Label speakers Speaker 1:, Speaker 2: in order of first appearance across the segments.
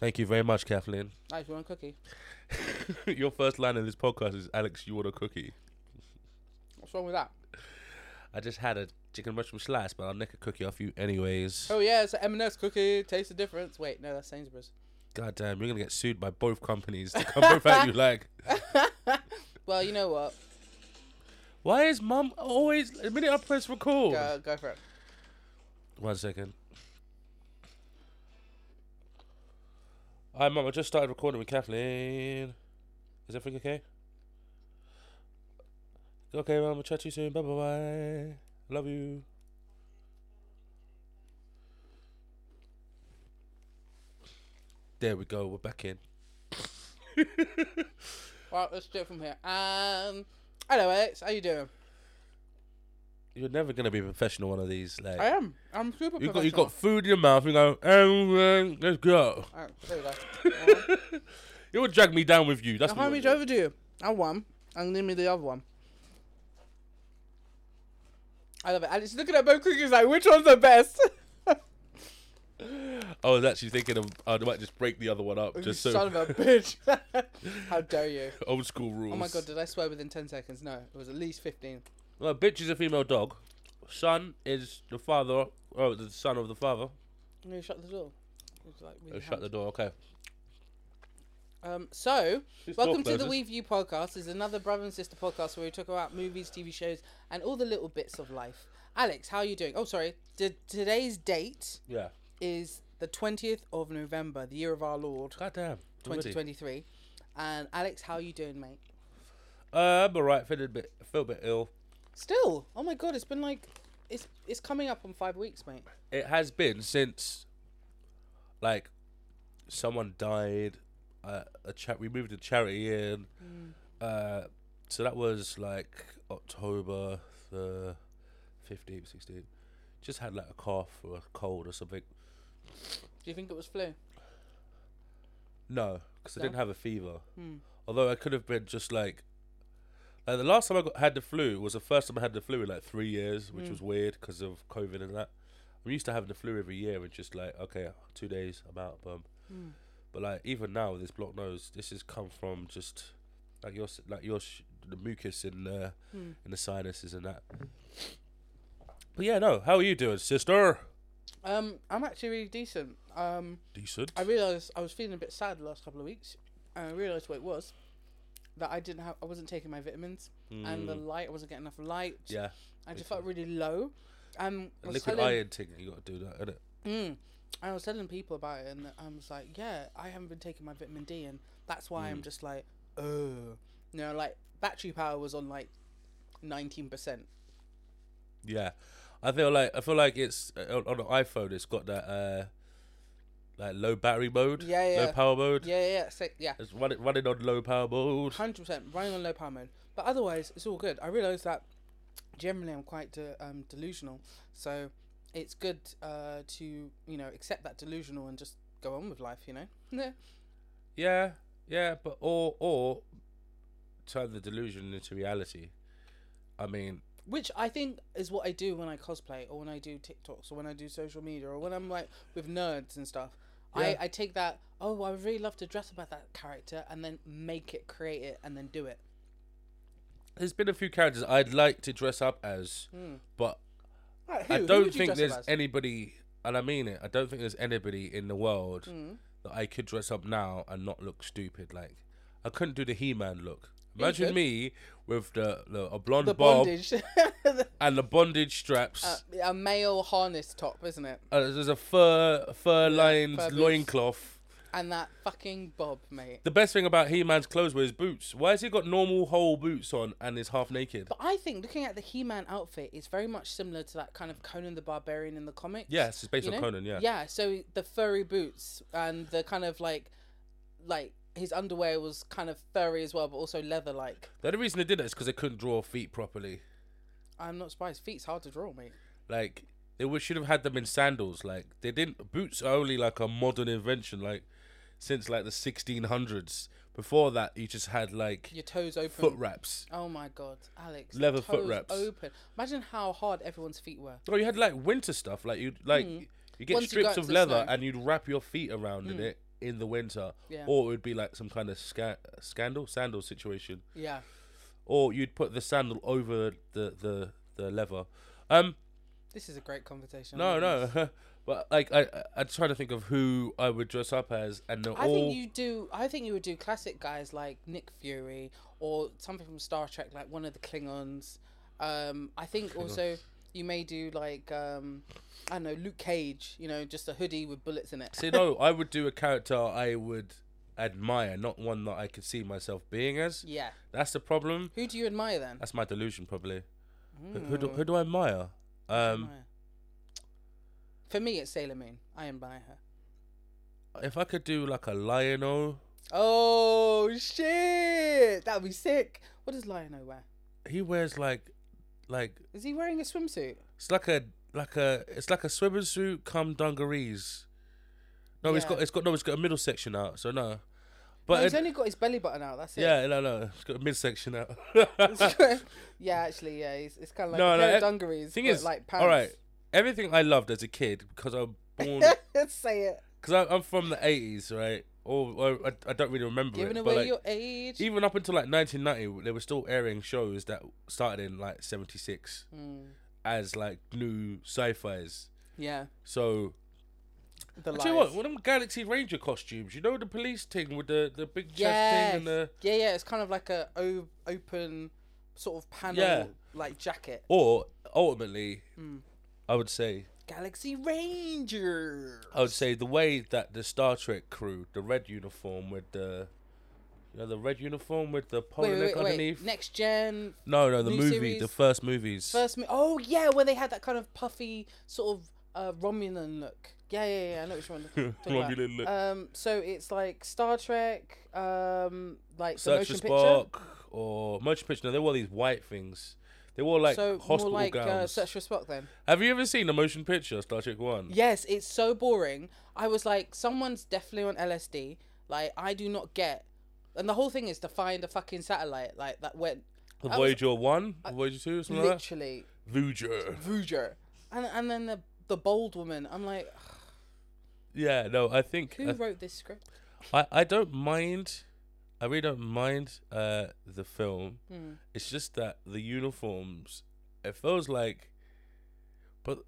Speaker 1: Thank you very much, Kathleen.
Speaker 2: Alex, you want a cookie?
Speaker 1: Your first line in this podcast is Alex, you want a cookie?
Speaker 2: What's wrong with that?
Speaker 1: I just had a chicken mushroom slice, but I'll nick a cookie off you anyways.
Speaker 2: Oh yeah, it's an M&S cookie. Taste the difference. Wait, no, that's Sainsbury's.
Speaker 1: God damn, you're gonna get sued by both companies to come both at you like
Speaker 2: Well, you know what?
Speaker 1: why is mum always the minute I press record?
Speaker 2: Go, go for it.
Speaker 1: One second. Hi mum, I just started recording with Kathleen. Is everything okay? Okay, mum, I'll chat to you soon. Bye bye bye. Love you. There we go, we're back in.
Speaker 2: Right, let's do it from here. Um, hello, Alex. How you doing?
Speaker 1: You're never gonna be a professional one of these. Like
Speaker 2: I am. I'm super
Speaker 1: you got you
Speaker 2: professional.
Speaker 1: got food in your mouth. You go, um, uh, let's go.
Speaker 2: Alright, there we go. Uh,
Speaker 1: You would drag me down with you. That's
Speaker 2: now, how
Speaker 1: what
Speaker 2: many
Speaker 1: you
Speaker 2: over do you? I one. And leave me the other one. I love it. Alex is looking at both cookies like, which one's the best?
Speaker 1: do. I was actually thinking of I might just break the other one up,
Speaker 2: you
Speaker 1: just so
Speaker 2: son of a bitch. how dare you?
Speaker 1: old school rules.
Speaker 2: Oh my god, did I swear within 10 seconds? No, it was at least 15.
Speaker 1: Well, bitch is a female dog. Son is the father. Oh, the son of the father.
Speaker 2: No, you shut the door. It was like with
Speaker 1: Oh,
Speaker 2: your
Speaker 1: shut the
Speaker 2: hand.
Speaker 1: door. Okay.
Speaker 2: Um, so,
Speaker 1: This door
Speaker 2: welcome to the
Speaker 1: closes.
Speaker 2: We View podcast. This is another brother and sister podcast where we talk about movies, TV shows, and all the little bits of life. Alex, how are you doing? Oh, sorry. D- today's date
Speaker 1: Yeah.
Speaker 2: is the 20th of November, the year of our Lord,
Speaker 1: God damn.
Speaker 2: 2023. And Alex, how are you doing, mate?
Speaker 1: Uh, I'm alright. Feel a bit. Feel a bit ill.
Speaker 2: Still, oh my god, it's been like, it's it's coming up on five weeks, mate.
Speaker 1: it has been since like someone died uh, a chat we moved a charity in uh, so that was like october the 15th 16th just had like a cough or a cold or something
Speaker 2: Do you think it was flu?
Speaker 1: no because i
Speaker 2: No? Hmm.
Speaker 1: didn't have a fever although i could have been just like like the last time i got, had the flu was the first time i had the flu in like three years
Speaker 2: Hmm.
Speaker 1: which was weird because of covid and that i'm used to having the flu every year and just like okay two days i'm out boom
Speaker 2: Hmm.
Speaker 1: But like even now, with this block nose, this has come from just like your s- like your sh- the mucus in the
Speaker 2: Hmm.
Speaker 1: in the sinuses and that. But yeah, no. How are you doing, sister?
Speaker 2: Um, I'm actually really decent. Um,
Speaker 1: Decent.
Speaker 2: I realised I was feeling a bit sad the last couple of weeks, and I realised what it was that I didn't have, I wasn't taking my vitamins, and the light, I wasn't getting enough light.
Speaker 1: Hmm. yeah,
Speaker 2: I just felt really low. Um, I was
Speaker 1: liquid
Speaker 2: telling,
Speaker 1: iron thing. You got to do that, innit?
Speaker 2: Mm, I was telling people about it, and I was like, yeah, I haven't been taking my vitamin D, and that's why
Speaker 1: Hmm.
Speaker 2: I'm just like, oh, you know, like battery power was on like nineteen percent.
Speaker 1: Yeah, I feel like I feel like it's uh, on on an iPhone. It's got that uh like low battery mode.
Speaker 2: Yeah,
Speaker 1: Low
Speaker 2: yeah.
Speaker 1: power mode.
Speaker 2: Yeah, yeah, yeah, so- yeah.
Speaker 1: It's running running on low power mode.
Speaker 2: hundred percent running on low power mode. But otherwise, it's all good. I realise that generally I'm quite de- um, delusional, so it's good uh, to you know accept that delusional and just go on with life. You know, yeah,
Speaker 1: Yeah, yeah, but or or turn the delusion into reality. I mean,
Speaker 2: which I think is what I do when I cosplay or when I do TikToks or when I do social media or when I'm like with nerds and stuff.
Speaker 1: Yeah.
Speaker 2: I, I take that. Oh, I would really love to dress about that character and then make it, create it, and then do it.
Speaker 1: there's been a few characters I'd like to dress up as,
Speaker 2: Hmm.
Speaker 1: but
Speaker 2: Right,
Speaker 1: I
Speaker 2: who- who
Speaker 1: don't
Speaker 2: would you
Speaker 1: think
Speaker 2: dress up
Speaker 1: there's
Speaker 2: as?
Speaker 1: anybody, and I mean it. I don't think there's anybody in the world
Speaker 2: Hmm.
Speaker 1: that I could dress up now and not look stupid. Like I couldn't do the He-Man look. Imagine
Speaker 2: could.
Speaker 1: me with the, the a blonde
Speaker 2: the
Speaker 1: bob
Speaker 2: bondage, Uh,
Speaker 1: and the bondage straps.
Speaker 2: a male harness top, isn't it?
Speaker 1: uh, there's a fur fur lined
Speaker 2: fur boots.
Speaker 1: loincloth.
Speaker 2: And that fucking bob, mate.
Speaker 1: The best thing about He Man's clothes were his boots. Why has he got normal whole boots on and is half naked?
Speaker 2: But I think looking at the He-Man outfit is very much similar to that kind of Conan the Barbarian in the comics.
Speaker 1: Yes, it's based
Speaker 2: you
Speaker 1: on
Speaker 2: know?
Speaker 1: Conan, yeah.
Speaker 2: Yeah, so the furry boots and the kind of like, like his underwear was kind of furry as well, but also leather-like.
Speaker 1: The only reason they did that is because they couldn't draw feet properly.
Speaker 2: I'm not surprised. Feet's hard to draw, mate.
Speaker 1: Like they would, should have had them in sandals. Like they didn't. Boots are only like a modern invention. Like since like the 1600s. Before that, you just had like
Speaker 2: Your toes open.
Speaker 1: foot wraps.
Speaker 2: Oh my god, Alex.
Speaker 1: Leather foot
Speaker 2: toes
Speaker 1: wraps.
Speaker 2: Open. Imagine how hard everyone's feet were.
Speaker 1: Or Oh, you had like winter stuff. Like you like you get
Speaker 2: Hmm. Once you go
Speaker 1: strips
Speaker 2: out
Speaker 1: of
Speaker 2: to the
Speaker 1: leather
Speaker 2: snow. Hmm.
Speaker 1: and you'd wrap your feet around in it in the winter,
Speaker 2: Yeah.
Speaker 1: or it would be like some kind of sca- scandal, sandal situation,
Speaker 2: Yeah.
Speaker 1: or you'd put the sandal over the the the leather. Um,
Speaker 2: This is a great conversation.
Speaker 1: no,
Speaker 2: I'm loving this.
Speaker 1: no, but like I, I, I'm trying to think of who I would dress up as, and they're
Speaker 2: I
Speaker 1: all.
Speaker 2: think you do. I think you would do classic guys like Nick Fury or something from Star Trek, like one of the Klingons. Um, I think also you may do like um, I don't know Luke Cage. You know, just a hoodie with bullets in it.
Speaker 1: See, no, I would do a character I would admire, not one that I could see myself being as.
Speaker 2: Yeah.
Speaker 1: That's the problem.
Speaker 2: Who do you admire then? Hmm.
Speaker 1: That's my delusion, probably. Who, who, do, who do I admire? Um,
Speaker 2: Admire. For me, it's Sailor Moon. I admire her.
Speaker 1: if I could do like a Lionel,
Speaker 2: Oh shit! That would be sick. What does Lionel wear?
Speaker 1: he wears like, like
Speaker 2: Is he wearing a swimsuit?
Speaker 1: it's like a like a it's like a swimming suit come dungarees. No, it's
Speaker 2: Yeah.
Speaker 1: got it's got no, it's got a middle section out. So no,
Speaker 2: But
Speaker 1: but
Speaker 2: he's
Speaker 1: it-
Speaker 2: only got his belly button out. That's it.
Speaker 1: yeah, no, no, it's got a mid section out.
Speaker 2: yeah, actually, yeah, it's, it's kind of like
Speaker 1: No,
Speaker 2: a
Speaker 1: no,
Speaker 2: pair of
Speaker 1: eh,
Speaker 2: dungarees,
Speaker 1: Thing
Speaker 2: but
Speaker 1: is,
Speaker 2: like pants.
Speaker 1: all right, everything I loved as a kid because I'm born
Speaker 2: say it.
Speaker 1: because I'm from the '80s, right? Or, or I, I don't really remember
Speaker 2: Giving
Speaker 1: it,
Speaker 2: away
Speaker 1: but like, e-
Speaker 2: your age.
Speaker 1: even up until like 1990, they were still airing shows that started in like '76
Speaker 2: Mm,
Speaker 1: as like new sci-fi's.
Speaker 2: yeah,
Speaker 1: So
Speaker 2: the
Speaker 1: I
Speaker 2: lies.
Speaker 1: tell you what, one of them Galaxy Ranger costumes, you know the police thing with the the big chest
Speaker 2: yes.
Speaker 1: thing and the
Speaker 2: Yeah, yeah, it's kind of like a o- open sort of panel
Speaker 1: Yeah.
Speaker 2: like jacket.
Speaker 1: or ultimately,
Speaker 2: Hmm.
Speaker 1: I would say
Speaker 2: Galaxy Ranger.
Speaker 1: I would say the way that the Star Trek crew, the red uniform with the you know the red uniform with the polo
Speaker 2: Wait, wait,
Speaker 1: neck
Speaker 2: wait, wait.
Speaker 1: underneath.
Speaker 2: Next gen
Speaker 1: No, no, the
Speaker 2: New
Speaker 1: movie,
Speaker 2: series.
Speaker 1: the first movies.
Speaker 2: first. Me- oh yeah, when they had that kind of puffy sort of uh, Romulan look. Yeah, yeah, yeah. I know which one. you're talking about.
Speaker 1: Romulan look.
Speaker 2: Um, so it's like Star Trek, um, like the
Speaker 1: Search for
Speaker 2: motion picture.
Speaker 1: Spark or motion picture. No, they wore these white things. They wore like
Speaker 2: so
Speaker 1: hospital
Speaker 2: more like Uh,
Speaker 1: gowns.
Speaker 2: Search for Spock then.
Speaker 1: Have you ever seen a motion picture Star Trek One?
Speaker 2: Yes, it's so boring. I was like, someone's definitely on LSD. Like I do not get. And the whole thing is to find a fucking satellite like that went
Speaker 1: The
Speaker 2: was-
Speaker 1: Voyager One, The Voyager Two, something like that.
Speaker 2: literally
Speaker 1: Voyager.
Speaker 2: Voyager. And and then the the bold woman. I'm like,
Speaker 1: Yeah, no, I think
Speaker 2: who
Speaker 1: I,
Speaker 2: wrote this script?
Speaker 1: I, I don't mind. I really don't mind uh, the film. It's just that the uniforms, it feels like. But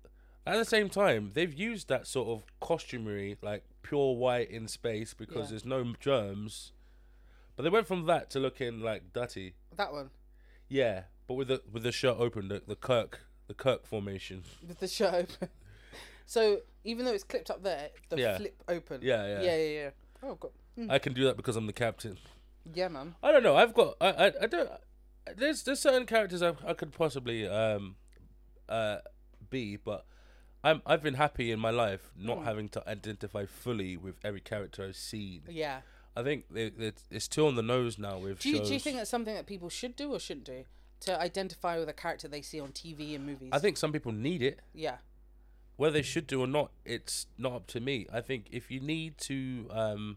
Speaker 1: at the same time, they've used that sort of costumery, like pure white in space, because
Speaker 2: Yeah.
Speaker 1: there's no germs. But they went from that to looking like dirty.
Speaker 2: That one
Speaker 1: Yeah, but with the with the shirt open, the, the Kirk the Kirk formation.
Speaker 2: with the shirt open. so even though it's clipped up there, the
Speaker 1: Yeah.
Speaker 2: flip open.
Speaker 1: Yeah, yeah.
Speaker 2: Yeah, yeah, yeah. Oh god. Mm.
Speaker 1: I can do that because I'm the captain.
Speaker 2: Yeah, man.
Speaker 1: I don't know. I've got. I. I, I don't. There's there's certain characters I, I could possibly um, uh, be, but I'm I've been happy in my life
Speaker 2: Hmm.
Speaker 1: not having to identify fully with every character I've seen.
Speaker 2: Yeah.
Speaker 1: I think they, they, it's too on the nose now with
Speaker 2: Do you, do you
Speaker 1: shows.
Speaker 2: think that's something that people should do or shouldn't do to identify with a character they see on TV and movies?
Speaker 1: I think some people need it,
Speaker 2: yeah,
Speaker 1: whether they should do or not. It's not up to me. I think if you need to um,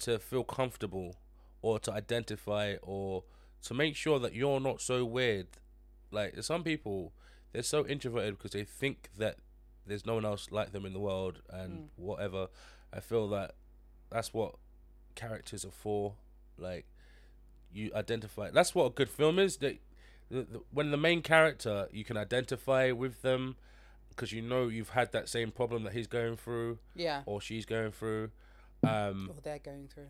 Speaker 1: to feel comfortable or to identify or to make sure that you're not so weird. Like some people, they're so introverted because they think that there's no one else like them in the world and whatever. I feel that that's what characters are for. Like you identify. That's what a good film is. That the, the, when the main character, you can identify with them because you know you've had that same problem that he's going through
Speaker 2: yeah.
Speaker 1: or she's going through. Um,
Speaker 2: Or they're going through.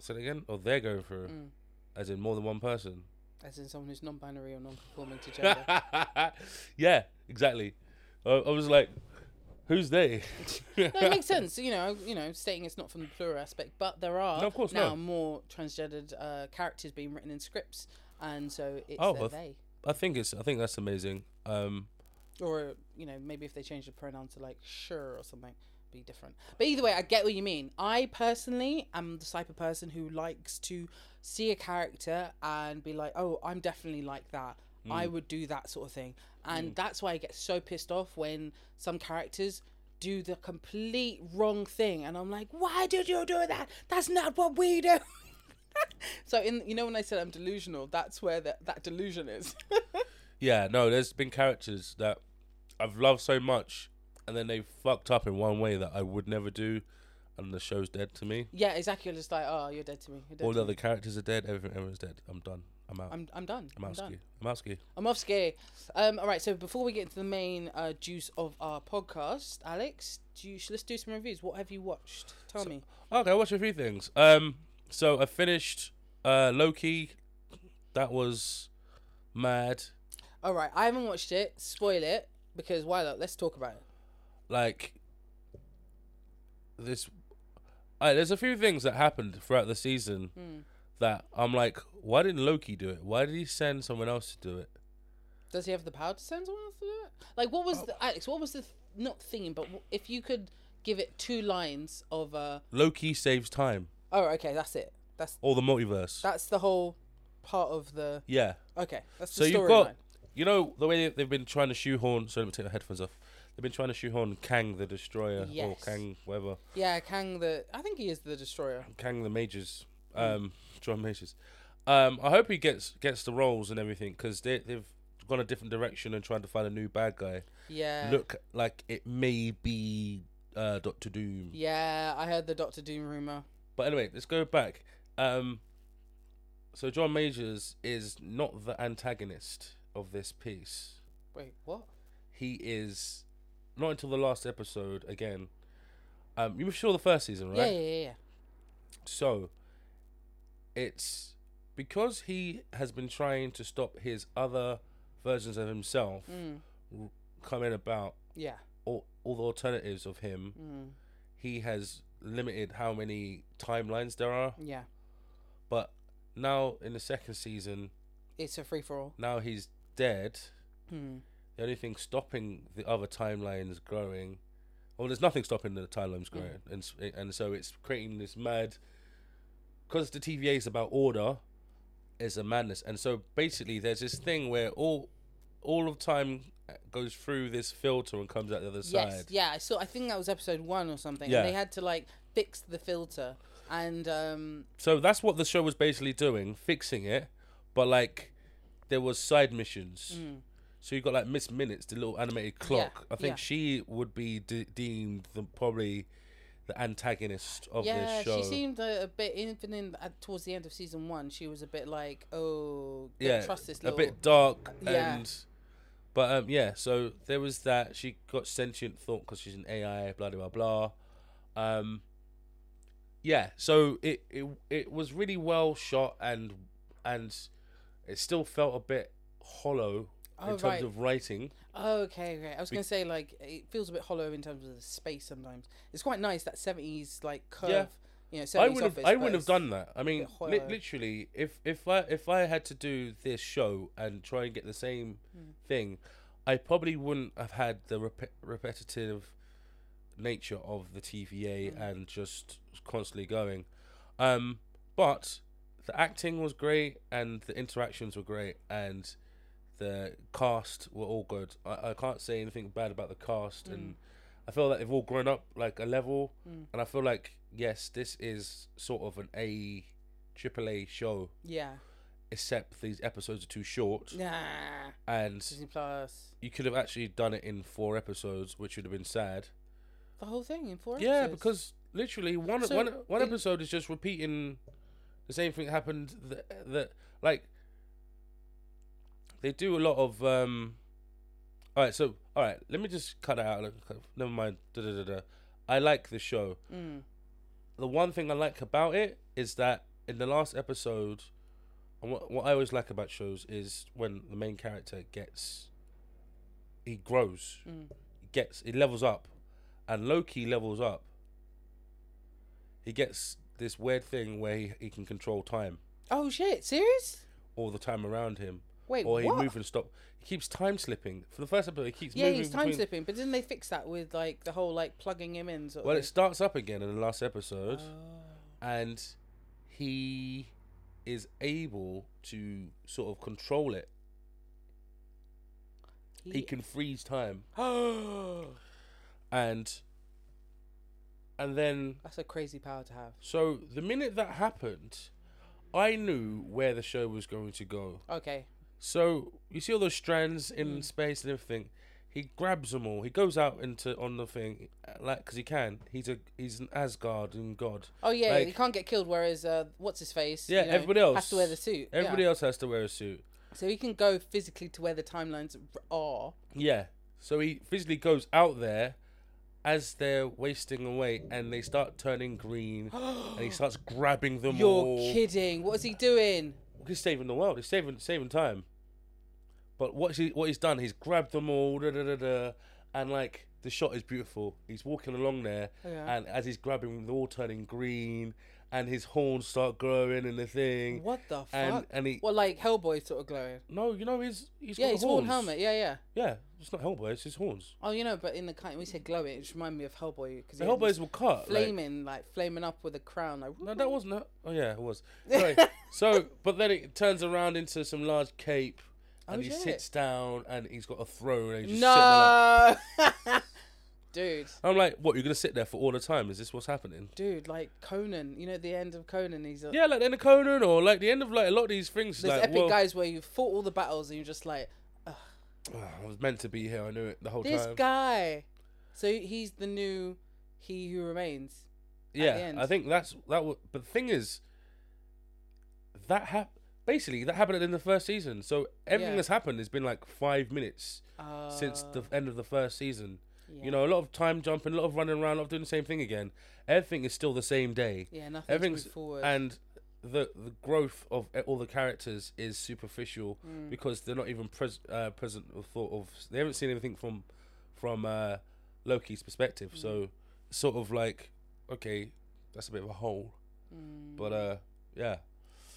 Speaker 1: Say it again? Or they're going through,
Speaker 2: Mm.
Speaker 1: as in more than one person.
Speaker 2: As in someone who's non-binary or non-conforming to gender.
Speaker 1: yeah, exactly. I, I was like, who's they?
Speaker 2: no, it makes sense. You know, you know, stating it's not from the plural aspect, but there are
Speaker 1: No, of course,
Speaker 2: now
Speaker 1: no.
Speaker 2: more transgendered uh, characters being written in scripts, and so it's
Speaker 1: Oh,
Speaker 2: their
Speaker 1: I
Speaker 2: they.
Speaker 1: th- I think it's. I think that's amazing. Um,
Speaker 2: Or you know, maybe if they change the pronoun to like sure or something, be different. But either way, I get what you mean. I personally am the type of person who likes to see a character and be like, oh, I'm definitely like that. I would do that sort of thing, and that's why I get so pissed off when some characters do the complete wrong thing, and I'm like, why did you do that? That's not what we do. so in you know when I said I'm delusional, that's where that that delusion is.
Speaker 1: yeah, no, there's been characters that I've loved so much and then they fucked up in one way that I would never do, and the show's dead to me.
Speaker 2: Yeah, exactly. It's like, oh, you're dead to me. You're dead
Speaker 1: All
Speaker 2: to
Speaker 1: the
Speaker 2: me.
Speaker 1: other characters are dead. Everything, everyone's dead. I'm done. I'm out.
Speaker 2: I'm I'm done.
Speaker 1: I'm
Speaker 2: I'm
Speaker 1: out.
Speaker 2: done.
Speaker 1: ski. I'm out. ski.
Speaker 2: I'm off ski. Um, all right. So before we get into the main uh, juice of our podcast, Alex, do you, let's do some reviews. What have you watched? Tell me.
Speaker 1: Okay, I watched a few things. Um, so I finished uh Loki. That was mad.
Speaker 2: All right. I haven't watched it. Spoil it because why not? Let's talk about it.
Speaker 1: Like this. Uh, there's a few things that happened throughout the season
Speaker 2: Hmm.
Speaker 1: that I'm like, why didn't Loki do it? Why did he send someone else to do it?
Speaker 2: Does he have the power to send someone else to do it? Like, what was
Speaker 1: Oh.
Speaker 2: the Alex? What was the th- not theme, but wh- if you could give it two lines of uh,
Speaker 1: Loki saves time.
Speaker 2: oh, okay, that's it. That's
Speaker 1: Or the multiverse.
Speaker 2: that's the whole part of the
Speaker 1: yeah.
Speaker 2: okay. That's
Speaker 1: So
Speaker 2: the
Speaker 1: you've
Speaker 2: storyline.
Speaker 1: got, you know, the way they- they've been trying to shoehorn. Sorry, let me take my headphones off. They've been trying to shoehorn Kang the Destroyer or
Speaker 2: Yes.
Speaker 1: Kang whatever,
Speaker 2: Yeah, Kang the I think he is the destroyer.
Speaker 1: Kang the Mages, um, John Mages. Um, I hope he gets gets the roles and everything because they, they've gone a different direction and trying to find a new bad guy.
Speaker 2: Yeah.
Speaker 1: Look like it may be uh, Doctor Doom.
Speaker 2: Yeah, I heard the Doctor Doom rumor.
Speaker 1: But anyway, let's go back. Um, so John Majors is not the antagonist of this piece.
Speaker 2: Wait, what?
Speaker 1: he is not until the last episode again. Um, you saw the first season, right?
Speaker 2: Yeah, yeah, yeah, yeah.
Speaker 1: So it's because he has been trying to stop his other versions of himself
Speaker 2: Mm.
Speaker 1: r- coming about,
Speaker 2: Yeah.
Speaker 1: all, all the alternatives of him.
Speaker 2: Mm.
Speaker 1: He has limited how many timelines there are,
Speaker 2: Yeah.
Speaker 1: but now in the second season,
Speaker 2: It's a free for all.
Speaker 1: now he's dead. The only thing stopping the other timelines growing, well, there's nothing stopping the timelines growing, and s- eh, and so it's creating this mad. Because the TVA is about order, is a madness, and so basically there's this thing where all, all of time eh, goes through this filter and comes out the other
Speaker 2: Yes.
Speaker 1: side.
Speaker 2: Yeah. So I think that was episode one or something.
Speaker 1: Yeah.
Speaker 2: And they had to like fix the filter, and um,
Speaker 1: So that's what the show was basically doing, fixing it, but like there was side missions. So you got like Miss Minutes, the little animated clock. I think
Speaker 2: Mm. yeah.
Speaker 1: she would be de- deemed the, probably the antagonist of
Speaker 2: yeah,
Speaker 1: this show.
Speaker 2: she seemed a, a bit even in at, towards the end of season one. She was a bit like, oh, don't
Speaker 1: yeah,
Speaker 2: trust this
Speaker 1: a
Speaker 2: little.
Speaker 1: bit dark
Speaker 2: yeah.
Speaker 1: and. But um, yeah, so there was that. She got sentient thought because she's an AI. Blah blah blah. blah. Um, yeah, so it, it it was really well shot and and it still felt a bit hollow in
Speaker 2: Oh,
Speaker 1: terms
Speaker 2: right.
Speaker 1: of writing.
Speaker 2: Oh, okay, okay. I was gonna say like it feels a bit hollow in terms of the space sometimes. It's quite nice that seventies like curve.
Speaker 1: Yeah.
Speaker 2: You know, 70s
Speaker 1: I would have
Speaker 2: office,
Speaker 1: I
Speaker 2: but
Speaker 1: wouldn't have
Speaker 2: it's-
Speaker 1: done that. I mean,
Speaker 2: bit
Speaker 1: li-
Speaker 2: hollow.
Speaker 1: literally, if if I if I had to do this show and try and get the same thing, I probably wouldn't have had the rep- repetitive nature of the TVA and just constantly going. Um, but the acting was great and the interactions were great and the cast were all good. I, I can't say anything bad about the cast and I feel like they've all grown up like a level
Speaker 2: Mm.
Speaker 1: and I feel like yes, this is sort of an A triple A show
Speaker 2: Yeah.
Speaker 1: except these episodes are too short
Speaker 2: Nah.
Speaker 1: and
Speaker 2: Disney Plus.
Speaker 1: you could have actually done it in four episodes which would have been sad.
Speaker 2: The whole thing in four
Speaker 1: Yeah,
Speaker 2: episodes.
Speaker 1: because literally one
Speaker 2: So
Speaker 1: one one
Speaker 2: it-
Speaker 1: episode is just repeating the same thing that happened that, that like they do a lot of um all right, so all right, let me just cut it out. like, Never mind. Da, da, da, da. I like the show.
Speaker 2: Mm.
Speaker 1: The one thing I like about it is that in the last episode, and what, what I always like about shows is when the main character gets, he grows,
Speaker 2: Mm.
Speaker 1: he gets, he levels up, and Loki levels up. He gets this weird thing where he, he can control time
Speaker 2: Oh shit! Serious?
Speaker 1: all the time around him.
Speaker 2: Wait,
Speaker 1: or he
Speaker 2: what?
Speaker 1: moves and stop. He keeps time slipping. For the first episode, he keeps
Speaker 2: Yeah,
Speaker 1: moving.
Speaker 2: he's time
Speaker 1: between-
Speaker 2: slipping, but didn't they fix that with like the whole like plugging him in? Sort
Speaker 1: Well,
Speaker 2: of
Speaker 1: it
Speaker 2: thing?
Speaker 1: starts up again in the last episode,
Speaker 2: Oh.
Speaker 1: and he is able to sort of control it. He
Speaker 2: He-
Speaker 1: can freeze time, and and then
Speaker 2: That's a crazy power to have.
Speaker 1: so the minute that happened, I knew where the show was going to go.
Speaker 2: Okay. Mm.
Speaker 1: So you see all those strands in space and everything. He grabs them all. He goes out into on the thing, like because he can. He's a he's an Asgardian god.
Speaker 2: Oh yeah,
Speaker 1: Like-
Speaker 2: he can't get killed. Whereas uh, what's his face?
Speaker 1: Yeah, everybody else
Speaker 2: has to wear the suit. yeah.
Speaker 1: Everybody else has to wear a suit.
Speaker 2: So he can go physically to where the timelines are.
Speaker 1: Yeah. So he physically goes out there as they're wasting away, and they start turning green, and he starts grabbing them
Speaker 2: You're
Speaker 1: all.
Speaker 2: kidding. What is he doing?
Speaker 1: He's saving the world. He's saving saving time. But what he what he's done, he's grabbed them all, da, da, da, da, and like the shot is beautiful. He's walking along there,
Speaker 2: Yeah.
Speaker 1: and as he's grabbing them, they're all turning green, and his horns start glowing and the thing.
Speaker 2: What the fuck?
Speaker 1: And- and he-
Speaker 2: Well, like Hellboy sort of glowing.
Speaker 1: No, you know he's he's
Speaker 2: Yeah,
Speaker 1: got
Speaker 2: his
Speaker 1: horns.
Speaker 2: horn helmet. Yeah, yeah.
Speaker 1: Yeah, it's not Hellboy. It's his horns.
Speaker 2: Oh, you know, but in the kind we said glowing, it just reminded me of Hellboy because
Speaker 1: The Hellboys will cut. like-
Speaker 2: flaming, like, flaming up with a crown. Like
Speaker 1: No, that wasn't it. Oh yeah, it was. Sorry. so, but then it turns around into some large cape, and
Speaker 2: Oh,
Speaker 1: he
Speaker 2: shit.
Speaker 1: sits down, and he's got a throne, and he's just sitting there. Like,
Speaker 2: no, dude,
Speaker 1: I'm like, what? You're gonna sit there for all the time? Is this what's happening?
Speaker 2: dude, like Conan. You know, at the end of Conan, he's a,
Speaker 1: Yeah, like the end of Conan, or like the end of like a lot of these things.
Speaker 2: those
Speaker 1: like,
Speaker 2: epic
Speaker 1: well,
Speaker 2: guys where you fought all the battles and you're just like,
Speaker 1: "Ah, I was meant to be here. I knew it the whole
Speaker 2: this
Speaker 1: time.
Speaker 2: guy. So he's the new He Who Remains.
Speaker 1: yeah,
Speaker 2: the end.
Speaker 1: I think that's that. wa but the thing is, that hap- basically that happened in the first season. So everything
Speaker 2: Yeah.
Speaker 1: that's happened has been like five minutes
Speaker 2: Uh,
Speaker 1: since the end of the first season.
Speaker 2: yeah.
Speaker 1: You know, a lot of time jumping, a lot of running around, a lot of doing the same thing again. Everything is still the same day.
Speaker 2: yeah, nothing
Speaker 1: Everything's
Speaker 2: everything's forward.
Speaker 1: and the the growth of e- all the characters is superficial
Speaker 2: Mm.
Speaker 1: because they're not even pres- uh, present or thought of. They haven't seen anything from from uh, Loki's perspective. So
Speaker 2: Mm.
Speaker 1: sort of like, okay, that's a bit of a hole. But uh, yeah.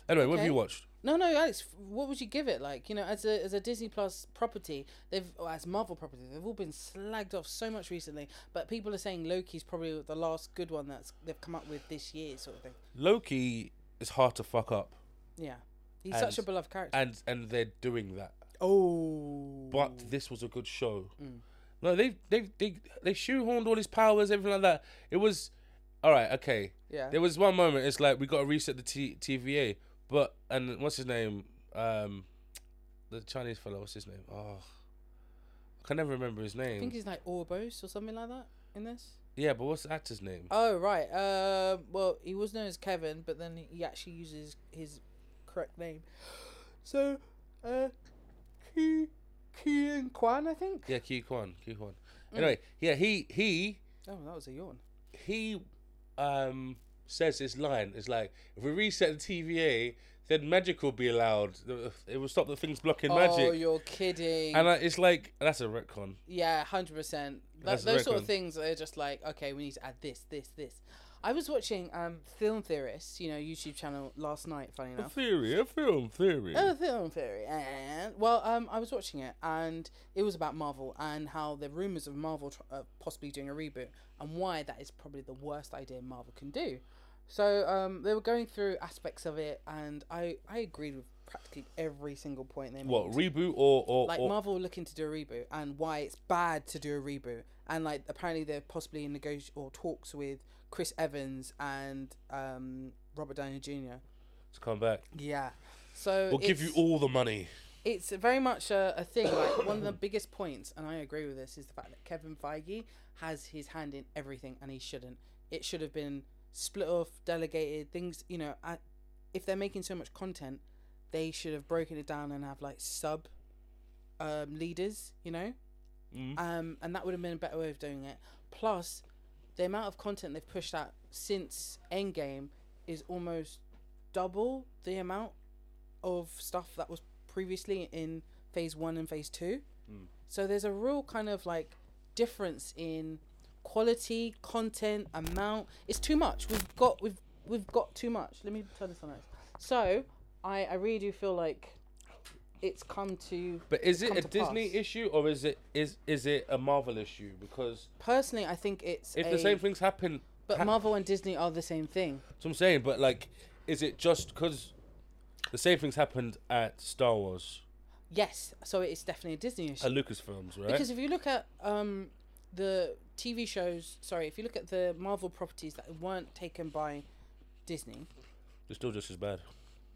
Speaker 1: Anyway, what have
Speaker 2: Mm. Okay.
Speaker 1: you watched?
Speaker 2: No, no, Alex. f- What would you give it? Like, you know, as a as a Disney Plus property, they've or as Marvel property, they've all been slagged off so much recently. But people are saying Loki's probably the last good one that's they've come up with this year, sort of thing.
Speaker 1: Loki is hard to fuck up,
Speaker 2: Yeah, he's such a
Speaker 1: And-
Speaker 2: beloved character.
Speaker 1: and and they're doing that.
Speaker 2: oh,
Speaker 1: but this was a good show.
Speaker 2: Mm.
Speaker 1: No, they they they they shoehorned all his powers, everything like that. It was all right. Okay,
Speaker 2: yeah,
Speaker 1: there was one moment. It's like we got to reset the T- TVA, but and what's his name? Um, the Chinese fellow. What's his name? Oh, I can never remember his
Speaker 2: I think
Speaker 1: name.
Speaker 2: he's like Orbos or something like that in this.
Speaker 1: Yeah, but what's the actor's name?
Speaker 2: Oh right. Uh, well, he was known as Kevin, but then he actually uses his correct name. So, uh, Ki Kian Kwan, I think.
Speaker 1: Yeah, Ki Kwan. Ki Kwan.
Speaker 2: Mm.
Speaker 1: Anyway, yeah, he he
Speaker 2: Oh, that was a yawn.
Speaker 1: he um says this line it's like if we reset the TVA then magic will be allowed it will stop the things blocking
Speaker 2: Oh,
Speaker 1: magic
Speaker 2: you're kidding.
Speaker 1: and I, it's like that's a retcon
Speaker 2: yeah, 100%. Tho-
Speaker 1: That's
Speaker 2: those sort
Speaker 1: reckon.
Speaker 2: of things are just like, okay, we need to add this, this, this. I was watching um, Film Theorists, you know, YouTube channel last night, funny enough.
Speaker 1: theory a film theory
Speaker 2: Oh, Film Theory. And, well, um, I was watching it and it was about Marvel and how the rumours of Marvel tr- uh, possibly doing a reboot and why that is probably the worst idea Marvel can do. So um, they were going through aspects of it and I, I agreed with practically every single point they made.
Speaker 1: what reboot or or,
Speaker 2: like
Speaker 1: or
Speaker 2: Marvel looking to do a reboot and why it's bad to do a reboot and like apparently they're possibly in negoti or talks with Chris Evans and um, Robert Downey Jr.
Speaker 1: to come back
Speaker 2: Yeah, so
Speaker 1: we'll give you
Speaker 2: it's-
Speaker 1: all the money
Speaker 2: It's very much a, a thing. Like one of the biggest points, and I agree with this, is the fact that Kevin Feige has his hand in everything, and he shouldn't. It should have been split off, delegated things. You know, at, if they're making so much content, they should have broken it down and have like sub um, leaders. You know,
Speaker 1: Mm.
Speaker 2: um, and that would have been a better way of doing it. Plus, the amount of content they've pushed out since Endgame is almost double the amount of stuff that was previously in Phase One and Phase Two.
Speaker 1: Hmm.
Speaker 2: So there's a real kind of like difference in quality, content, amount. It's too much. We've got we've we've got too much. Let me turn this on. Alex. So I I really do feel like it's come to
Speaker 1: but is it
Speaker 2: come
Speaker 1: a
Speaker 2: to
Speaker 1: disney
Speaker 2: pass.
Speaker 1: issue or is it is is it a marvel issue because
Speaker 2: personally I think it's
Speaker 1: if
Speaker 2: a,
Speaker 1: the same things happen
Speaker 2: But
Speaker 1: ha-
Speaker 2: Marvel and Disney are the same thing.
Speaker 1: that's what i'm saying but like is it just because the same things happened at star wars
Speaker 2: Yes, so it's definitely a Disney issue.
Speaker 1: at lucasfilms right
Speaker 2: Because if you look at um, the TV shows, sorry, if you look at the Marvel properties that weren't taken by Disney,
Speaker 1: they're still just as bad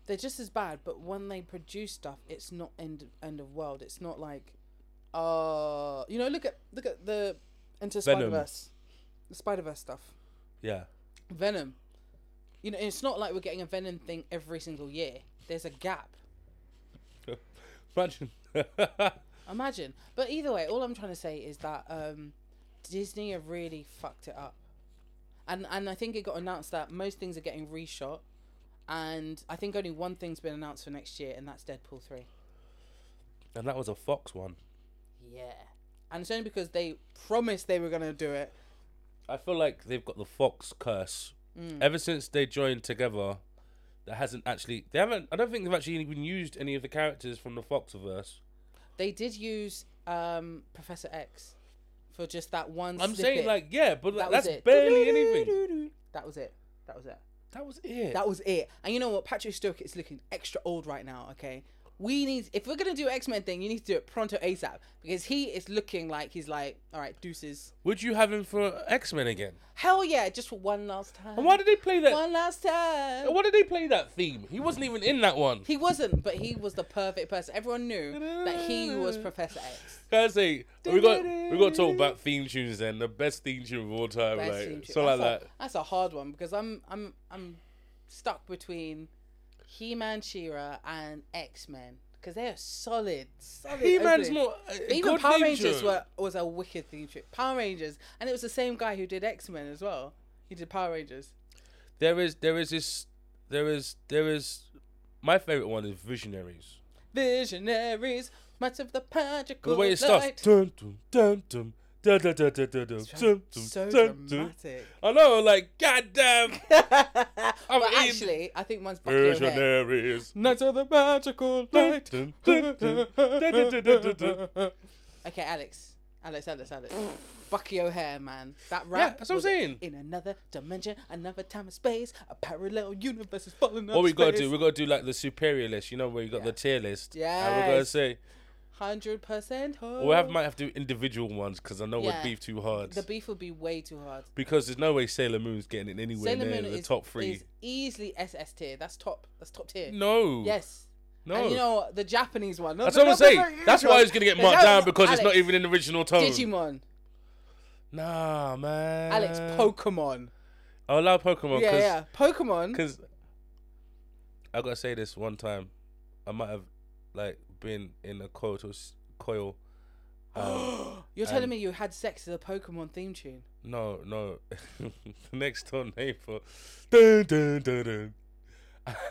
Speaker 2: they're just as bad. But when they produce stuff, it's not end end of world. It's not like Uh, you know, look at look at the into
Speaker 1: Venom.
Speaker 2: Spider Verse, the Spider Verse stuff,
Speaker 1: Yeah.
Speaker 2: Venom. You know, it's not like we're getting a Venom thing every single year. There's a gap.
Speaker 1: Imagine.
Speaker 2: Imagine. But either way, all I'm trying to say is that um, Disney have really fucked it up. And and I think it got announced that most things are getting reshot. And I think only one thing's been announced for next year, and that's Deadpool 3.
Speaker 1: and that was a Fox one.
Speaker 2: Yeah. And it's only because they promised they were going to do it.
Speaker 1: I feel like they've got the Fox curse.
Speaker 2: Mm.
Speaker 1: Ever since they joined together, that hasn't actually. They haven't. I don't think they've actually even used any of the characters from the Foxverse.
Speaker 2: They did use um, Professor X for just that one
Speaker 1: I'm
Speaker 2: snippet.
Speaker 1: saying like yeah, but
Speaker 2: That was
Speaker 1: that's
Speaker 2: it.
Speaker 1: barely anything.
Speaker 2: That was it. That was it.
Speaker 1: That was it.
Speaker 2: That was it. And you know what? Patrick Stewart is looking extra old right now. Okay, we need if we're gonna do X Men thing, you need to do it pronto ASAP because he is looking like he's like, all right, deuces.
Speaker 1: Would you have him for X Men again?
Speaker 2: Hell yeah, just for one last time.
Speaker 1: And why did they play that?
Speaker 2: one last time.
Speaker 1: Why did they play that theme? He wasn't even in that one.
Speaker 2: He wasn't, but he was the perfect person. Everyone knew that he was Professor X.
Speaker 1: Can I say we got we got to talk about theme tunes then the best theme tune of all time,
Speaker 2: Best
Speaker 1: like
Speaker 2: team to-
Speaker 1: so like
Speaker 2: that's
Speaker 1: that.
Speaker 2: a, That's a hard one because I'm I'm I'm stuck between He Man, Shira, and X Men because they are solid, solid.
Speaker 1: He man's
Speaker 2: opening.
Speaker 1: more. uh,
Speaker 2: But even Power Rangers were, was a wicked theme tune. Power Rangers, and it was the same guy who did X Men as well. He did Power Rangers.
Speaker 1: There is there is this there is there is my favorite one is Visionaries.
Speaker 2: Visionaries, much of the magical
Speaker 1: The way it
Speaker 2: light.
Speaker 1: starts. Dun, dun, dun, dun, dun, dun, dun, dun, dun, dun, dun, dun,
Speaker 2: so
Speaker 1: dun, dun.
Speaker 2: dramatic.
Speaker 1: I know, like goddamn
Speaker 2: but
Speaker 1: eating-
Speaker 2: actually, I think mine's Bucky O'Hare.
Speaker 1: Visionaries.
Speaker 2: Nights of the magical light.
Speaker 1: Dun, dun, dun, dun, dun, dun, dun, dun, dun.
Speaker 2: Okay, Alex. Alex, Alex, Alex. Bucky O'Hare, man. That rap.
Speaker 1: Yeah, that's what I'm
Speaker 2: was
Speaker 1: saying.
Speaker 2: In another dimension, another time and space, a parallel universe is falling out.
Speaker 1: What we
Speaker 2: got
Speaker 1: gotta do, we gotta do like the superior list, you know, where you got the tier list. And we're gonna
Speaker 2: Yes.
Speaker 1: say,
Speaker 2: 100% hope.
Speaker 1: we have, might have to do individual ones because I know
Speaker 2: Yeah.
Speaker 1: we're beef too hard.
Speaker 2: The beef would be way too hard.
Speaker 1: because there's no way Sailor Moon's getting it anywhere
Speaker 2: Sailor
Speaker 1: near
Speaker 2: Moon
Speaker 1: the
Speaker 2: is,
Speaker 1: top three.
Speaker 2: is easily SS tier. That's top. That's top tier.
Speaker 1: no.
Speaker 2: Yes.
Speaker 1: No.
Speaker 2: And you know what? the Japanese one.
Speaker 1: That's what I'm saying. That's why it's gonna get marked down because it's not
Speaker 2: Alex,
Speaker 1: even in the original tone.
Speaker 2: Digimon.
Speaker 1: Nah, man.
Speaker 2: Alex, Pokemon.
Speaker 1: I love Pokemon
Speaker 2: yeah,
Speaker 1: because
Speaker 2: yeah. Pokemon.
Speaker 1: because I gotta say this one time, I might have like been in a coil. To s- coil. um,
Speaker 2: You're telling
Speaker 1: and-
Speaker 2: me you had sex to the Pokemon theme tune?
Speaker 1: no, no. Next door neighbor. Dun, dun, dun, dun.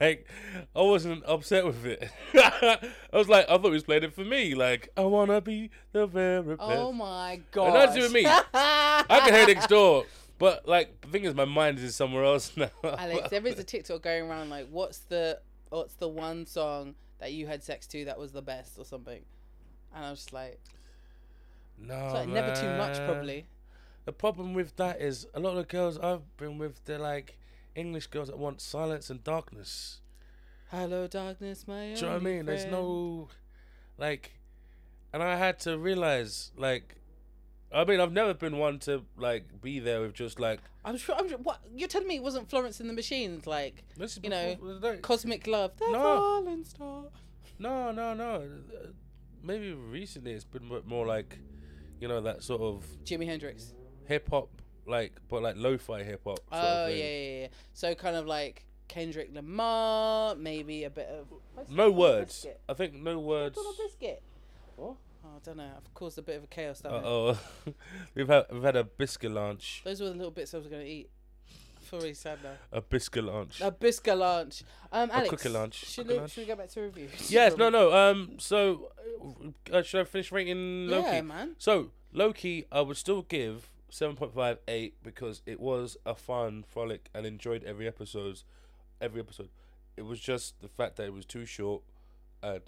Speaker 1: like I wasn't upset with it. I was like, I thought he was playing it for me. Like I wanna be the very best.
Speaker 2: Oh my god!
Speaker 1: And that's what I mean. I can hear next door, but like the thing is, my mind is somewhere else now.
Speaker 2: Alex, there is a TikTok going around like, what's the what's the one song that you had sex to that was the best or something? And I was just like,
Speaker 1: no,
Speaker 2: it's like never too much
Speaker 1: Oh, man.
Speaker 2: probably.
Speaker 1: The problem with that is a lot of the girls I've been with, they're like English girls that want silence and darkness.
Speaker 2: Hello darkness, my.
Speaker 1: Do you know what I mean? There's no, like, and I had to realize, like, I mean, I've never been one to like be there with just like
Speaker 2: I'm sure. I'm sure. What you're telling me? It wasn't Florence and the Machines like
Speaker 1: this is
Speaker 2: You know,
Speaker 1: before- like,
Speaker 2: Cosmic Love? The
Speaker 1: No.
Speaker 2: Falling Star.
Speaker 1: No, no, no. Uh, Maybe recently it's been mo- more like, you know, that sort of
Speaker 2: Jimi Hendrix.
Speaker 1: hip hop, like, but like lo-fi hip hop. sort
Speaker 2: Oh
Speaker 1: of
Speaker 2: yeah,
Speaker 1: thing.
Speaker 2: yeah, yeah. So kind of like Kendrick Lamar, maybe a bit of where's
Speaker 1: No
Speaker 2: Limp
Speaker 1: words.
Speaker 2: Bizkit?
Speaker 1: I think no words.
Speaker 2: Limp Bizkit. Oh, I don't know. I've caused a bit of a chaos.
Speaker 1: Uh
Speaker 2: Down here.
Speaker 1: oh, we've had we've had a biscuit lunch,
Speaker 2: Those were the little bits I was gonna eat. I feel really sad now.
Speaker 1: a biscuit lunch.
Speaker 2: A biscuit lunch. Um, Alex.
Speaker 1: cookie lunch,
Speaker 2: Should,
Speaker 1: cookie
Speaker 2: we,
Speaker 1: lunch.
Speaker 2: should we go back to reviews?
Speaker 1: yes, no, no. Um, so uh, should I finish rating Loki?
Speaker 2: Yeah, man.
Speaker 1: So Loki, I would still give seven point five eight because it was a fun frolic and enjoyed every episode. Every episode, it was just the fact that it was too short, and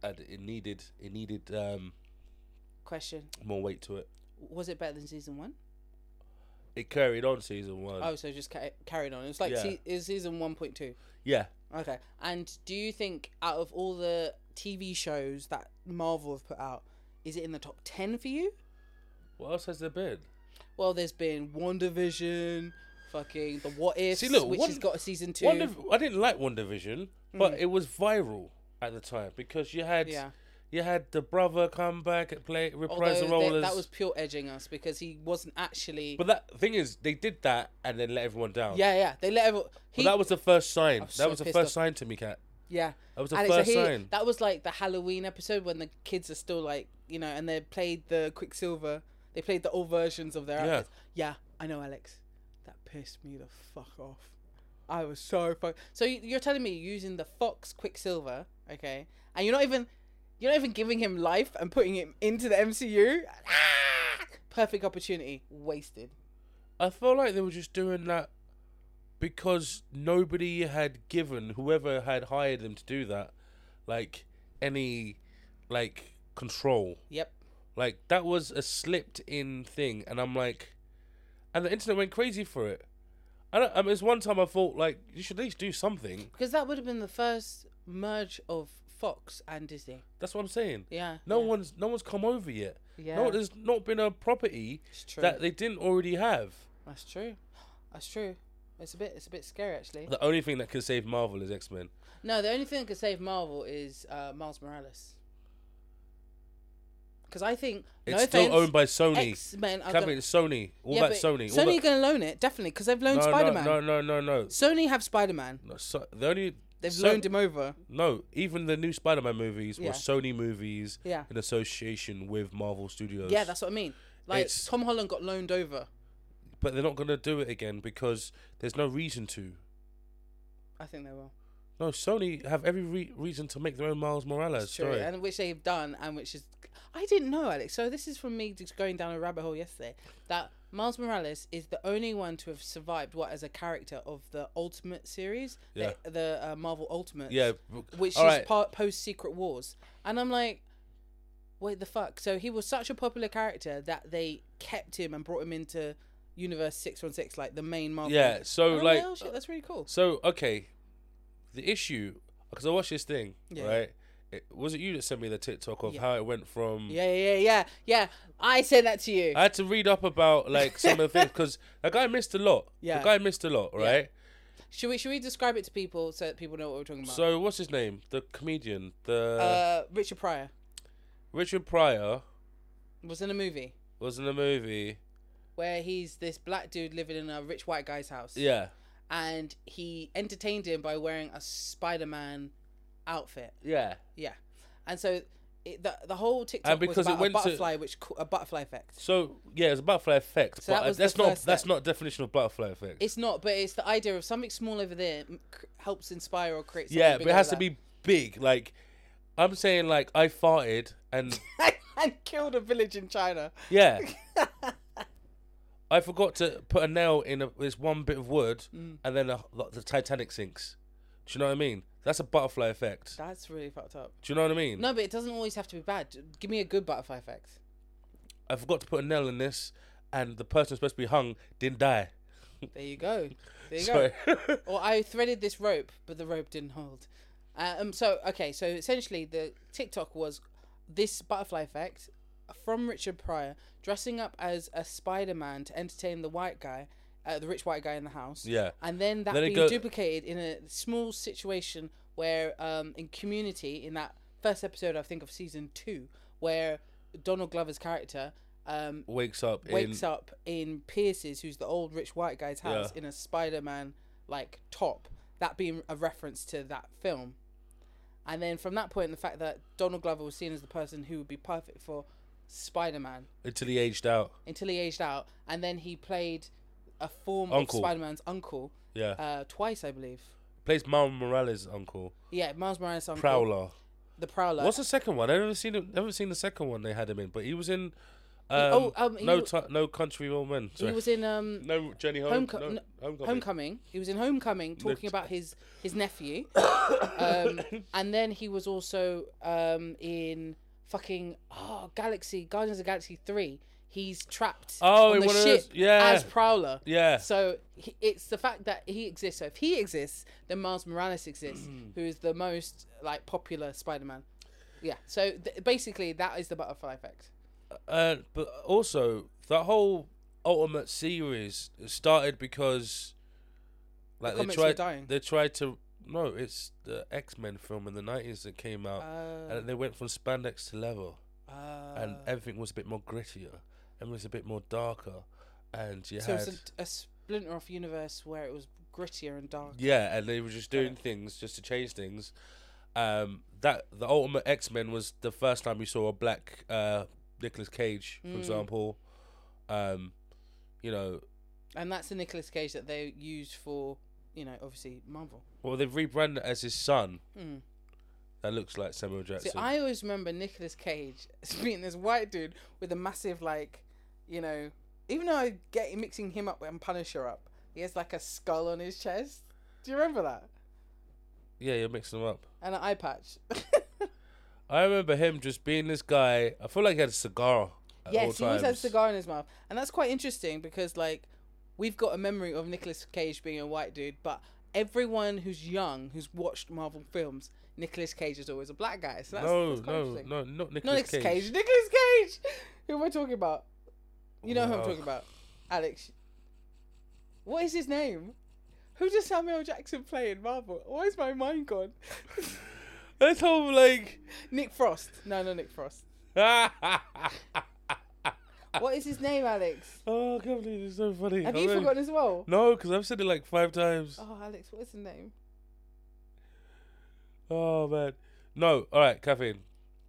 Speaker 1: and it needed it needed um
Speaker 2: Question:
Speaker 1: more weight to it.
Speaker 2: Was it better than season one?
Speaker 1: It carried on season one.
Speaker 2: Oh, so just ca- carried on. It was like
Speaker 1: Yeah.
Speaker 2: se- it was season one point two.
Speaker 1: Yeah,
Speaker 2: Okay. And do you think out of all the TV shows that Marvel have put out, is it in the top ten for you?
Speaker 1: what else has there been?
Speaker 2: Well, there's been WandaVision, fucking the What Ifs,
Speaker 1: See, look,
Speaker 2: which
Speaker 1: Wand-
Speaker 2: has got a season two.
Speaker 1: One Div- I didn't like One Division, but it was viral at the time because you had
Speaker 2: Mm. Yeah.
Speaker 1: You had the brother come back and play reprise the
Speaker 2: Although
Speaker 1: role
Speaker 2: they-
Speaker 1: as.
Speaker 2: that was pure edging us because he wasn't actually.
Speaker 1: But that thing is, they did that and then let everyone down.
Speaker 2: yeah, yeah, they let everyone. He,
Speaker 1: But that was the first sign.
Speaker 2: was
Speaker 1: That
Speaker 2: so
Speaker 1: was the
Speaker 2: pissed
Speaker 1: first
Speaker 2: off.
Speaker 1: sign to me, cat.
Speaker 2: yeah.
Speaker 1: That was the
Speaker 2: And so
Speaker 1: first
Speaker 2: he-
Speaker 1: sign.
Speaker 2: That was like the Halloween episode when the kids are still like, you know, and they played the Quicksilver. They played the old versions of their
Speaker 1: Yeah.
Speaker 2: outfits. Yeah, I know, Alex. That pissed me the fuck off. I was so fuck. So you- you're telling me you're using the Fox Quicksilver, okay? And you're not even, you're not even giving him life and putting him into the MCU. Ah! Perfect opportunity wasted.
Speaker 1: I felt like they were just doing that because nobody had given whoever had hired them to do that, like any, like control.
Speaker 2: Yep.
Speaker 1: Like that was a slipped in thing, and I'm like, and the internet went crazy for it. I don't. I mean, it's one time I thought like you should at least do something.
Speaker 2: Because that would have been the first merge of Fox and Disney.
Speaker 1: That's what I'm saying.
Speaker 2: Yeah.
Speaker 1: No
Speaker 2: yeah.
Speaker 1: one's no one's come over yet.
Speaker 2: Yeah.
Speaker 1: No, there's not been a property
Speaker 2: It's true.
Speaker 1: that they didn't already have.
Speaker 2: That's true. That's true. It's a bit. It's a bit scary actually.
Speaker 1: The only thing that can save Marvel is X Men.
Speaker 2: No, the only thing that could save Marvel is uh, Miles Morales. Because I think
Speaker 1: It's
Speaker 2: no
Speaker 1: still
Speaker 2: offense,
Speaker 1: owned by Sony.
Speaker 2: X Men.
Speaker 1: Can't be, it's Sony. All that Sony. All
Speaker 2: Sony
Speaker 1: that,
Speaker 2: going to loan it definitely because they've loaned
Speaker 1: no,
Speaker 2: Spider Man.
Speaker 1: no, no, no, no, no.
Speaker 2: Sony have Spider Man.
Speaker 1: no so, the only
Speaker 2: They've
Speaker 1: so-
Speaker 2: loaned him over.
Speaker 1: No, even the new Spider-Man movies
Speaker 2: Yeah.
Speaker 1: were Sony movies
Speaker 2: Yeah.
Speaker 1: in association with Marvel Studios.
Speaker 2: Yeah, that's what I mean. Like
Speaker 1: It's-
Speaker 2: Tom Holland got loaned over.
Speaker 1: but they're not gonna do it again because there's no reason to.
Speaker 2: I think they will.
Speaker 1: No, Sony have every re- reason to make their own Miles Morales
Speaker 2: It's true,
Speaker 1: story.
Speaker 2: and which they've done, and which is I didn't know, Alex. So this is from me just going down a rabbit hole yesterday. That Miles Morales is the only one to have survived what as a character of the Ultimate series,
Speaker 1: Yeah.
Speaker 2: the, the uh, Marvel Ultimate,
Speaker 1: Yeah, b-
Speaker 2: which
Speaker 1: all
Speaker 2: is
Speaker 1: right.
Speaker 2: part post Secret Wars, and I'm like. Wait the fuck! So he was such a popular character that they kept him and brought him into Universe Six One Six, like the main Marvel.
Speaker 1: yeah. So
Speaker 2: And I'm
Speaker 1: like,
Speaker 2: oh shit, that's really cool.
Speaker 1: so okay, the issue because I watched this thing
Speaker 2: Yeah.
Speaker 1: right. It, was it you that sent me the TikTok of
Speaker 2: Yeah.
Speaker 1: how it went from?
Speaker 2: Yeah, yeah, yeah, yeah. I said that to you.
Speaker 1: I had to read up about like some of the things because that guy missed a lot.
Speaker 2: Yeah.
Speaker 1: the guy missed a lot, right?
Speaker 2: Should we should we describe it to people so that people know what we're talking about?
Speaker 1: So what's his name? The comedian, the
Speaker 2: uh, Richard Pryor
Speaker 1: Richard Pryor
Speaker 2: was in a movie
Speaker 1: was in a movie.
Speaker 2: where he's this black dude living in a rich white guy's house,
Speaker 1: Yeah,
Speaker 2: and he entertained him by wearing a Spider-Man outfit.
Speaker 1: yeah,
Speaker 2: Yeah, and so it, the the whole TikTok
Speaker 1: because
Speaker 2: was
Speaker 1: it
Speaker 2: about a
Speaker 1: went to-
Speaker 2: butterfly, which ca- a butterfly effect.
Speaker 1: So yeah, it's a butterfly effect,
Speaker 2: So that
Speaker 1: but
Speaker 2: was the
Speaker 1: that's not
Speaker 2: first
Speaker 1: that's
Speaker 2: step.
Speaker 1: not definition of butterfly effect.
Speaker 2: It's not, but it's the idea of something small over there m- c- helps inspire or create. Something
Speaker 1: yeah,
Speaker 2: big
Speaker 1: but it has
Speaker 2: over
Speaker 1: to be big. Like I'm saying, like I farted and
Speaker 2: there. and killed a village in China.
Speaker 1: yeah, I forgot to put a nail in a, this one bit of wood,
Speaker 2: Mm.
Speaker 1: and then a, like, the Titanic sinks. Do you know what I mean? That's a butterfly effect.
Speaker 2: That's really fucked up.
Speaker 1: Do you know what I mean?
Speaker 2: No, but it doesn't always have to be bad. Give me a good butterfly effect.
Speaker 1: I forgot to put a nail in this, and the person supposed to be hung didn't die.
Speaker 2: There you go. There you go.
Speaker 1: So
Speaker 2: Or I threaded this rope, but the rope didn't hold. Um. So okay. So essentially, the TikTok was this butterfly effect from Richard Pryor dressing up as a Spider-Man to entertain the white guy, uh, the rich white guy in the house.
Speaker 1: yeah,
Speaker 2: And then that
Speaker 1: Then it
Speaker 2: being
Speaker 1: go-
Speaker 2: duplicated in a small situation where, um, in Community, in that first episode, I think of season two, where Donald Glover's character, um,
Speaker 1: wakes up
Speaker 2: wakes
Speaker 1: in
Speaker 2: up in Pierce's, who's the old rich white guy's house, in a Spider Man like top. That being a reference to that film. And then from that point, the fact that Donald Glover was seen as the person who would be perfect for Spider Man
Speaker 1: until he aged out.
Speaker 2: until he aged out. And then he played a form
Speaker 1: Uncle.
Speaker 2: of Spider Man's uncle
Speaker 1: Yeah,
Speaker 2: uh, twice, I believe.
Speaker 1: plays Miles Morales' uncle,
Speaker 2: Yeah, Miles Morales' uncle.
Speaker 1: Prowler.
Speaker 2: The Prowler.
Speaker 1: What's the second one? I never seen it. Never seen the second one they had him in, but he was in. Um,
Speaker 2: oh, um, he
Speaker 1: no,
Speaker 2: wa-
Speaker 1: ti no country old men.
Speaker 2: he
Speaker 1: Sorry.
Speaker 2: was in um,
Speaker 1: no Jenny Home.
Speaker 2: Homeco-
Speaker 1: no,
Speaker 2: no,
Speaker 1: homecoming.
Speaker 2: Homecoming. He was in Homecoming talking about his his nephew, um, and then he was also um, in fucking oh Galaxy Guardians of the Galaxy three. He's trapped
Speaker 1: Oh,
Speaker 2: on
Speaker 1: in
Speaker 2: the
Speaker 1: one of
Speaker 2: ship
Speaker 1: those- yeah.
Speaker 2: as Prowler.
Speaker 1: Yeah,
Speaker 2: So he, it's the fact that he exists. So if he exists, then Miles Morales exists,
Speaker 1: Mm.
Speaker 2: who is the most like popular Spider-Man. Yeah. So th- basically, that is the butterfly effect.
Speaker 1: uh, but also that whole Ultimate series started because like
Speaker 2: The
Speaker 1: they
Speaker 2: comics were
Speaker 1: tried.
Speaker 2: dying.
Speaker 1: They tried to No, it's the X Men film in the nineties that came out,
Speaker 2: Uh,
Speaker 1: and they went from spandex to leather,
Speaker 2: uh,
Speaker 1: and everything was a bit more grittier, and was a bit more darker, and you
Speaker 2: so
Speaker 1: had
Speaker 2: it's a, a splinter off universe where it was grittier and darker.
Speaker 1: yeah, and they were just
Speaker 2: Got
Speaker 1: doing things just to change things. Um, that the Ultimate X Men was the first time we saw a black uh Nicolas Cage, for
Speaker 2: Mm.
Speaker 1: example. Um, you know,
Speaker 2: And that's the Nicolas Cage that they used for, you know, obviously Marvel.
Speaker 1: well they've rebranded it as his son
Speaker 2: Mm.
Speaker 1: that looks like Samuel
Speaker 2: See,
Speaker 1: Jackson.
Speaker 2: I always remember Nicolas Cage as being this white dude with a massive, like, you know, even though I get mixing him up and Punisher up, he has like a skull on his chest. Do you remember that?
Speaker 1: yeah, you're mixing them up.
Speaker 2: And an eye patch.
Speaker 1: I remember him just being this guy. I feel like he had a cigar. At all
Speaker 2: yes, he always has
Speaker 1: times.
Speaker 2: a cigar in his mouth, and that's quite interesting because like we've got a memory of Nicolas Cage being a white dude, but everyone who's young who's watched Marvel films, Nicolas Cage is always a black guy. So that's,
Speaker 1: no,
Speaker 2: that's quite
Speaker 1: no,
Speaker 2: interesting.
Speaker 1: no, not
Speaker 2: Not
Speaker 1: Nicolas
Speaker 2: Nicolas
Speaker 1: Cage.
Speaker 2: Cage. Nicolas Cage. Who am I talking about? You know who I'm
Speaker 1: Wow.
Speaker 2: talking about, Alex. What is his name? Who does Samuel Jackson play in Marvel? Why is my mind gone?
Speaker 1: That's how like.
Speaker 2: Nick Frost. No, no, Nick Frost.
Speaker 1: Ah.
Speaker 2: What is his name, Alex?
Speaker 1: oh, I can't believe it's so funny.
Speaker 2: Have
Speaker 1: I
Speaker 2: you
Speaker 1: don't-
Speaker 2: forgotten as well?
Speaker 1: No, because I've said it like five times.
Speaker 2: Oh, Alex, what is his name?
Speaker 1: Oh man. No, all right, caffeine.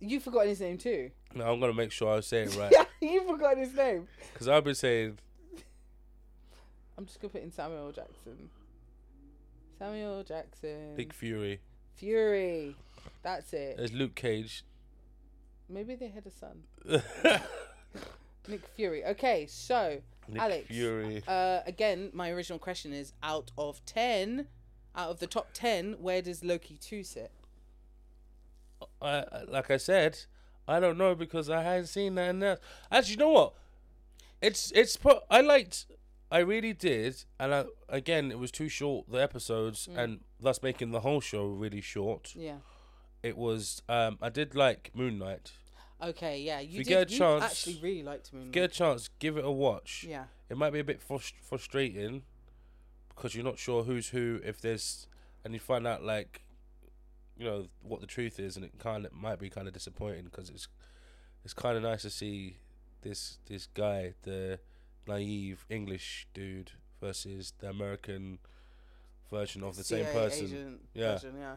Speaker 2: You've forgotten his name too.
Speaker 1: No, I'm gonna make sure I say it right
Speaker 2: Yeah, You've forgotten his name.
Speaker 1: because I've been saying
Speaker 2: I'm just gonna put in Samuel Jackson. Samuel Jackson.
Speaker 1: Big Uh. Fury.
Speaker 2: Fury. That's it.
Speaker 1: There's Luke Cage.
Speaker 2: Maybe they had a son.
Speaker 1: Nick
Speaker 2: Nick Fury. Okay, so Alex.
Speaker 1: Fury.
Speaker 2: uh, again, my original question is: out of ten, out of the top ten, where does Loki two sit?
Speaker 1: I, I- like I said, I don't know because I hadn't seen that. And that. Actually, you know what? It's it's. Pro- I liked. I really did, and I, again, it was too short the episodes,
Speaker 2: Mm.
Speaker 1: and thus making the whole show really short.
Speaker 2: Yeah.
Speaker 1: It was. Um, I did like Moon Knight.
Speaker 2: Okay. Yeah. You
Speaker 1: you
Speaker 2: did.
Speaker 1: get a
Speaker 2: you
Speaker 1: chance-
Speaker 2: actually really liked Moon Knight.
Speaker 1: Get a chance, give it a watch.
Speaker 2: Yeah.
Speaker 1: It might be a bit frust- frustrating because you're not sure who's who. If there's, and you find out like, you know what the truth is, and it kind of might be kind of disappointing because it's, it's kind of nice to see this this guy, the naive English dude, versus the American version of the same
Speaker 2: CIA
Speaker 1: person.
Speaker 2: Agent
Speaker 1: Yeah.
Speaker 2: version, yeah.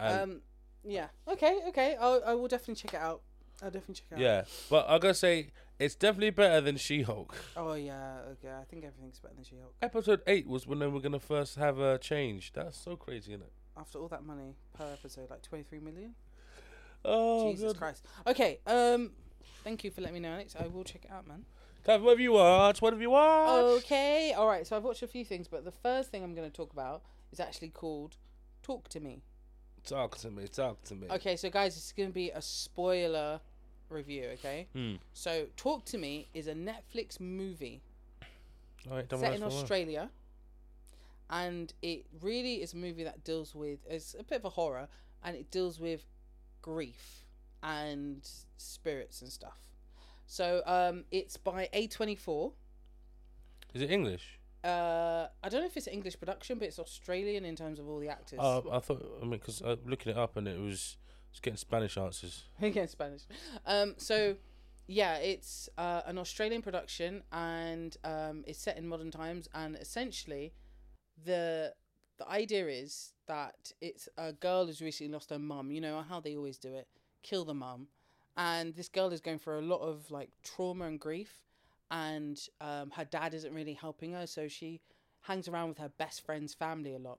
Speaker 1: And
Speaker 2: um, yeah. Okay. Okay. I'll, I will definitely check it out. I'll definitely check it out.
Speaker 1: yeah, but I gotta say it's definitely better than She Hulk.
Speaker 2: Oh yeah. Okay. I think everything's better than She Hulk.
Speaker 1: Episode eight was when they were gonna first have a change. That's so crazy, isn't it?
Speaker 2: After all that money per episode, like twenty three million.
Speaker 1: Oh,
Speaker 2: Jesus
Speaker 1: God.
Speaker 2: Christ. Okay. Um, thank you for letting me know, Alex. I will check it out, man.
Speaker 1: Clive, what have you watched? What have you watched?
Speaker 2: Okay. All right. So I've watched a few things, but the first thing I'm going to talk about is actually called "Talk to Me."
Speaker 1: Talk to me, talk to me.
Speaker 2: Okay. So guys, it's going to be a spoiler review. Okay.
Speaker 1: Hmm.
Speaker 2: So "Talk to Me" is a Netflix movie.
Speaker 1: All right, don't
Speaker 2: set
Speaker 1: worry.
Speaker 2: in Australia, and it really is a movie that deals with it's a bit of a horror, and it deals with grief and spirits and stuff. So um, it's by A twenty four.
Speaker 1: Is it English?
Speaker 2: Uh, I don't know if it's an English production, but it's Australian in terms of all the actors.
Speaker 1: Oh, I thought, I mean, because uh, looking it up and it was, it's getting Spanish answers.
Speaker 2: Again, Spanish. Um, so, yeah, it's uh, an Australian production and um, it's set in modern times. And essentially, the the idea is that it's a girl who's recently lost her mum. You know how they always do it: kill the mum. And this girl is going through a lot of like trauma and grief, and um, her dad isn't really helping her, so she hangs around with her best friend's family a lot.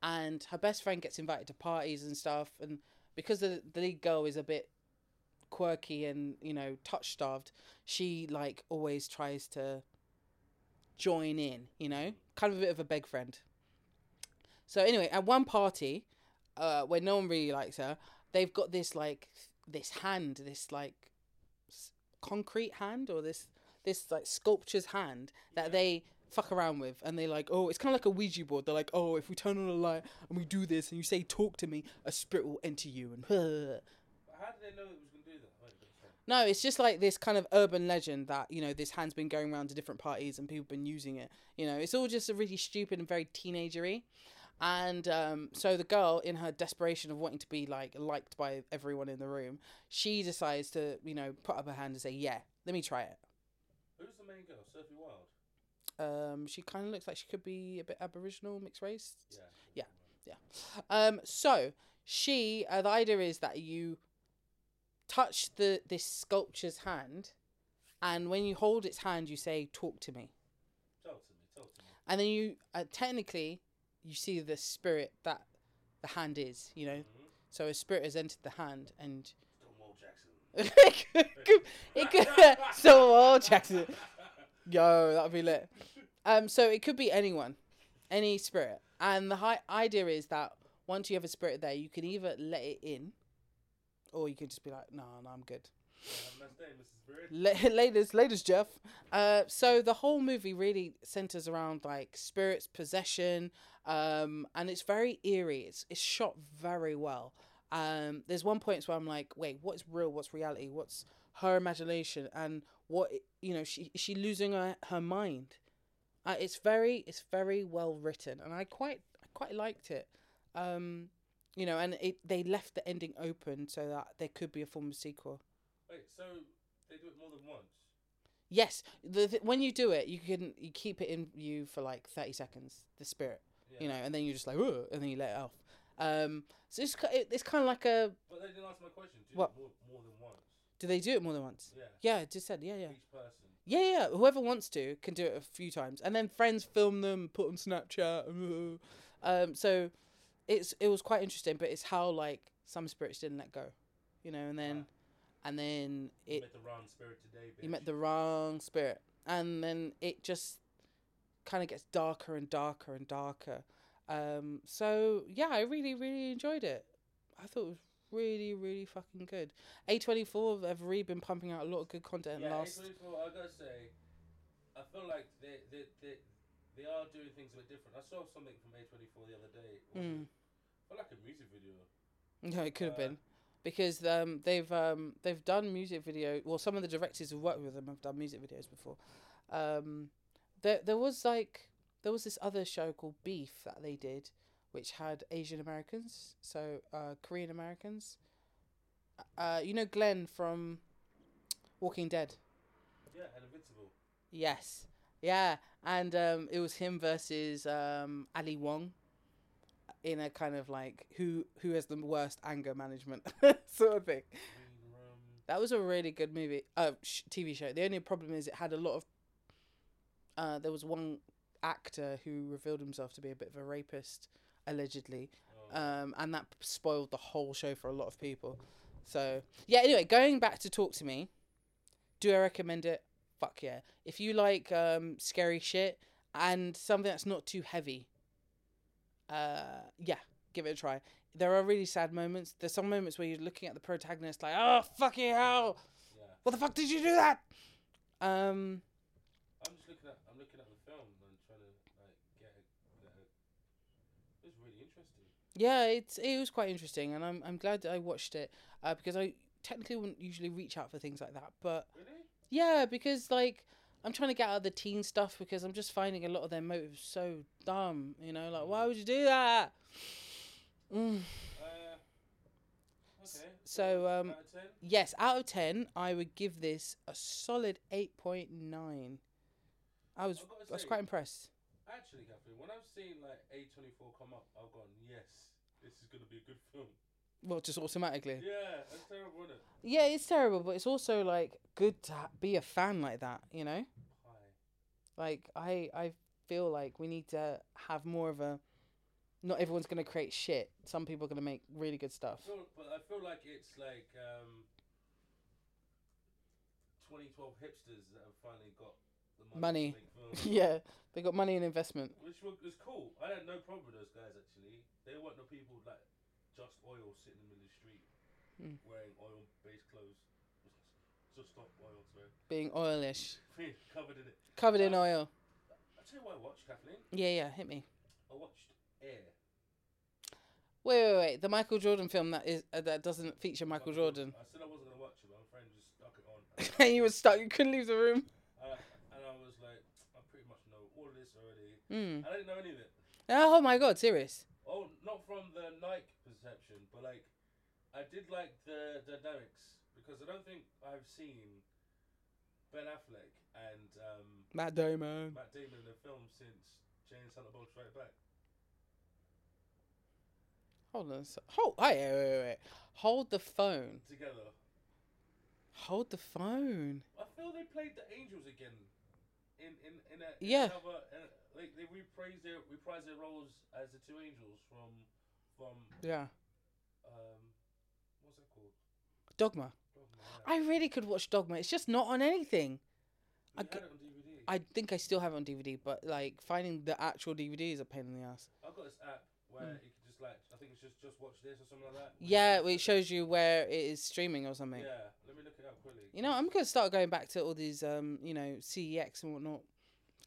Speaker 2: And her best friend gets invited to parties and stuff, and because the, the lead girl is a bit quirky and you know touch starved she like always tries to join in you know kind of a bit of a beg friend so anyway at one party uh where no one really likes her they've got this like this hand this like s- concrete hand or this this like sculpture's hand that they fuck around with and they like oh it's kind of like a ouija board they're like oh if we turn on a light and we do this and you say talk to me a spirit will enter you and
Speaker 1: How did they know it was going to do that?
Speaker 2: no it's just like this kind of urban legend that you know this hand's been going around to different parties and people have been using it you know it's all just a really stupid and very teenagery And um, so the girl, in her desperation of wanting to be like liked by everyone in the room, she decides to, you know, put up her hand and say, "Yeah, let me try it."
Speaker 1: Who's the main girl? Sophie Wild.
Speaker 2: Um, she kind of looks like she could be a bit Aboriginal, mixed race.
Speaker 1: Yeah.
Speaker 2: Yeah. Um, so she, uh, the idea is that you touch the this sculpture's hand, and when you hold its hand, you say, "Talk to me,"
Speaker 1: Tell to me. Tell to me.
Speaker 2: and then you uh, technically you see the spirit that the hand is. You know,
Speaker 1: Mhm.
Speaker 2: so a spirit has entered the hand, and
Speaker 1: Stonewall Jackson.
Speaker 2: it could, it could so all Jackson. Yo, that would be lit. Um, so it could be anyone, any spirit, and the high idea is that once you have a spirit there, you can either let it in, or you can just be like, "No, no, I'm good."
Speaker 1: Have a nice day, Mrs. Bird.
Speaker 2: La- Latest, latest, Jeff. Uh, so the whole movie really centers around like spirits, possession, um, and it's very eerie. It's it's shot very well. Um, there's one point where I'm like, wait, what's real? What's reality? What's her imagination? And what you know, she is she losing her, her mind? Uh, it's very it's very well written, and I quite I quite liked it. Um, you know, and it they left the ending open so that there could be a form of sequel.
Speaker 1: Wait, so they do it more than once?
Speaker 2: Yes, the th- when you do it, you can you keep it in you for like thirty seconds, the spirit, you know, and then you're just like, "Ugh," and then you let it off. Um, so it's ki- it- it's kind of like a.
Speaker 1: But they didn't answer my question. Do
Speaker 2: What?
Speaker 1: it more, more than once?
Speaker 2: Do they do it more than once?
Speaker 1: Yeah.
Speaker 2: Yeah, I just said yeah, yeah,
Speaker 1: Each person.
Speaker 2: yeah, yeah. Whoever wants to can do it a few times, and then friends film them, put on Snapchat. Um, so it's it was quite interesting, but it's how like some spirits didn't let go, you know, and then and then
Speaker 1: You
Speaker 2: it
Speaker 1: met the wrong spirit today, bitch.
Speaker 2: you met the wrong spirit and then it just kind of gets darker and darker and darker um so yeah i really really enjoyed it i thought it was really really fucking good a24 have really been pumping out a lot of good content
Speaker 1: yeah, A24,
Speaker 2: last
Speaker 1: I gotta say, I feel like they they, they they are doing things a bit different. I saw something from A24 the other day. It was
Speaker 2: Mm.
Speaker 1: a- felt like a music video.
Speaker 2: no it could have
Speaker 1: Uh,
Speaker 2: been because um they've um they've done music video well some of the directors who worked with them have done music videos before um there there was like there was this other show called Beef that they did, which had Asian Americans, so uh, Korean Americans. Uh, you know Glenn from Walking Dead.
Speaker 1: Yeah, and Invincible.
Speaker 2: Yes, yeah, and um, it was him versus um, Ali Wong. In a kind of like who who has the worst anger management sort of thing.
Speaker 1: Green Room.
Speaker 2: That was a really good movie, uh, sh- TV show. The only problem is it had a lot of. Uh, there was one actor who revealed himself to be a bit of a rapist, allegedly,
Speaker 1: Oh,
Speaker 2: um, and that spoiled the whole show for a lot of people. So yeah, anyway, going back to Talk to Me, do I recommend it? Fuck yeah! If you like um, scary shit and something that's not too heavy, uh, yeah, give it a try. There are really sad moments. There's some moments where you're looking at the protagonist like, oh fucking hell,
Speaker 1: yeah.
Speaker 2: what the fuck did you do that? Um,
Speaker 1: I'm just looking at I'm looking at the film and trying to like get a, get a it was really interesting.
Speaker 2: Yeah, it's it was quite interesting, and I'm I'm glad that I watched it uh, because I technically wouldn't usually reach out for things like that, but
Speaker 1: Really?
Speaker 2: yeah, because like I'm trying to get out of the teen stuff because I'm just finding a lot of their motives so dumb. You know, like why would you do that? Mm.
Speaker 1: Uh, okay.
Speaker 2: so, um,
Speaker 1: out of 10?
Speaker 2: Yes, out of ten, I would give this a solid eight point nine. I was
Speaker 1: I've gotta
Speaker 2: I was
Speaker 1: say-
Speaker 2: quite impressed.
Speaker 1: Actually, Catherine, when I've seen like A24 come up, I've gone, yes, this is gonna be a good film.
Speaker 2: Well, just automatically.
Speaker 1: Yeah, that's terrible, isn't it?
Speaker 2: Yeah, it's terrible, but it's also like good to ha- be a fan like that. You know.
Speaker 1: Hi.
Speaker 2: like i i feel like we need to have more of a not everyone's going to create shit some people are going to make really good stuff
Speaker 1: I feel, but I feel like it's like um, 2012 hipsters that have finally got the
Speaker 2: Money.
Speaker 1: money. to make films,
Speaker 2: yeah they got money and investment
Speaker 1: which was, was cool. I had no problem with those guys actually. They weren't the people like just oil sitting in the middle of the street
Speaker 2: Mm.
Speaker 1: wearing oil-based clothes. Just stop oil, sorry.
Speaker 2: being oilish
Speaker 1: Covered in it.
Speaker 2: covered in oil
Speaker 1: I tell you what I watched, Kathleen.
Speaker 2: yeah yeah hit me
Speaker 1: I watched Air.
Speaker 2: wait wait wait the michael jordan film that is uh, that doesn't feature michael jordan
Speaker 1: I said I wasn't gonna watch it, but my friend just stuck it on.
Speaker 2: and you were stuck you couldn't leave the room
Speaker 1: Uh, and I was like, I pretty much know all of this already.
Speaker 2: mm.
Speaker 1: I didn't know any of it.
Speaker 2: Oh my god, serious.
Speaker 1: Oh, not from the Nike perception, but like, I did like the dynamics because I don't think I've seen Ben Affleck and um,
Speaker 2: Matt Damon.
Speaker 1: Matt Damon in a film since Jane Silent Bob Strike Back.
Speaker 2: Hold on. So, hold. Wait, wait, wait, wait. Hold the phone.
Speaker 1: Together,
Speaker 2: Hold the phone.
Speaker 1: I feel they played the Angels again. In in in a in
Speaker 2: Yeah.
Speaker 1: Another, in a, like they reprised their reprised their roles as the two angels from from
Speaker 2: Yeah.
Speaker 1: um what's that called?
Speaker 2: Dogma.
Speaker 1: Oh, man.
Speaker 2: I really could watch Dogma. It's just not on anything.
Speaker 1: We
Speaker 2: I
Speaker 1: had
Speaker 2: g-
Speaker 1: it on DVD.
Speaker 2: I think I still have it on DVD, but like finding the actual DVD is a pain in the ass.
Speaker 1: I've got this app where you can just like I think it's just just watch this or something like that.
Speaker 2: Hmm. Yeah, it shows you where it is streaming or something.
Speaker 1: Yeah, let me look it up quickly.
Speaker 2: You know, I'm gonna start going back to all these, um, you know, CEX and whatnot,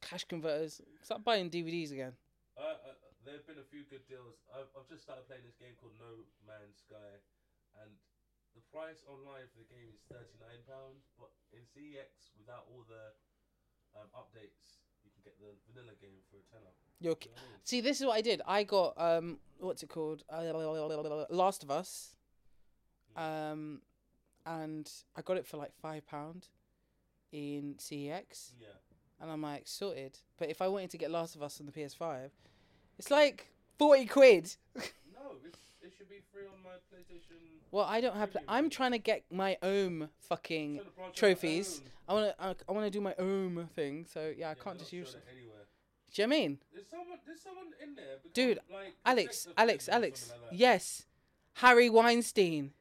Speaker 2: cash converters. Start buying DVDs again.
Speaker 1: Uh, uh, there have been a few good deals. I've, I've just started playing this game called No Man's Sky, and the price online for the game is thirty nine pounds, but in CEX without all the um, updates, you can get the vanilla game for a tenner. You
Speaker 2: You're ki-
Speaker 1: know what I mean?
Speaker 2: See, this is what I did. I got um, what's it called? Uh, Last of Us. Um, and I got it for like five pound in CEX,
Speaker 1: Yeah,
Speaker 2: and I'm like sorted. But if I wanted to get Last of Us on the PS5, it's like forty quid.
Speaker 1: no, it's, it should be free on my PlayStation.
Speaker 2: Well, I don't have. pla- I'm trying to get my own fucking.
Speaker 1: Trying to branch out my
Speaker 2: Mm. Trophies.
Speaker 1: own.
Speaker 2: I want to. I, I want to do my own thing. So yeah, I
Speaker 1: Yeah,
Speaker 2: can't
Speaker 1: they're not
Speaker 2: just use.
Speaker 1: showing it anywhere.
Speaker 2: Do you know what I mean?
Speaker 1: There's someone, there's someone in there. Because,
Speaker 2: Dude,
Speaker 1: like,
Speaker 2: Alex,
Speaker 1: sex
Speaker 2: Alex,
Speaker 1: offenders or
Speaker 2: Alex.
Speaker 1: something like that.
Speaker 2: Yes. Harry Weinstein.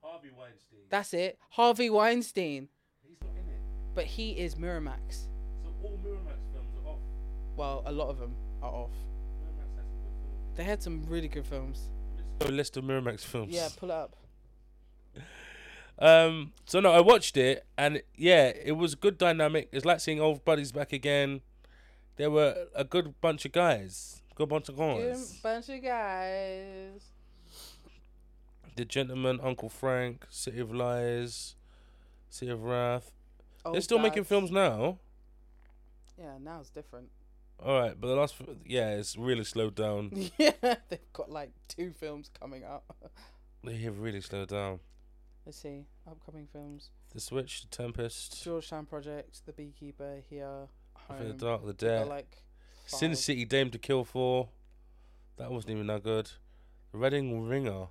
Speaker 1: Harvey Weinstein.
Speaker 2: That's it. Harvey Weinstein.
Speaker 1: He's not in it.
Speaker 2: But he is Miramax.
Speaker 1: So all Miramax films are off.
Speaker 2: Well, a lot of them are off.
Speaker 1: Miramax has some good films.
Speaker 2: They had some really good films.
Speaker 1: Let's do a list of Miramax films.
Speaker 2: Yeah, pull it up.
Speaker 1: Um. So no, I watched it, and yeah, it was a good dynamic. It's like seeing old buddies back again. There were a good bunch of guys. Good bunch of
Speaker 2: Good
Speaker 1: guys.
Speaker 2: bunch of guys.
Speaker 1: The Gentleman, Uncle Frank, City of Lies, City of Wrath. They're
Speaker 2: Old
Speaker 1: still making
Speaker 2: dads.
Speaker 1: films now.
Speaker 2: Oh, Yeah, now it's different.
Speaker 1: All right, but the last, f- yeah, it's really slowed down.
Speaker 2: yeah, they've got like two films coming up.
Speaker 1: They have really slowed down.
Speaker 2: Let's see. Upcoming films.
Speaker 1: The Switch, The Tempest,
Speaker 2: Georgetown Project, The Beekeeper, Here,
Speaker 1: For the
Speaker 2: Home.
Speaker 1: Dark, The
Speaker 2: They're,
Speaker 1: Dead,
Speaker 2: like
Speaker 1: Sin
Speaker 2: five.
Speaker 1: City, Dame to Kill for. That wasn't even that good. Reading Ringer,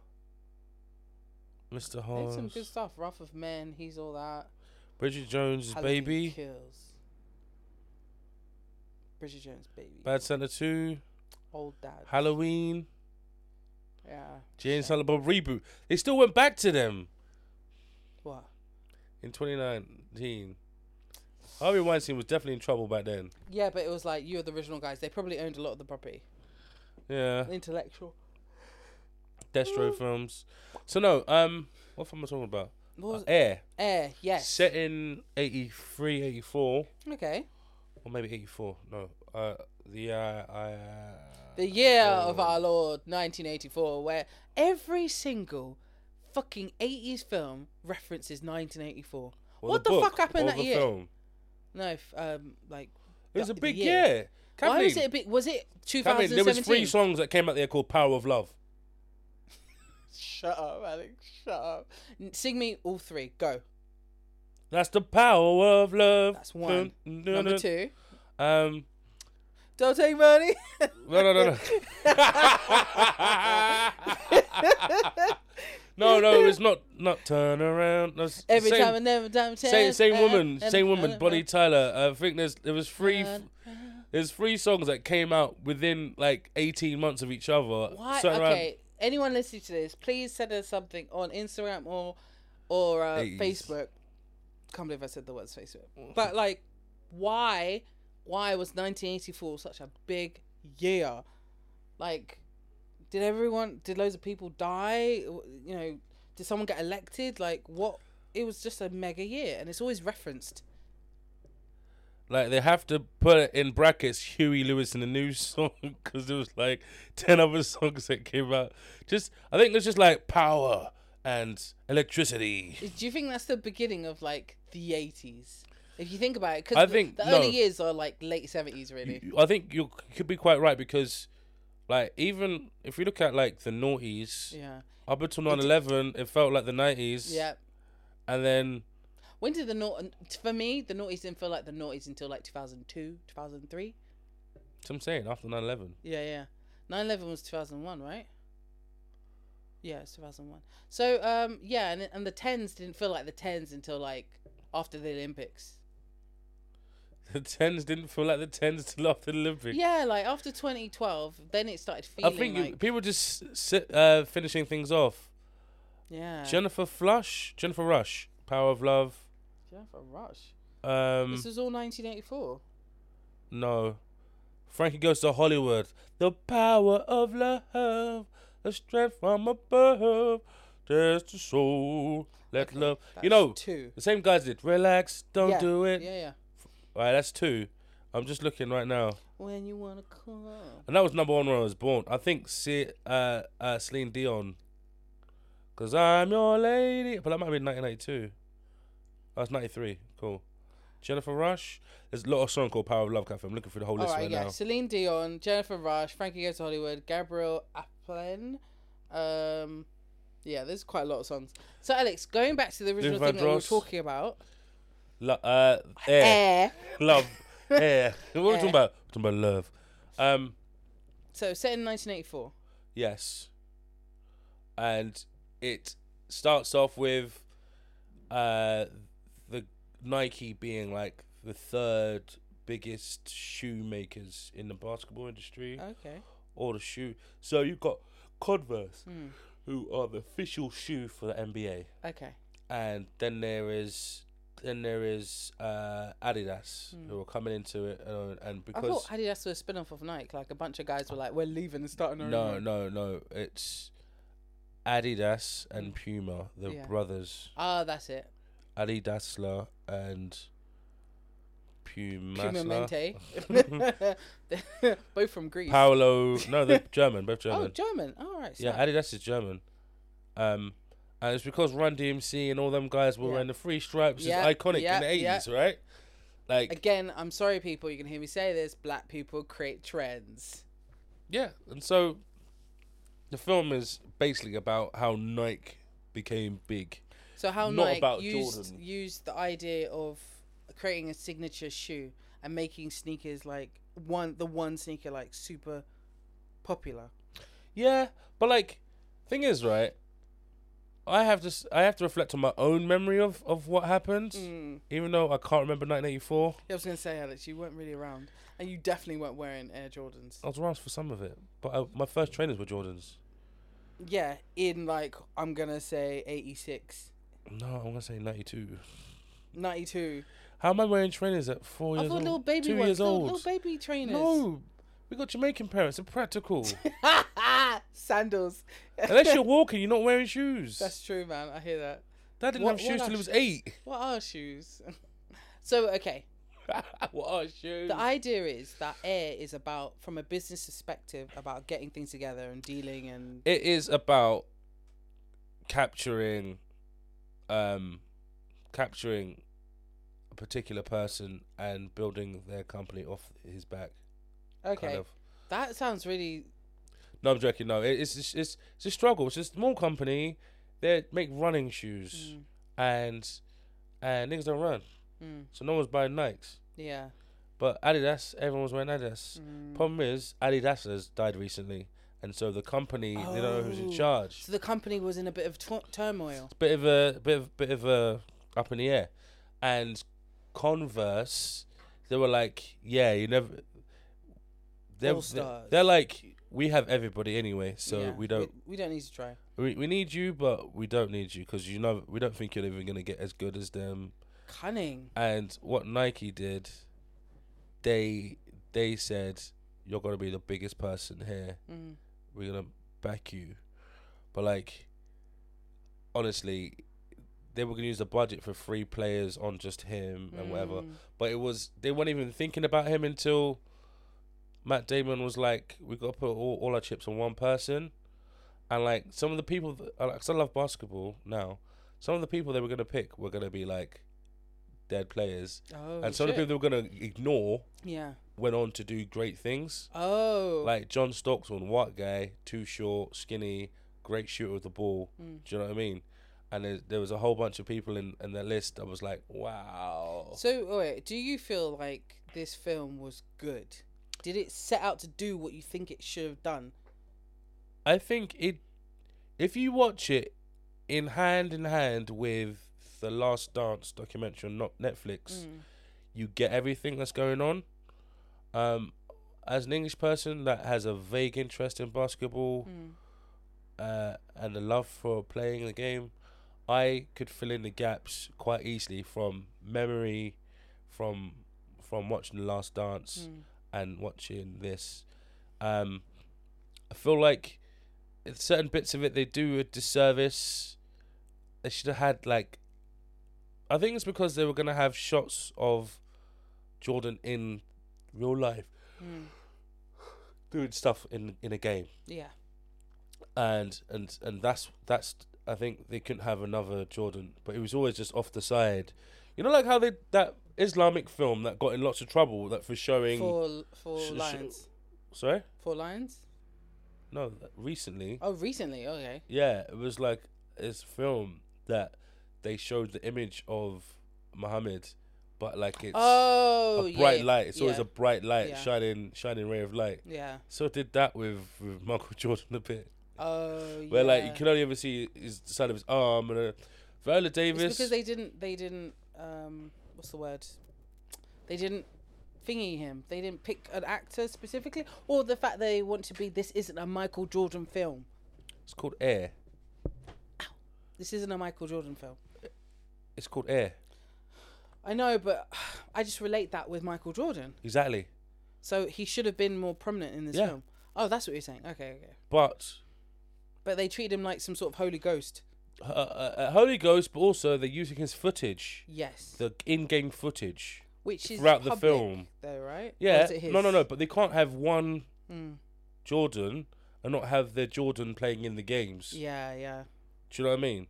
Speaker 1: Mr.
Speaker 2: They did some
Speaker 1: Holmes,
Speaker 2: good stuff. Wrath of Men, he's all that.
Speaker 1: Bridget Jones'
Speaker 2: Halloween
Speaker 1: Baby,
Speaker 2: Kills. Bridget Jones' Baby.
Speaker 1: Bad Santa 2,
Speaker 2: Old Dad.
Speaker 1: Halloween,
Speaker 2: yeah.
Speaker 1: Jay and Silent Bob reboot. They still went back to them
Speaker 2: What?
Speaker 1: in 2019. Harvey Weinstein was definitely in trouble back then.
Speaker 2: Yeah, but it was like you're the original guys. They probably owned a lot of the property.
Speaker 1: Yeah,
Speaker 2: Intellectual.
Speaker 1: Destro films. So no, um, what film am I talking about?
Speaker 2: What was
Speaker 1: Uh, Air.
Speaker 2: Air, yes.
Speaker 1: Set in 83, 84,
Speaker 2: Okay.
Speaker 1: or maybe 84. No, uh, the uh, I, uh,
Speaker 2: The year
Speaker 1: oh.
Speaker 2: of our Lord, 1984, where every single fucking 80s film references 1984.
Speaker 1: or
Speaker 2: what
Speaker 1: the,
Speaker 2: the
Speaker 1: book
Speaker 2: fuck happened
Speaker 1: or
Speaker 2: that
Speaker 1: the
Speaker 2: year?
Speaker 1: Film.
Speaker 2: No, f- um, like.
Speaker 1: It was
Speaker 2: the-
Speaker 1: a
Speaker 2: the
Speaker 1: big
Speaker 2: year.
Speaker 1: year.
Speaker 2: Why
Speaker 1: Kathleen,
Speaker 2: was it a bit. Was it
Speaker 1: Kathleen,
Speaker 2: 2017?
Speaker 1: there was three songs that came out there called Power of Love.
Speaker 2: Shut up, Alex. Shut up. N- Sing me all three. Go.
Speaker 1: That's the power of love.
Speaker 2: That's one.
Speaker 1: Dun, dun,
Speaker 2: Number
Speaker 1: dun.
Speaker 2: two.
Speaker 1: Um,
Speaker 2: Don't take money.
Speaker 1: no, no, no, no. no, no, it's not. Not turn around. No, s-
Speaker 2: Every
Speaker 1: same,
Speaker 2: time and every time. eh?
Speaker 1: Same, same woman, same woman, Bonnie
Speaker 2: Body.
Speaker 1: Tyler. Uh, I think there's there was three,
Speaker 2: uh,
Speaker 1: f- there's three songs that came out within like 18 months of each other. um,
Speaker 2: Why?
Speaker 1: Something around
Speaker 2: Okay. Anyone listening to this, please send us something on Instagram or or uh,
Speaker 1: Please.
Speaker 2: Facebook. Can't believe I said the words Facebook. But like, why? Why was 1984 such a big year? Like, did everyone? Did loads of people die? W- You know, did someone get elected? Like, what? It was just a mega year, and it's always referenced.
Speaker 1: Like they have to put it in brackets Huey Lewis in the new song because there was like 10 other songs that came out. Just I think it was just like power and electricity.
Speaker 2: Do you think that's the beginning of like the 80s? If you think about it, because
Speaker 1: I
Speaker 2: the,
Speaker 1: think-
Speaker 2: the
Speaker 1: no.
Speaker 2: early years are like late seventies, really.
Speaker 1: You- I think you could be quite right because, like, even if you look at like the noughties
Speaker 2: yeah,
Speaker 1: up until 9/11, it felt like the 90s.
Speaker 2: yeah.
Speaker 1: And then
Speaker 2: When did the naught? For me, the noughties didn't feel like the noughties until like two thousand two, two thousand three.
Speaker 1: that's what I'm saying after 9/11.
Speaker 2: Yeah, yeah. 9/11 was 2001, right? Yeah, it's 2001. So, um, yeah, and and the tens didn't feel like the tens until like after the Olympics.
Speaker 1: The tens didn't feel like the tens till after the Olympics.
Speaker 2: Yeah, like after 2012, then it started
Speaker 1: I
Speaker 2: feeling
Speaker 1: think
Speaker 2: like
Speaker 1: you, people just sit, uh, finishing things off.
Speaker 2: yeah.
Speaker 1: Jennifer Flush, Jennifer Rush, Power of Love.
Speaker 2: Jennifer Rush.
Speaker 1: Um,
Speaker 2: This was all 1984.
Speaker 1: no, Frankie goes to Hollywood. The power of love, the strength from above, there's the soul. Let
Speaker 2: Okay,
Speaker 1: love.
Speaker 2: That's
Speaker 1: You know,
Speaker 2: two.
Speaker 1: the same guys did. Relax, don't
Speaker 2: Yeah,
Speaker 1: do
Speaker 2: Yeah,
Speaker 1: it.
Speaker 2: yeah.
Speaker 1: Right, that's two. I'm just looking right now,
Speaker 2: When you wanna call.
Speaker 1: and that was number one when I was born. I think C- uh, uh, Celine Dion. Cause I'm your lady, but that might be 1992. That's 93. Oh, Cool. Jennifer Rush. There's a lot of song called Power of Love. Cafe. I'm looking through the whole
Speaker 2: All
Speaker 1: list
Speaker 2: right,
Speaker 1: right
Speaker 2: yeah.
Speaker 1: now.
Speaker 2: Celine Dion, Jennifer Rush, Frankie Goes to Hollywood, Gabriel Applin. Um, yeah, there's quite a lot of songs. So, Alex, going back to the original thing that we were
Speaker 1: Vandross.
Speaker 2: talking about,
Speaker 1: Lo- uh, air,
Speaker 2: Air.
Speaker 1: love, air. What are we talking
Speaker 2: Air.
Speaker 1: about? We're talking about love. Um,
Speaker 2: So, set in 1984.
Speaker 1: yes. And it starts off with uh, the Nike being like the third biggest shoemakers in the basketball industry
Speaker 2: Okay.
Speaker 1: or the shoe. So you've got Converse,
Speaker 2: Hmm.
Speaker 1: who are the official shoe for the NBA,
Speaker 2: Okay.
Speaker 1: and then there is. Then there is uh, Adidas, who are coming into it, uh, and
Speaker 2: Hmm. I
Speaker 1: because
Speaker 2: thought Adidas was a spin off of Nike. Like, a bunch of guys were like, we're leaving and starting our
Speaker 1: No,
Speaker 2: own.
Speaker 1: no, no. It's Adidas and Puma, the
Speaker 2: Mm. Yeah.
Speaker 1: brothers.
Speaker 2: Ah, that's it.
Speaker 1: Adidasler and Puma.
Speaker 2: Puma Mente. Both from Greece.
Speaker 1: Paolo. No, they're German. Both
Speaker 2: oh,
Speaker 1: German.
Speaker 2: German. All right.
Speaker 1: yeah,
Speaker 2: snap.
Speaker 1: Adidas is German. Um, and it's because Run DMC and all them guys were
Speaker 2: Yeah.
Speaker 1: wearing the three stripes.
Speaker 2: Yeah,
Speaker 1: It's iconic
Speaker 2: yeah,
Speaker 1: in the
Speaker 2: yeah.
Speaker 1: eighties, right? Like,
Speaker 2: Again, I'm sorry, people. You can hear me say this. Black people create trends.
Speaker 1: yeah. And so, the film is basically about how Nike became big.
Speaker 2: So how
Speaker 1: Not
Speaker 2: Nike
Speaker 1: about
Speaker 2: used
Speaker 1: Jordan.
Speaker 2: used the idea of creating a signature shoe and making sneakers like one the one sneaker like super popular.
Speaker 1: Yeah, but like, thing is, right? I have to s- I have to reflect on my own memory of of what happened,
Speaker 2: Mm.
Speaker 1: even though I can't remember 1984.
Speaker 2: I was gonna say, Alex, you weren't really around, and you definitely weren't wearing Air Jordans.
Speaker 1: I was around for some of it, but I, my first trainers were Jordans.
Speaker 2: Yeah, in like I'm gonna say 86,
Speaker 1: No, I'm gonna say 92.
Speaker 2: 92.
Speaker 1: How am I wearing trainers at four
Speaker 2: I
Speaker 1: years
Speaker 2: thought
Speaker 1: old?
Speaker 2: little baby
Speaker 1: Two
Speaker 2: ones,
Speaker 1: years
Speaker 2: little,
Speaker 1: old.
Speaker 2: little baby trainers.
Speaker 1: no, we got Jamaican parents. They're practical.
Speaker 2: sandals.
Speaker 1: Unless you're walking, you're not wearing shoes.
Speaker 2: That's true, man. I hear that.
Speaker 1: Dad didn't
Speaker 2: What-
Speaker 1: have shoes till
Speaker 2: what
Speaker 1: he
Speaker 2: are
Speaker 1: was eight.
Speaker 2: What are shoes? so okay,
Speaker 1: what are shoes?
Speaker 2: The idea is that air is about, from a business perspective, about getting things together and dealing and
Speaker 1: it is about capturing um capturing a particular person and building their company off his back
Speaker 2: okay.
Speaker 1: kind of
Speaker 2: That sounds really
Speaker 1: no i'm joking no it, it's, it's it's it's a struggle it's a small company they make running shoes
Speaker 2: Mm.
Speaker 1: and and niggas don't run
Speaker 2: mm,
Speaker 1: so no one's buying nikes
Speaker 2: yeah.
Speaker 1: but adidas everyone's wearing adidas
Speaker 2: Mm.
Speaker 1: problem is adidas has died recently and so the company they don't know who's in
Speaker 2: Oh.
Speaker 1: charge
Speaker 2: So the company was in a bit of tu- turmoil.
Speaker 1: bit of a bit of bit of a up in the air, and Converse, they were like, yeah, you never. They're, they're,
Speaker 2: All-stars.
Speaker 1: they're like we have everybody anyway, so
Speaker 2: Yeah,
Speaker 1: we don't
Speaker 2: We, we don't need to try.
Speaker 1: we, we need you, but we don't need you because you know we don't think you're even gonna get as good as them.
Speaker 2: Cunning.
Speaker 1: And what Nike did, they they said you're gonna be the biggest person here,
Speaker 2: Mm.
Speaker 1: we're gonna back you. But like, honestly, they were gonna use the budget for three players on just him and whatever.
Speaker 2: Mm.
Speaker 1: But it was they weren't even thinking about him until Matt Damon was like, "We got to put all, all our chips on one person." And like some of the people, that, uh, like, 'cause I love basketball now. Some of the people they were gonna pick were gonna be like dead players,
Speaker 2: Oh,
Speaker 1: and some of the people
Speaker 2: shit.
Speaker 1: they were gonna ignore
Speaker 2: Yeah.
Speaker 1: went on to do great things.
Speaker 2: Oh.
Speaker 1: Like John Stockton, white guy, too short, skinny, great shooter with the ball.
Speaker 2: Mm.
Speaker 1: Do you know what I mean? And there, there was a whole bunch of people in, in that list. I was like, wow.
Speaker 2: so oh, wait, do you feel like this film was good? Did it set out to do what you think it should have done?
Speaker 1: I think it. If you watch it in hand in hand with the Last Dance documentary on not Netflix,
Speaker 2: Mm.
Speaker 1: you get everything that's going on. Um, as an English person that has a vague interest in basketball,
Speaker 2: Mm.
Speaker 1: uh, and a love for playing the game, I could fill in the gaps quite easily from memory, from from watching The Last
Speaker 2: Mm.
Speaker 1: Dance and watching this. Um, I feel like certain bits of it they do a disservice. They should have had like. I think it's because they were gonna have shots of Jordan in real life doing stuff in in a game
Speaker 2: Mm. Yeah.
Speaker 1: and and and that's that's I think they couldn't have another Jordan, but it was always just off the side. You know, like how they that Islamic film that got in lots of trouble that for showing.
Speaker 2: Four four
Speaker 1: sh- sh-
Speaker 2: lions.
Speaker 1: sorry,
Speaker 2: four lions?
Speaker 1: no, that- recently.
Speaker 2: Oh, recently. Okay.
Speaker 1: Yeah, it was like this film that they showed the image of Muhammad, but like it's
Speaker 2: oh,
Speaker 1: a
Speaker 2: yeah,
Speaker 1: bright light. It's always
Speaker 2: yeah,
Speaker 1: a bright light,
Speaker 2: Yeah.
Speaker 1: shining, shining ray of light.
Speaker 2: yeah.
Speaker 1: So I did that with with Michael Jordan a bit.
Speaker 2: Oh,
Speaker 1: Where like you
Speaker 2: yeah.
Speaker 1: can only ever see his the side of his arm and uh, Viola Davis.
Speaker 2: It's because they didn't. They didn't. Um, what's the word? They didn't thingy him. They didn't pick an actor specifically, or the fact they want to be. This isn't a Michael Jordan film.
Speaker 1: It's called Air.
Speaker 2: This isn't a Michael Jordan film.
Speaker 1: It's called Air.
Speaker 2: I know, but I just relate that with Michael Jordan.
Speaker 1: Exactly.
Speaker 2: So he should have been more prominent in this
Speaker 1: Yeah.
Speaker 2: film. Oh, that's what you're saying. Okay, okay.
Speaker 1: But
Speaker 2: But they treat him like some sort of holy ghost.
Speaker 1: uh, uh, uh, Holy Ghost, but also they're using his footage,
Speaker 2: Yes.
Speaker 1: the in-game footage.
Speaker 2: Which is
Speaker 1: throughout the
Speaker 2: public,
Speaker 1: film.
Speaker 2: though, right? Or
Speaker 1: Yeah.
Speaker 2: Oh, is it
Speaker 1: No, no,
Speaker 2: his? Hmm.
Speaker 1: no. But they can't have one Jordan and not have their Jordan playing in the games.
Speaker 2: Yeah, yeah.
Speaker 1: Do you know what I mean?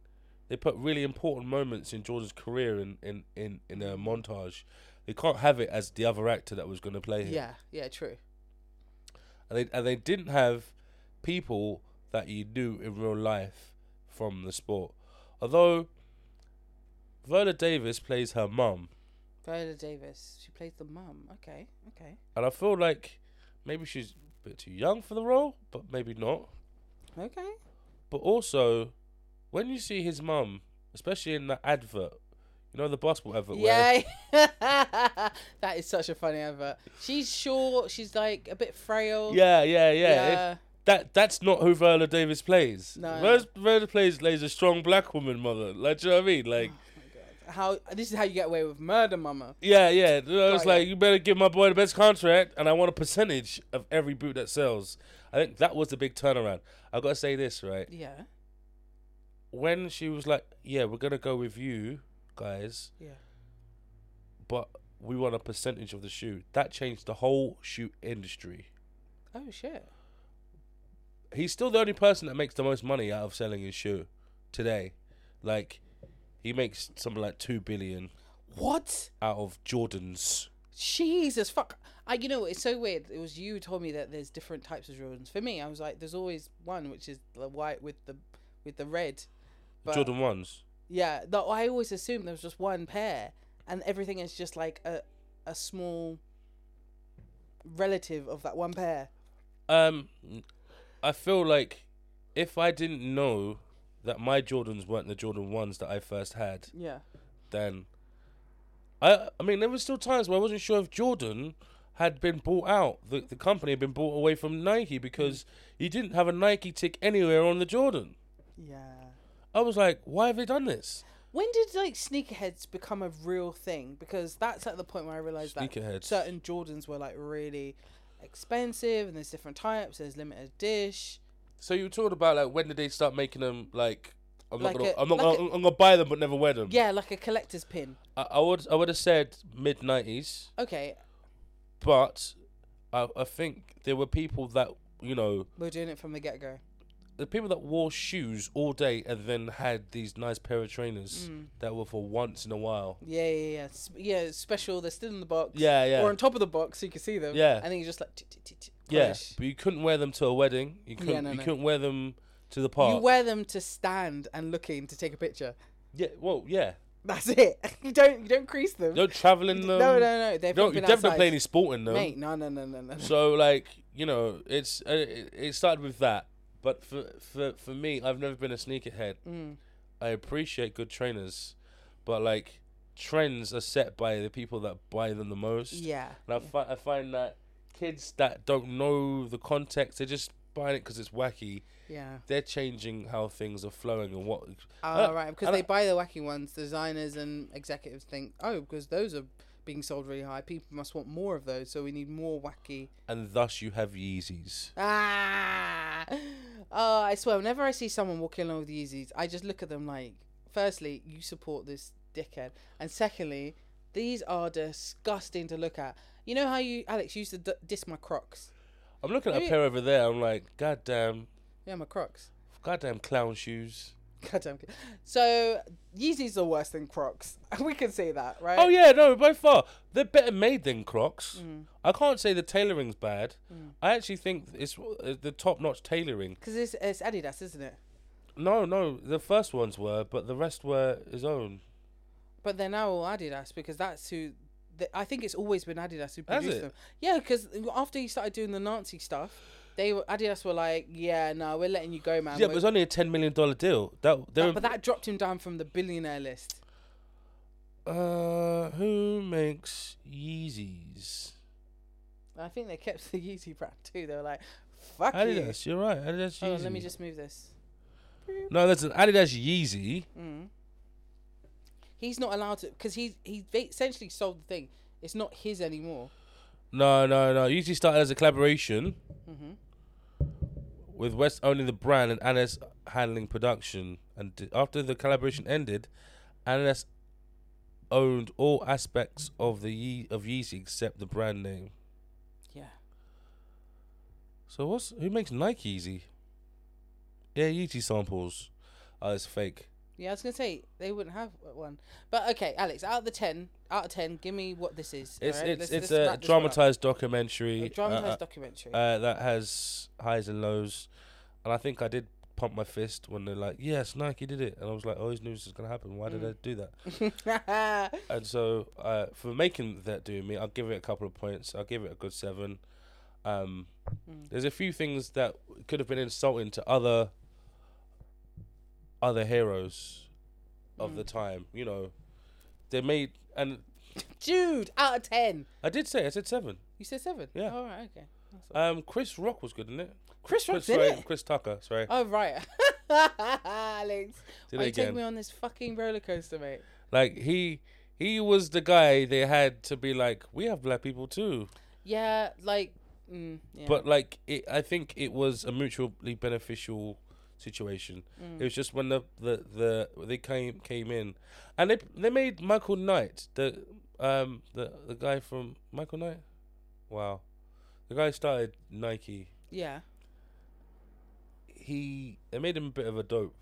Speaker 1: They put really important moments in Jordan's career in in in, in a montage. They can't have it as the other actor that was going to play him.
Speaker 2: Yeah, yeah, true.
Speaker 1: and they and they didn't have people that you knew in real life from the sport. Although Viola Davis plays her mum,
Speaker 2: Viola Davis. She plays the mum. Okay, okay.
Speaker 1: and I feel like maybe she's a bit too young for the role, but maybe not.
Speaker 2: Okay.
Speaker 1: But also, when you see his mum, especially in the advert, you know the basketball advert where
Speaker 2: Yay! that is such a funny advert. She's short. She's like a bit frail.
Speaker 1: yeah, yeah, yeah.
Speaker 2: Yeah.
Speaker 1: It- that that's not who Viola Davis plays.
Speaker 2: No.
Speaker 1: Viola, Viola plays plays a strong black woman mother. Like, do you know what I mean? Like,
Speaker 2: How this is how you get away with murder, mama.
Speaker 1: Yeah, yeah. I was like,
Speaker 2: Right, yeah.
Speaker 1: you better give my boy the best contract, and I want a percentage of every boot that sells. I think that was the big turnaround. I gotta say this right
Speaker 2: Yeah.
Speaker 1: when she was like, "Yeah, we're gonna go with you guys,
Speaker 2: Yeah.
Speaker 1: but we want a percentage of the shoe." That changed the whole shoe industry.
Speaker 2: Oh shit.
Speaker 1: He's still the only person that makes the most money out of selling his shoe today. Like, he makes something like two billion
Speaker 2: What?
Speaker 1: out of Jordans.
Speaker 2: Jesus fuck. I, you know, it's so weird. It was you who told me that there's different types of Jordans. For me, I was like, there's always one which is the white with the with the red. But
Speaker 1: Jordan ones.
Speaker 2: Yeah, no, I always assumed there was just one pair, and everything is just like a a small relative of that one pair.
Speaker 1: Um, I feel like if I didn't know that my Jordans weren't the Jordan ones that I first had,
Speaker 2: Yeah.
Speaker 1: then I I mean there were still times where I wasn't sure if Jordan had been bought out. The the company had been bought away from Nike because he didn't have a Nike tick anywhere on the Jordan.
Speaker 2: Yeah.
Speaker 1: I was like, why have they done this?
Speaker 2: When did like sneakerheads become a real thing? Because that's at the point where I realized
Speaker 1: Sneakerheads.
Speaker 2: that certain Jordans were like really expensive, and there's different types. There's limited dish.
Speaker 1: So you were talking about like when did they start making them like I'm not
Speaker 2: Like
Speaker 1: gonna
Speaker 2: a-
Speaker 1: i I'm not
Speaker 2: like
Speaker 1: gonna, i am gonna buy them but never wear them.
Speaker 2: Yeah, like a collector's pin.
Speaker 1: I, I would I would have said mid nineties.
Speaker 2: Okay,
Speaker 1: but I, I think there were people that you know
Speaker 2: we're doing it from the get go.
Speaker 1: the people that wore shoes all day and then had these nice pair of trainers
Speaker 2: Mm.
Speaker 1: that were for once in a while.
Speaker 2: Yeah, yeah, yeah. S- yeah, it's special. They're still in the box.
Speaker 1: Yeah, yeah.
Speaker 2: Or on top of the box, so you can see them.
Speaker 1: Yeah.
Speaker 2: And then you just like. tick, tick, tick, tick,
Speaker 1: yeah,
Speaker 2: polish.
Speaker 1: but you couldn't wear them to a wedding. You couldn't.
Speaker 2: no,
Speaker 1: you
Speaker 2: no.
Speaker 1: couldn't wear them to the park.
Speaker 2: You wear them to stand and looking to take a picture.
Speaker 1: yeah, well, yeah.
Speaker 2: That's it. you don't you don't crease them.
Speaker 1: No traveling them.
Speaker 2: no, no, no. They've
Speaker 1: No,
Speaker 2: not
Speaker 1: you
Speaker 2: been
Speaker 1: definitely
Speaker 2: outside.
Speaker 1: play any sport in them.
Speaker 2: Mate, no, no, no, no, no. no.
Speaker 1: So like you know, it's uh, it, it started with that. But for for for me, I've never been a sneakerhead.
Speaker 2: Mm,
Speaker 1: I appreciate good trainers, but like trends are set by the people that buy them the most.
Speaker 2: yeah.
Speaker 1: And I, fi- I find that kids that don't know the context, they're just buying it because it's wacky.
Speaker 2: Yeah.
Speaker 1: They're changing how things are flowing and what.
Speaker 2: Oh,
Speaker 1: I-
Speaker 2: right. Because
Speaker 1: Uh, and
Speaker 2: they
Speaker 1: I-
Speaker 2: buy the wacky ones. Designers and executives think, oh, because those are being sold really high. People must want more of those. So we need more wacky.
Speaker 1: and thus you have Yeezys.
Speaker 2: Ah. Oh, I swear, whenever I see someone walking along with Yeezys, I just look at them like, firstly, you support this dickhead. And secondly, these are disgusting to look at. You know how you, Alex, used to d- diss my Crocs?
Speaker 1: I'm looking at a
Speaker 2: Maybe-
Speaker 1: pair over there. I'm like, goddamn,
Speaker 2: Yeah, my Crocs.
Speaker 1: goddamn clown shoes.
Speaker 2: Goddamn. So, Yeezys are worse than Crocs. We can say that, right?
Speaker 1: Oh yeah, no, by far they're better made than Crocs.
Speaker 2: Mm.
Speaker 1: I can't say the tailoring's bad. I actually think it's uh, the top-notch tailoring.
Speaker 2: Because it's, it's Adidas, isn't it?
Speaker 1: No, no, the first ones were, but the rest were his own.
Speaker 2: But they're now all Adidas because that's who. th I think it's always been Adidas who
Speaker 1: Has
Speaker 2: produced
Speaker 1: it?
Speaker 2: them. Yeah, because after you started doing the Nazi stuff, they were Adidas were like, "Yeah, no, we're letting you go, man."
Speaker 1: yeah, but
Speaker 2: We're-
Speaker 1: it was only a ten million dollar deal. That they
Speaker 2: that-
Speaker 1: were,
Speaker 2: but that dropped him down from the billionaire list.
Speaker 1: uh, who makes Yeezys?
Speaker 2: I think they kept the Yeezy brand too. They were like, "Fuck you."
Speaker 1: Adidas, you're right. Adidas
Speaker 2: Oh,
Speaker 1: Yeezy.
Speaker 2: let me just move this.
Speaker 1: No, there's an Adidas Yeezy.
Speaker 2: He's not allowed to because he he va- essentially sold the thing. It's not his anymore.
Speaker 1: No, no, no. Usually started as a collaboration
Speaker 2: Mm-hmm.
Speaker 1: with West owning the brand and Anes handling production. And d- after the collaboration ended, Anes owned all aspects of the Ye- of Yeezy except the brand name.
Speaker 2: Yeah,
Speaker 1: So what's who makes Nike Yeezy? Yeah, Yeezy samples. Oh, it's fake.
Speaker 2: yeah. I was gonna say they wouldn't have one, but okay, Alex. Out of the ten, out of ten, give me what this is.
Speaker 1: It's
Speaker 2: alright?
Speaker 1: it's
Speaker 2: Let's-
Speaker 1: it's
Speaker 2: let's
Speaker 1: a
Speaker 2: wrap this one up.
Speaker 1: dramatized documentary.
Speaker 2: A
Speaker 1: uh,
Speaker 2: dramatized
Speaker 1: uh,
Speaker 2: documentary.
Speaker 1: uh, that has highs and lows. And I think I did pump my fist when they're like, "Yes, Nike did it," and I was like, "Oh, this news is gonna happen.
Speaker 2: Mm.
Speaker 1: Why did I do that?" and so, uh, for making that do me, I'll give it a couple of points. I'll give it a good seven. Um,
Speaker 2: Mm.
Speaker 1: There's a few things that could have been insulting to other other heroes of
Speaker 2: Mm.
Speaker 1: the time. You know, they made and
Speaker 2: Dude, out of ten,
Speaker 1: I did say I said seven.
Speaker 2: you said seven.
Speaker 1: Yeah.
Speaker 2: All right. Okay.
Speaker 1: Um, Chris Rock was good, in it?
Speaker 2: Chris Rock's in
Speaker 1: sorry,
Speaker 2: it?
Speaker 1: Chris Tucker. Sorry.
Speaker 2: Oh right, Alex.
Speaker 1: Did
Speaker 2: why
Speaker 1: it
Speaker 2: you take
Speaker 1: again.
Speaker 2: me on this fucking roller coaster, mate?
Speaker 1: Like he he was the guy they had to be like, we have black people too.
Speaker 2: Yeah, like, mm, yeah.
Speaker 1: But like it, I think it was a mutually beneficial situation.
Speaker 2: Mm.
Speaker 1: It was just when the, the the they came came in, and they they made Michael Knight the um the the guy from Michael Knight. Wow, the guy who started Nike.
Speaker 2: yeah.
Speaker 1: He they made him a bit of a dope.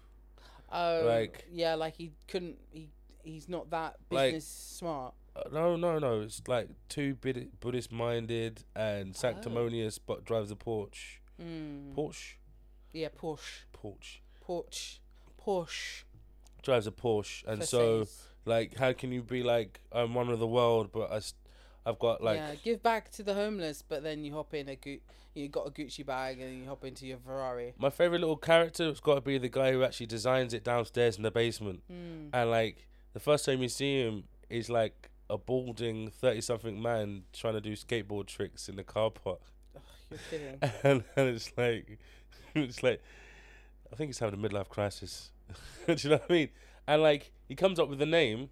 Speaker 2: Oh,
Speaker 1: like-
Speaker 2: yeah, like he couldn't. He he's not that
Speaker 1: Like-
Speaker 2: business smart.
Speaker 1: Uh, No, no, no. It's like too Bud- Buddhist minded and
Speaker 2: Oh.
Speaker 1: sanctimonious, but drives a Porsche.
Speaker 2: Mm.
Speaker 1: Porsche.
Speaker 2: Yeah, Porsche,
Speaker 1: Porsche
Speaker 2: Porsche, Porsche.
Speaker 1: drives a Porsche, and
Speaker 2: for
Speaker 1: so
Speaker 2: sales.
Speaker 1: like, how can you be like I'm one of the world, but I, have got like
Speaker 2: yeah, give back to the homeless, but then you hop in a Gu- you got a Gucci bag and you hop into your Ferrari.
Speaker 1: my favorite little character has got to be the guy who actually designs it downstairs in the basement, and like the first time you see him is like a balding thirty-something man trying to do skateboard tricks in the car park,
Speaker 2: You're kidding.
Speaker 1: and, and it's like, it's like, I think he's having a midlife crisis. do you know what I mean? And like, he comes up with the name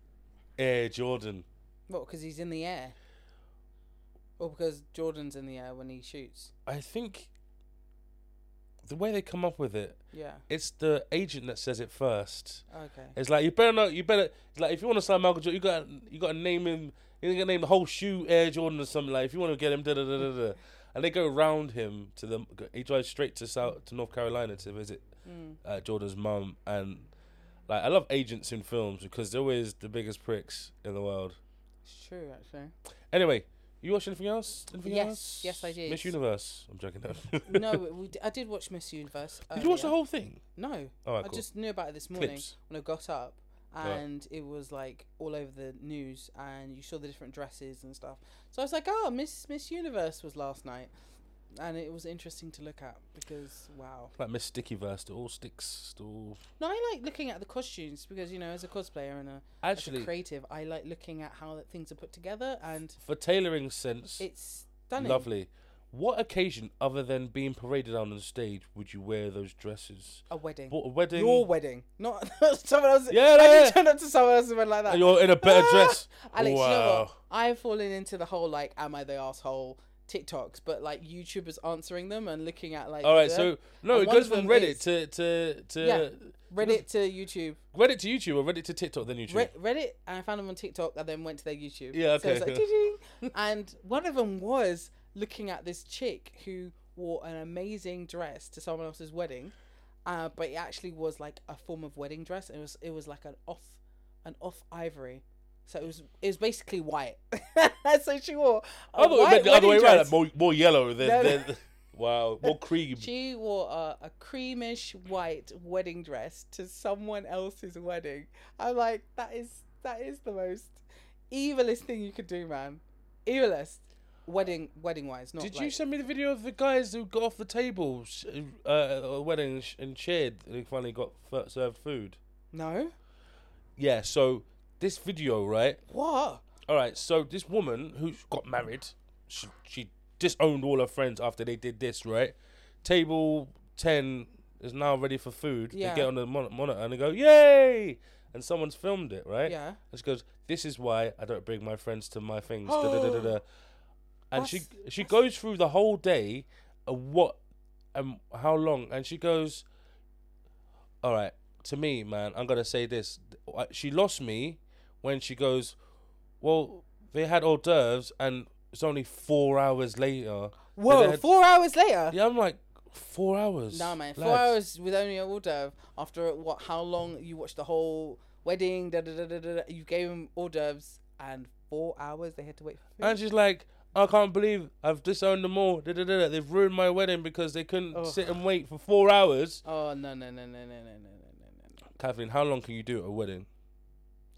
Speaker 1: Air Jordan.
Speaker 2: What? Because he's in the air. Or because Jordan's in the air when he shoots.
Speaker 1: I think the way they come up with it,
Speaker 2: Yeah.
Speaker 1: it's the agent that says it first.
Speaker 2: Okay.
Speaker 1: It's like you better know. You better it's like if you want to sign Michael Jordan, you got you got to name him. You got to name the whole shoe Air Jordan or something like. If you want to get him, da da da da da. And they go round him to the. He drives straight to South to North Carolina to visit
Speaker 2: Hmm.
Speaker 1: uh, Jordan's mum, and like I love agents in films because they're always the biggest pricks in the world.
Speaker 2: It's true, actually.
Speaker 1: Anyway, you watch anything else? Anything
Speaker 2: Yes,
Speaker 1: else?
Speaker 2: yes, I did.
Speaker 1: Miss Universe. I'm joking. No.
Speaker 2: no, we d- I did watch Miss Universe.
Speaker 1: did you watch the
Speaker 2: earlier.
Speaker 1: whole thing?
Speaker 2: No,
Speaker 1: All right,
Speaker 2: I
Speaker 1: cool.
Speaker 2: Uh, just knew about it this morning
Speaker 1: Clips.
Speaker 2: when I got up,
Speaker 1: Right.
Speaker 2: and it was like all over the news, and you saw the different dresses and stuff. So I was like, oh, Miss Miss Universe was last night, and it was interesting to look at because wow.
Speaker 1: Like Miss Sticky Verse, all sticks, all.
Speaker 2: No, I like looking at the costumes because you know, as a cosplayer and a, as a
Speaker 1: Actually,
Speaker 2: creative, I like looking at how that things are put together, and
Speaker 1: for tailoring sense,
Speaker 2: it's stunning.
Speaker 1: lovely. What occasion other than being paraded on on stage would you wear those dresses?
Speaker 2: A wedding.
Speaker 1: What, a wedding?
Speaker 2: Your wedding, not someone else.
Speaker 1: Yeah, no,
Speaker 2: I didn't
Speaker 1: yeah.
Speaker 2: turn up to someone else and went like that.
Speaker 1: and you're in a better
Speaker 2: Ah!
Speaker 1: dress.
Speaker 2: Alex,
Speaker 1: wow.
Speaker 2: you know what? I've fallen into the whole like, am I the asshole TikToks, but like YouTubers answering them and looking at like.
Speaker 1: All right,
Speaker 2: the-
Speaker 1: so no,
Speaker 2: And
Speaker 1: it
Speaker 2: one
Speaker 1: goes
Speaker 2: of
Speaker 1: from
Speaker 2: them
Speaker 1: Reddit
Speaker 2: is-
Speaker 1: to to to
Speaker 2: Yeah. Reddit to YouTube,
Speaker 1: Reddit to YouTube or Reddit to TikTok then YouTube.
Speaker 2: Re- Reddit, and I found them on TikTok, and then went to their YouTube.
Speaker 1: Yeah,
Speaker 2: So it's
Speaker 1: okay.
Speaker 2: like, ding-ding. and one of them was looking at this chick who wore an amazing dress to someone else's wedding, uh, but it actually was like a form of wedding dress. It was it was like an off, an off ivory. So it was it was basically white. so she wore. A
Speaker 1: I thought it
Speaker 2: white
Speaker 1: meant the other way
Speaker 2: wedding
Speaker 1: around,
Speaker 2: dress.
Speaker 1: like more more yellow than,
Speaker 2: No, no.
Speaker 1: than wow, more cream.
Speaker 2: She wore a, a creamish white wedding dress to someone else's wedding. I'm like, that is that is the most evilest thing you could do, man. Evilest. Wedding wedding wise, not
Speaker 1: Did
Speaker 2: like,
Speaker 1: you send me the video of the guys who got off the table sh- uh, at a wedding and sh- and cheered and they finally got f- served food?
Speaker 2: No?
Speaker 1: Yeah, so this video, right?
Speaker 2: What?
Speaker 1: All right, so this woman who got married, she, she disowned all her friends after they did this, right? Table 10 is now ready for food.
Speaker 2: Yeah.
Speaker 1: They get on the mon- monitor and they go, Yay! And someone's filmed it, right?
Speaker 2: Yeah.
Speaker 1: And she goes, This is why I don't bring my friends to my things. da, da, da, da, da. And she
Speaker 2: That's-
Speaker 1: she goes through the whole day of what and how long. And she goes, All right, to me, man, I'm going to say this. She lost me when she goes, Well, they had hors d'oeuvres and it's only four hours later. that they
Speaker 2: Whoa,
Speaker 1: had-
Speaker 2: four hours later?
Speaker 1: Yeah, I'm like, Four hours?
Speaker 2: Nah man, four
Speaker 1: lads."
Speaker 2: hours with only an order after what how long you watched the whole wedding, da da da da da da. you gave them hors d'oeuvres and four hours they had to wait for food.
Speaker 1: And she's like, I can't believe I've disowned them all. Da-da-da-da. They've ruined my wedding because they couldn't
Speaker 2: Ugh.
Speaker 1: sit and wait for four hours.
Speaker 2: Oh no no no no no no no no no no
Speaker 1: Kathleen, how long can you do at a wedding?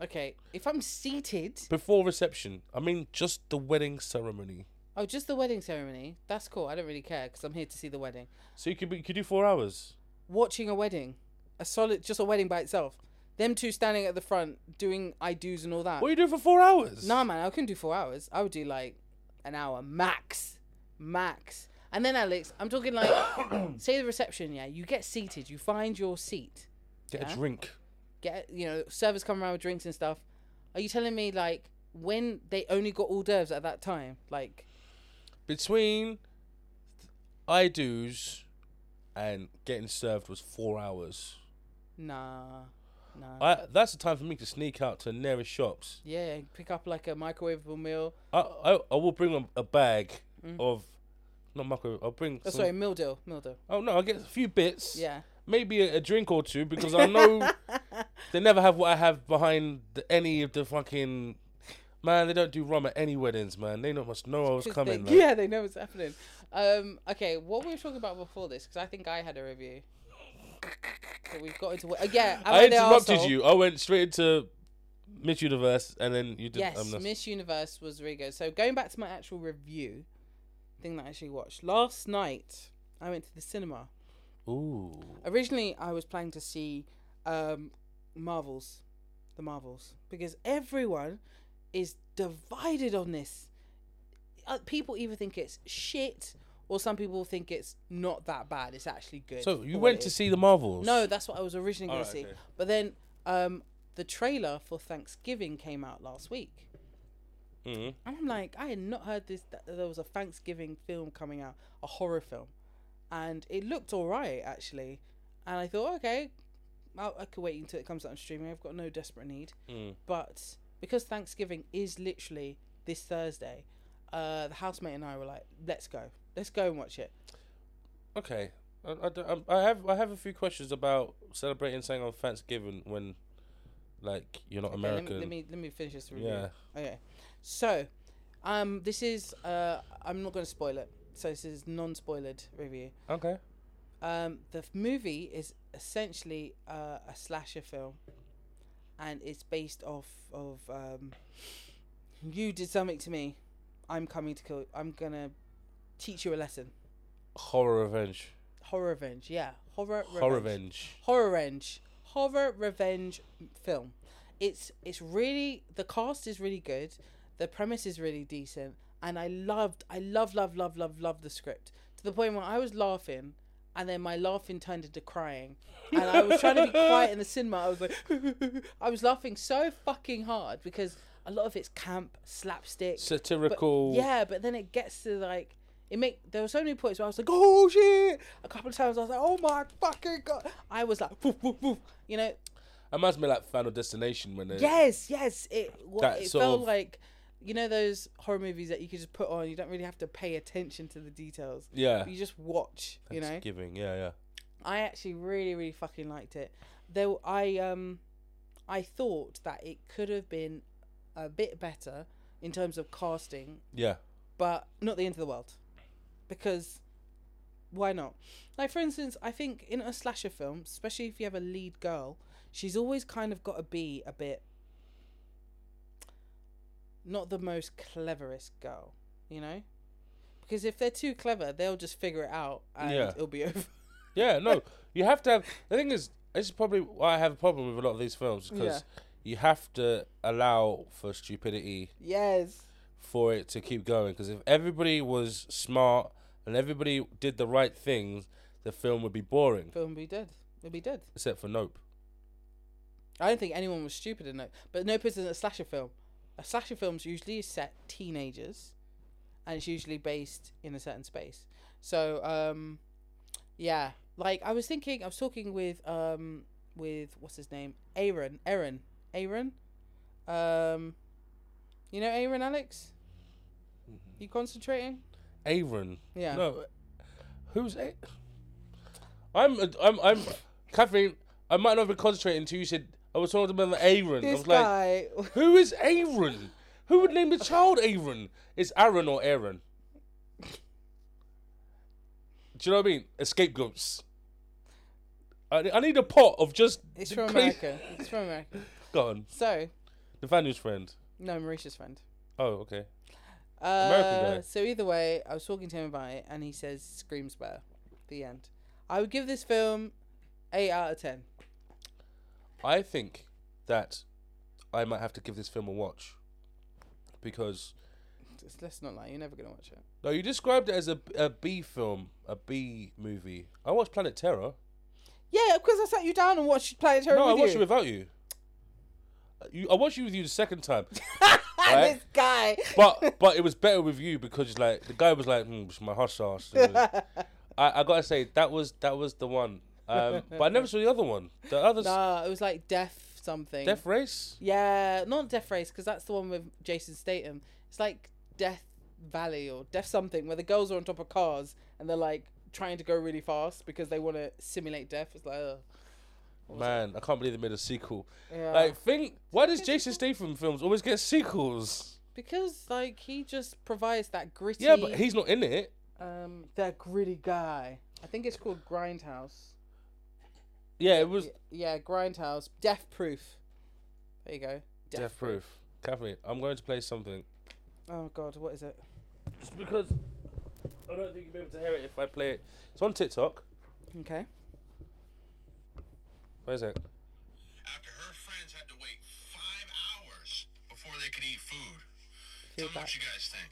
Speaker 2: Okay, if I'm seated,
Speaker 1: Before reception. I mean, just the wedding ceremony.
Speaker 2: oh, just the wedding ceremony. That's cool. I don't really care because I'm here to see the wedding.
Speaker 1: So you could, be, you could do four hours.
Speaker 2: Watching a wedding, a solid, just a wedding by itself. Them two standing at the front doing I do's and all that.
Speaker 1: What are you doing for four hours?
Speaker 2: Nah, man, I couldn't do four hours. I would do like an hour max, max. And then Alex, I'm talking like, say the reception. Yeah, you get seated, you find your seat.
Speaker 1: Get
Speaker 2: yeah.
Speaker 1: a drink.
Speaker 2: get you know servers come around with drinks and stuff are you telling me like when they only got hors d'oeuvres at that time like
Speaker 1: Between I do's and getting served was four hours.
Speaker 2: nah nah
Speaker 1: I, that's the time for me to sneak out to the nearest shops.
Speaker 2: yeah pick up like a microwavable meal
Speaker 1: I, I, I will bring a, a bag
Speaker 2: Mm.
Speaker 1: of, not microwave, I'll bring
Speaker 2: oh
Speaker 1: some
Speaker 2: sorry meal deal meal deal
Speaker 1: Oh no, I get a few bits.
Speaker 2: yeah
Speaker 1: Maybe a, a drink or two because I know they never have what I have behind the, any of the fucking man. They don't do rum at any weddings, man. They not must know I was
Speaker 2: 'Cause
Speaker 1: coming.
Speaker 2: they,
Speaker 1: like.
Speaker 2: yeah they know what's happening um okay what we were talking about before this because i think i had a review but we've got into uh, yeah am
Speaker 1: I
Speaker 2: the
Speaker 1: interrupted
Speaker 2: arsehole?
Speaker 1: you. I went straight into Miss Universe, and then you did. um,
Speaker 2: Yes,
Speaker 1: I'm not-
Speaker 2: Miss Universe was really good. So going back to my actual review, thing that I actually watched last night, I went to the cinema.
Speaker 1: Ooh,
Speaker 2: Originally, I was planning to see um, Marvels, the Marvels, because everyone is divided on this. Uh, people either think it's shit, or some people think it's not that bad. It's actually good.
Speaker 1: so you
Speaker 2: for what
Speaker 1: went
Speaker 2: it
Speaker 1: to
Speaker 2: is.
Speaker 1: see the Marvels?
Speaker 2: No, that's what I was originally going
Speaker 1: Alright,
Speaker 2: to see.
Speaker 1: okay.
Speaker 2: But then um, the trailer for Thanksgiving came out last week.
Speaker 1: Mhm.
Speaker 2: And I'm like, I had not heard this. That there was a Thanksgiving film coming out, a horror film, and it looked all right actually. And I thought, okay, i I could wait until it comes out on streaming. I've got no desperate need.
Speaker 1: Mm.
Speaker 2: But because Thanksgiving is literally this Thursday, uh, the housemate and I were like, let's go, let's go and watch it.
Speaker 1: Okay. I, I, don't- um, I have I have a few questions about celebrating saying on Thanksgiving when, like, you're not
Speaker 2: Okay,
Speaker 1: American.
Speaker 2: Let me, let me let me finish this review.
Speaker 1: yeah.
Speaker 2: Okay. So, um, this is uh, I'm not going to spoil it. So this is non-spoilered review.
Speaker 1: Okay.
Speaker 2: Um, the f- movie is essentially uh, a slasher film, and it's based off of um, you did something to me. I'm coming to kill. I'm gonna teach you a lesson.
Speaker 1: Horror revenge.
Speaker 2: Horror revenge. Yeah, horror.
Speaker 1: Horror revenge.
Speaker 2: horror revenge horror revenge film it's it's really the cast is really good the premise is really decent and i loved i love love love love love the script to the point where i was laughing and then my laughing turned into crying and i was trying to be quiet in the cinema i was like i was laughing so fucking hard because a lot of it's camp slapstick
Speaker 1: Satirical.
Speaker 2: yeah, but then it gets to like it make there were so many points where I was like, oh shit! A couple of times I was like, oh my fucking god! I was like, woof, woof, woof. you know,
Speaker 1: Reminds me like Final Destination when they
Speaker 2: yes, yes. It wa-
Speaker 1: That
Speaker 2: it
Speaker 1: sort
Speaker 2: felt
Speaker 1: of-
Speaker 2: like you know those horror movies that you could just put on. You don't really have to pay attention to the details.
Speaker 1: yeah.
Speaker 2: You just watch. You know,
Speaker 1: Thanksgiving. Yeah, yeah.
Speaker 2: I actually really, really fucking liked it. Though I um, I thought that it could have been a bit better in terms of casting
Speaker 1: Yeah.
Speaker 2: but not the end of the world because why not like for instance i think in a slasher film especially if you have a lead girl she's always kind of got to be a bit not the most cleverest girl you know because if they're too clever they'll just figure it out and
Speaker 1: Yeah.
Speaker 2: it'll be over
Speaker 1: Yeah, no, you have to have. The thing is, this is probably why I have a problem with a lot of these films because you have to allow for stupidity
Speaker 2: yes
Speaker 1: for it to keep going. Because if everybody was smart and everybody did the right things, the film would be boring.
Speaker 2: film be dead it'll be dead
Speaker 1: Except for Nope.
Speaker 2: i don't think anyone was stupid in nope but nope isn't a slasher film a slasher film's usually set teenagers and it's usually based in a certain space. So um, yeah, like I was thinking, I was talking with um, with what's his name, Aaron, Aaron, Aaron, um, you know Aaron Alex. You concentrating?
Speaker 1: Aaron.
Speaker 2: Yeah.
Speaker 1: Mm-hmm. No. Who's A? I'm. I'm. I'm. Kathleen. I might not have been concentrating until you said I was talking about Aaron. I
Speaker 2: This
Speaker 1: was like,
Speaker 2: guy.
Speaker 1: who is Aaron? Who would name the child Aaron? It's Aaron or Aaron. Do you know what I mean? Escape goats. I, I need a pot of just.
Speaker 2: it's
Speaker 1: the
Speaker 2: from
Speaker 1: crazy-
Speaker 2: America. It's from America.
Speaker 1: Go on.
Speaker 2: So
Speaker 1: Nathaniel's friend.
Speaker 2: no, Mauritius friend.
Speaker 1: Oh, okay.
Speaker 2: Uh,
Speaker 1: guy.
Speaker 2: so either way, I was talking to him about it, and he says screams better. The end. I would give this film eight out of ten.
Speaker 1: I think that I might have to give this film a watch because
Speaker 2: Just- let's not lie, you're never gonna watch it.
Speaker 1: no, you described it as a, a B film, a B movie. I watched Planet Terror.
Speaker 2: Yeah, of course I sat you down and watched Planet Terror.
Speaker 1: no, I
Speaker 2: with
Speaker 1: watched
Speaker 2: you.
Speaker 1: it without you. Uh, you. I watched it with you the second time. right?
Speaker 2: this guy.
Speaker 1: but but it was better with you because like the guy was like mm, it's my hot sauce. It was- I, I gotta say that was that was the one. Um, but I never saw the other one. The other
Speaker 2: Nah, it was like Death something.
Speaker 1: Death Race.
Speaker 2: Yeah, not Death Race because that's the one with Jason Statham. It's like Death Valley or Death something where the girls are on top of cars and they're like trying to go really fast because they want to simulate death. It's like, ugh.
Speaker 1: Man, I can't believe they made a sequel.
Speaker 2: yeah.
Speaker 1: Like, think why does Jason Statham films always get sequels?
Speaker 2: because like he just provides that gritty.
Speaker 1: Yeah, but he's not in it.
Speaker 2: um that gritty guy. I think it's called Grindhouse.
Speaker 1: Yeah, it was
Speaker 2: Y- yeah, Grindhouse, Death Proof. There you go.
Speaker 1: Death, Proof. Kathleen, I'm going to play something
Speaker 2: Oh God, what is it?
Speaker 1: just because I don't think you'll be able to hear it if I play it. It's on TikTok.
Speaker 2: Okay.
Speaker 1: Where's it?
Speaker 3: after her friends had to wait five hours before they could eat food.
Speaker 2: Feel
Speaker 3: Tell me
Speaker 2: back.
Speaker 3: what you guys think.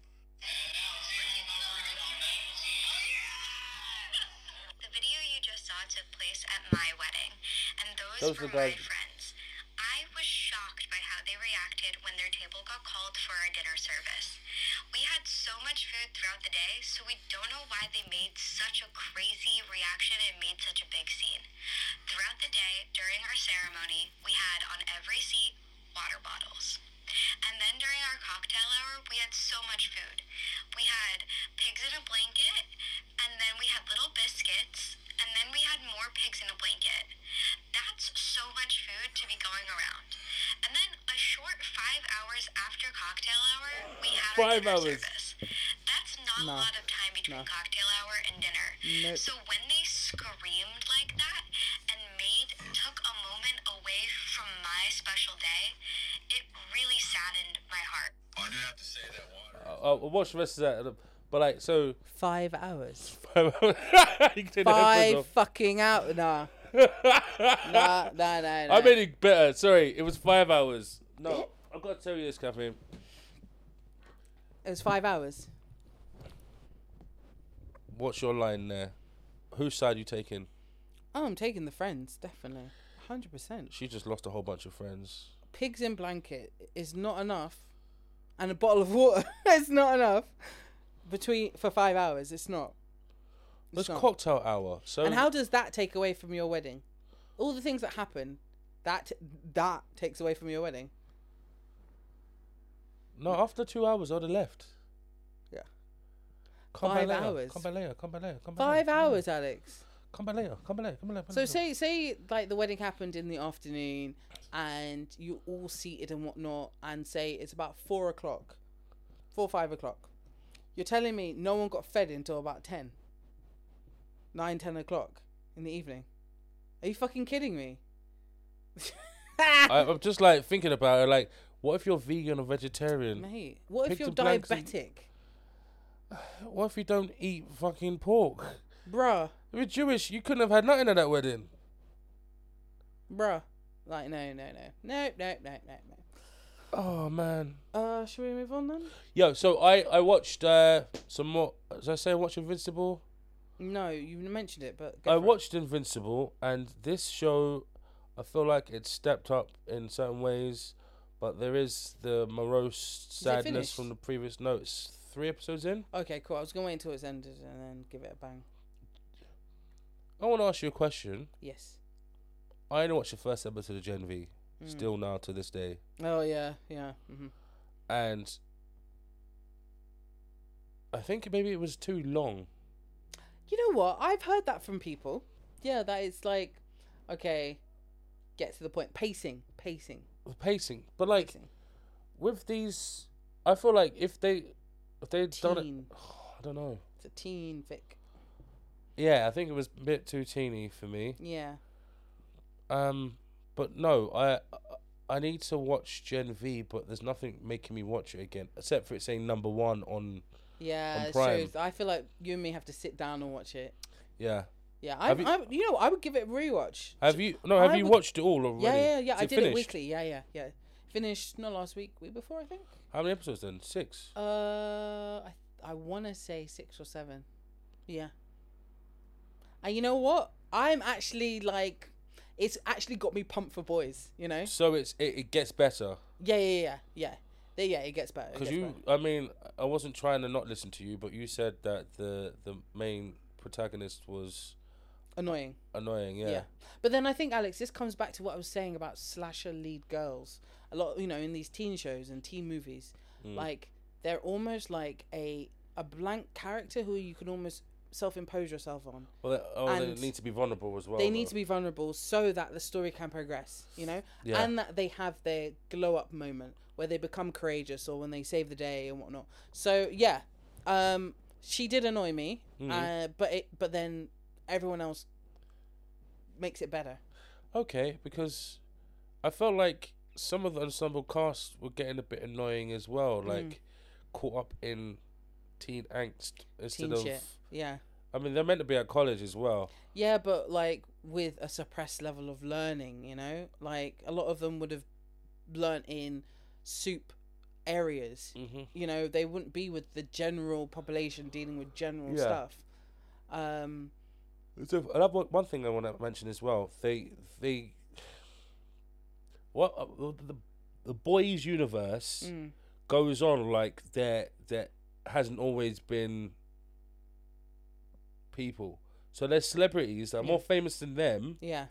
Speaker 4: The video you just saw took place at my wedding, and those,
Speaker 1: Those
Speaker 4: were
Speaker 1: are guys-
Speaker 4: my friends. I was shocked by how they reacted when their table got called for our dinner service. We had so much food throughout the day, so we don't know why they made such a crazy reaction and made such a big scene. Throughout the day, during our ceremony, we had on every seat water bottles. And then during our cocktail hour, we had so much food. We had pigs in a blanket, and then we had little biscuits, and pigs in a blanket. That's so much food to be going around. And then a short five hours after cocktail hour, we have a
Speaker 1: Five
Speaker 4: dinner
Speaker 1: hours.
Speaker 4: service. That's not
Speaker 2: Nah.
Speaker 4: a lot of time between
Speaker 2: Nah.
Speaker 4: cocktail hour and dinner.
Speaker 2: Nope.
Speaker 4: So when they screamed like that and made took a moment away from my special day, it really saddened my heart.
Speaker 3: I do have to say that water.
Speaker 1: Uh, I watched the rest of that, but like so.
Speaker 2: Five hours.
Speaker 1: you can take the headphones
Speaker 2: Five
Speaker 1: off.
Speaker 2: fucking out. Nah. nah, nah, nah, nah.
Speaker 1: I made it better. Sorry, it was five hours. No, I've got to tell you this, Kathleen.
Speaker 2: it was five hours.
Speaker 1: What's your line there? Whose side you taking?
Speaker 2: Oh, I'm taking the friends, definitely. 100%.
Speaker 1: She just lost a whole bunch of friends.
Speaker 2: Pigs in blanket is not enough. And a bottle of water is not enough. Between for five hours, it's not. It's
Speaker 1: It's
Speaker 2: not.
Speaker 1: cocktail hour. So
Speaker 2: and how does that take away from your wedding? All the things that happen, that that takes away from your wedding.
Speaker 1: no, after two hours, I'd have left.
Speaker 2: Yeah.
Speaker 1: Come
Speaker 2: Five
Speaker 1: back later.
Speaker 2: hours.
Speaker 1: Come back later. Come back later. Come back
Speaker 2: Five
Speaker 1: later.
Speaker 2: hours, Alex.
Speaker 1: Come back later. Come back later. Come back later. Come
Speaker 2: So
Speaker 1: back later.
Speaker 2: say say like the wedding happened in the afternoon, and you all seated and whatnot, and say it's about four o'clock, four five o'clock. You're telling me no one got fed until about ten, nine ten o'clock in the evening. Are you fucking kidding me?
Speaker 1: I, I'm just like thinking about it. Like, what if you're vegan or vegetarian?
Speaker 2: Mate, what if
Speaker 1: Pigs
Speaker 2: you're
Speaker 1: and blanks and-
Speaker 2: diabetic,
Speaker 1: What if you don't eat fucking pork?
Speaker 2: bruh?
Speaker 1: If you're Jewish, you couldn't have had nothing at that wedding.
Speaker 2: bruh. Like, no, no, no. No, no, no, no,
Speaker 1: Oh man.
Speaker 2: no. Uh, should we move on then?
Speaker 1: Yo, so I I watched uh some more. As I say, I watched Invincible.
Speaker 2: No, you mentioned it, but.
Speaker 1: I
Speaker 2: for it.
Speaker 1: watched Invincible, and this show, I feel like it's stepped up in certain ways, but there is the morose
Speaker 2: it
Speaker 1: sadness
Speaker 2: finished?
Speaker 1: from the previous. No, it's three episodes in.
Speaker 2: Okay, cool. I was going to wait until it's ended and then give it a bang.
Speaker 1: I want to ask you a question.
Speaker 2: Yes.
Speaker 1: I only watched the first episode of Gen V,
Speaker 2: Hmm.
Speaker 1: still now to this day,
Speaker 2: Oh, yeah, yeah. hmm
Speaker 1: and I think maybe it was too long.
Speaker 2: You know what? I've heard that from people. Yeah, that it's like, okay, get to the point. Pacing, pacing,
Speaker 1: The pacing, but like
Speaker 2: pacing.
Speaker 1: with these, I feel like if they if they done it,
Speaker 2: Teen.
Speaker 1: I don't know.
Speaker 2: It's a teen fic.
Speaker 1: Yeah, I think it was a bit too teeny for me.
Speaker 2: Yeah.
Speaker 1: Um, but no, I I need to watch Gen V, but there's nothing making me watch it again, except for it saying number one on.
Speaker 2: Yeah,
Speaker 1: On
Speaker 2: it
Speaker 1: Prime.
Speaker 2: shows. I feel like you and me have to sit down and watch it.
Speaker 1: Yeah,
Speaker 2: Yeah,
Speaker 1: Have
Speaker 2: I,
Speaker 1: you-
Speaker 2: I, you know, I would give it a rewatch.
Speaker 1: have you? No, have
Speaker 2: I
Speaker 1: you
Speaker 2: would-
Speaker 1: watched it all already?
Speaker 2: Yeah, yeah, yeah.
Speaker 1: Is
Speaker 2: I did it
Speaker 1: finished?
Speaker 2: weekly. Yeah, yeah, yeah. Finished not last week, week before, I think.
Speaker 1: How many episodes then? Six.
Speaker 2: Uh, I I want to say six or seven. Yeah. And you know what? I'm actually like, it's actually got me pumped for boys. You know?
Speaker 1: So it's it, it gets better
Speaker 2: Yeah, yeah, yeah, yeah. There, yeah, it gets better. it
Speaker 1: because
Speaker 2: gets
Speaker 1: you.
Speaker 2: better.
Speaker 1: I mean, I wasn't trying to not listen to you, but you said that the the main protagonist was
Speaker 2: annoying.
Speaker 1: annoying. Yeah.
Speaker 2: yeah. But then I think Alex, this comes back to what I was saying about slasher lead girls. A lot, you know, in these teen shows and teen movies,
Speaker 1: Mm.
Speaker 2: like they're almost like a a blank character who you can almost self-impose yourself on.
Speaker 1: Well, they, oh, they
Speaker 2: And
Speaker 1: need to be vulnerable as well.
Speaker 2: They need to be vulnerable so that the story can progress, you know,
Speaker 1: Yeah.
Speaker 2: and that they have their glow up moment where they become courageous or when they save the day and whatnot. So yeah, um, she did annoy me,
Speaker 1: Mm.
Speaker 2: uh, but it but then everyone else makes it better.
Speaker 1: Okay, because I felt like some of the ensemble cast were getting a bit annoying as well,
Speaker 2: Mm.
Speaker 1: like caught up in teen angst instead
Speaker 2: Teen
Speaker 1: of.
Speaker 2: shit, yeah.
Speaker 1: I mean, they're meant to be at college as well.
Speaker 2: Yeah, but like with a suppressed level of learning, you know, like a lot of them would have learnt in soup areas.
Speaker 1: Mhm.
Speaker 2: You know, they wouldn't be with the general population dealing with general
Speaker 1: Yeah.
Speaker 2: stuff. Um,
Speaker 1: So another one thing I want to mention as well. They they what uh, the the boys universe
Speaker 2: Mm.
Speaker 1: goes on like there there hasn't always been people. So they're celebrities that are more famous than them.
Speaker 2: yeah,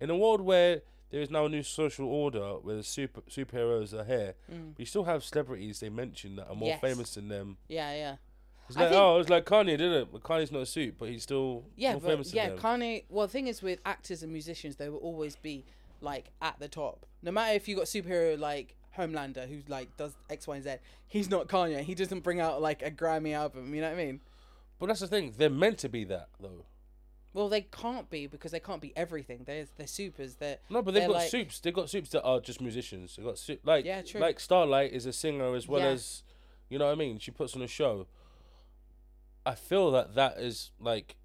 Speaker 1: In a world where there is now a new social order where the super superheroes are here, we still have celebrities they mention that are more
Speaker 2: Mm. Yes.
Speaker 1: famous than them.
Speaker 2: yeah, yeah.
Speaker 1: It's
Speaker 2: I
Speaker 1: like,
Speaker 2: think-
Speaker 1: oh, it's like Kanye, didn't it? But Kanye's not a suit, but he's still
Speaker 2: Yeah,
Speaker 1: more
Speaker 2: but
Speaker 1: famous
Speaker 2: yeah,
Speaker 1: than them.
Speaker 2: Kanye. Well, the thing is with actors and musicians, they will always be like at the top. No matter if you got superhero like Homelander, who like does X, Y, and Z, he's not Kanye. He doesn't bring out like a Grammy album. You know what I mean?
Speaker 1: But that's the thing. They're meant to be that, though.
Speaker 2: Well, they can't be because they can't be everything. They're they're supers. They're
Speaker 1: No, but they've
Speaker 2: they're,
Speaker 1: got
Speaker 2: like-
Speaker 1: soups. They've got soups that are just musicians. They've got soup like
Speaker 2: Yeah, true.
Speaker 1: like Starlight is a singer as well
Speaker 2: Yeah.
Speaker 1: as you know what I mean. She puts on a show. I feel that that is like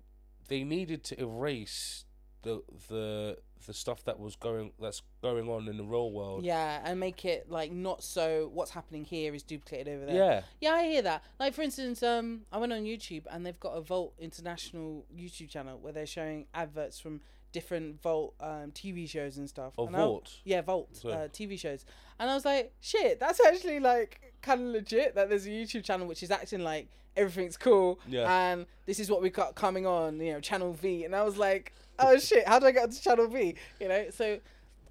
Speaker 1: they needed to erase the the the stuff that was going that's going on in the real world.
Speaker 2: Yeah, and make it like not so. What's happening here is duplicated over there.
Speaker 1: Yeah.
Speaker 2: Yeah, I hear that. Like for instance, um, I went on YouTube and they've got a Volt International YouTube channel where they're showing adverts from different Volt um, TV shows and stuff.
Speaker 1: Or
Speaker 2: And I-
Speaker 1: Volt?
Speaker 2: yeah, Volt
Speaker 1: So-
Speaker 2: uh, TV shows. And I was like, shit, that's actually like kind of legit that there's a YouTube channel which is acting like everything's cool
Speaker 1: Yeah.
Speaker 2: and this is what we got coming on, you know, Channel V. And I was like, oh shit, how do I get to Channel V? You know, so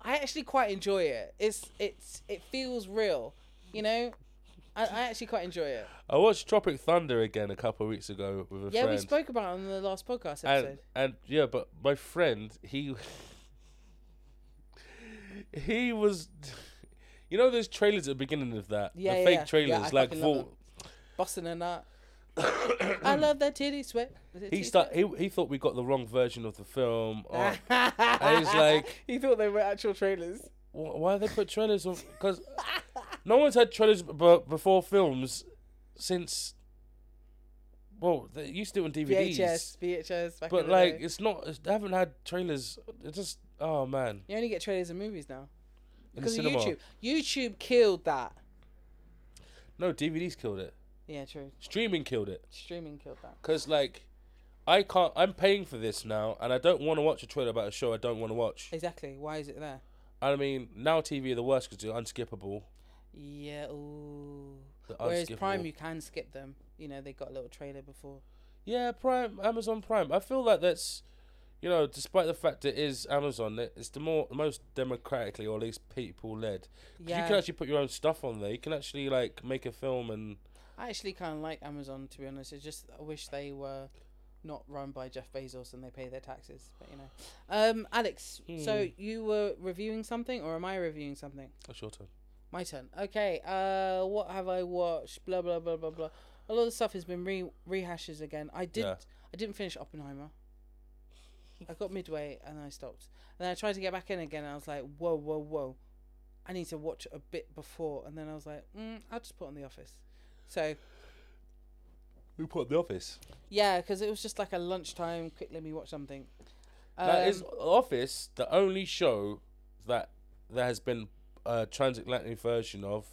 Speaker 2: I actually quite enjoy it. It's it's it feels real, you know. I, I actually quite enjoy it.
Speaker 1: I watched Tropic Thunder again a couple of weeks ago with a
Speaker 2: Yeah,
Speaker 1: friend.
Speaker 2: we spoke about it on the last podcast episode.
Speaker 1: and and yeah, but my friend he he was, you know, those trailers at the beginning of that,
Speaker 2: Yeah,
Speaker 1: the
Speaker 2: yeah,
Speaker 1: fake
Speaker 2: yeah. Yeah,
Speaker 1: trailers,
Speaker 2: I
Speaker 1: like
Speaker 2: fucking love
Speaker 1: Vault.
Speaker 2: Busting a nut. I love that titty sweat. Is it
Speaker 1: He
Speaker 2: titty
Speaker 1: start
Speaker 2: sweat?
Speaker 1: he he thought we got the wrong version of the film. Oh, Or, and he's like,
Speaker 2: he thought they were actual trailers.
Speaker 1: "Wh- why they put trailers on? Because no one's had trailers b- before films since. Well, they used to do it on DVDs,
Speaker 2: VHS, VHS. Back
Speaker 1: but
Speaker 2: in the
Speaker 1: like
Speaker 2: day.
Speaker 1: it's not. It's, they haven't had trailers. It's just oh man,
Speaker 2: you only get trailers in movies now
Speaker 1: in the
Speaker 2: because of
Speaker 1: cinema.
Speaker 2: YouTube. YouTube killed that.
Speaker 1: No, DVDs killed it.
Speaker 2: Yeah, true.
Speaker 1: Streaming killed it.
Speaker 2: Streaming killed that.
Speaker 1: Cause like, I can't. I'm paying for this now, and I don't want to watch a trailer about a show I don't want to watch.
Speaker 2: Exactly. Why is it there?
Speaker 1: I mean, now TV are the worst because they're unskippable.
Speaker 2: Yeah. Ooh.
Speaker 1: They're
Speaker 2: Whereas Prime,
Speaker 1: unskippable.
Speaker 2: you can skip them. You know, they got a little trailer before.
Speaker 1: Yeah, Prime, Amazon Prime. I feel like that's, you know, despite the fact it is Amazon, it- it's the more the most democratically or at least people led. Yeah. You
Speaker 2: Yeah.
Speaker 1: can actually put your own stuff on there. You can actually like make a film and
Speaker 2: I actually kind of like Amazon to be honest. It's just I wish they were not run by Jeff Bezos and they pay their taxes. But you know, um, Alex.
Speaker 1: Hmm.
Speaker 2: So you were reviewing something, or am I reviewing something?
Speaker 1: that's your turn.
Speaker 2: My turn. Okay. Uh, what have I watched? Blah blah blah blah blah. A lot of stuff has been re rehashes again. I did.
Speaker 1: Yeah.
Speaker 2: I didn't finish Oppenheimer. I got midway and I stopped. And then I tried to get back in again. And I was like, whoa, whoa, whoa. I need to watch a bit before. And then I was like, mm, I'll just put on The Office. So
Speaker 1: We put up the office.
Speaker 2: yeah, because it was just like a lunchtime. Quick, let me watch something. Um,
Speaker 1: That is Office, the only show that there has been a transatlantic version of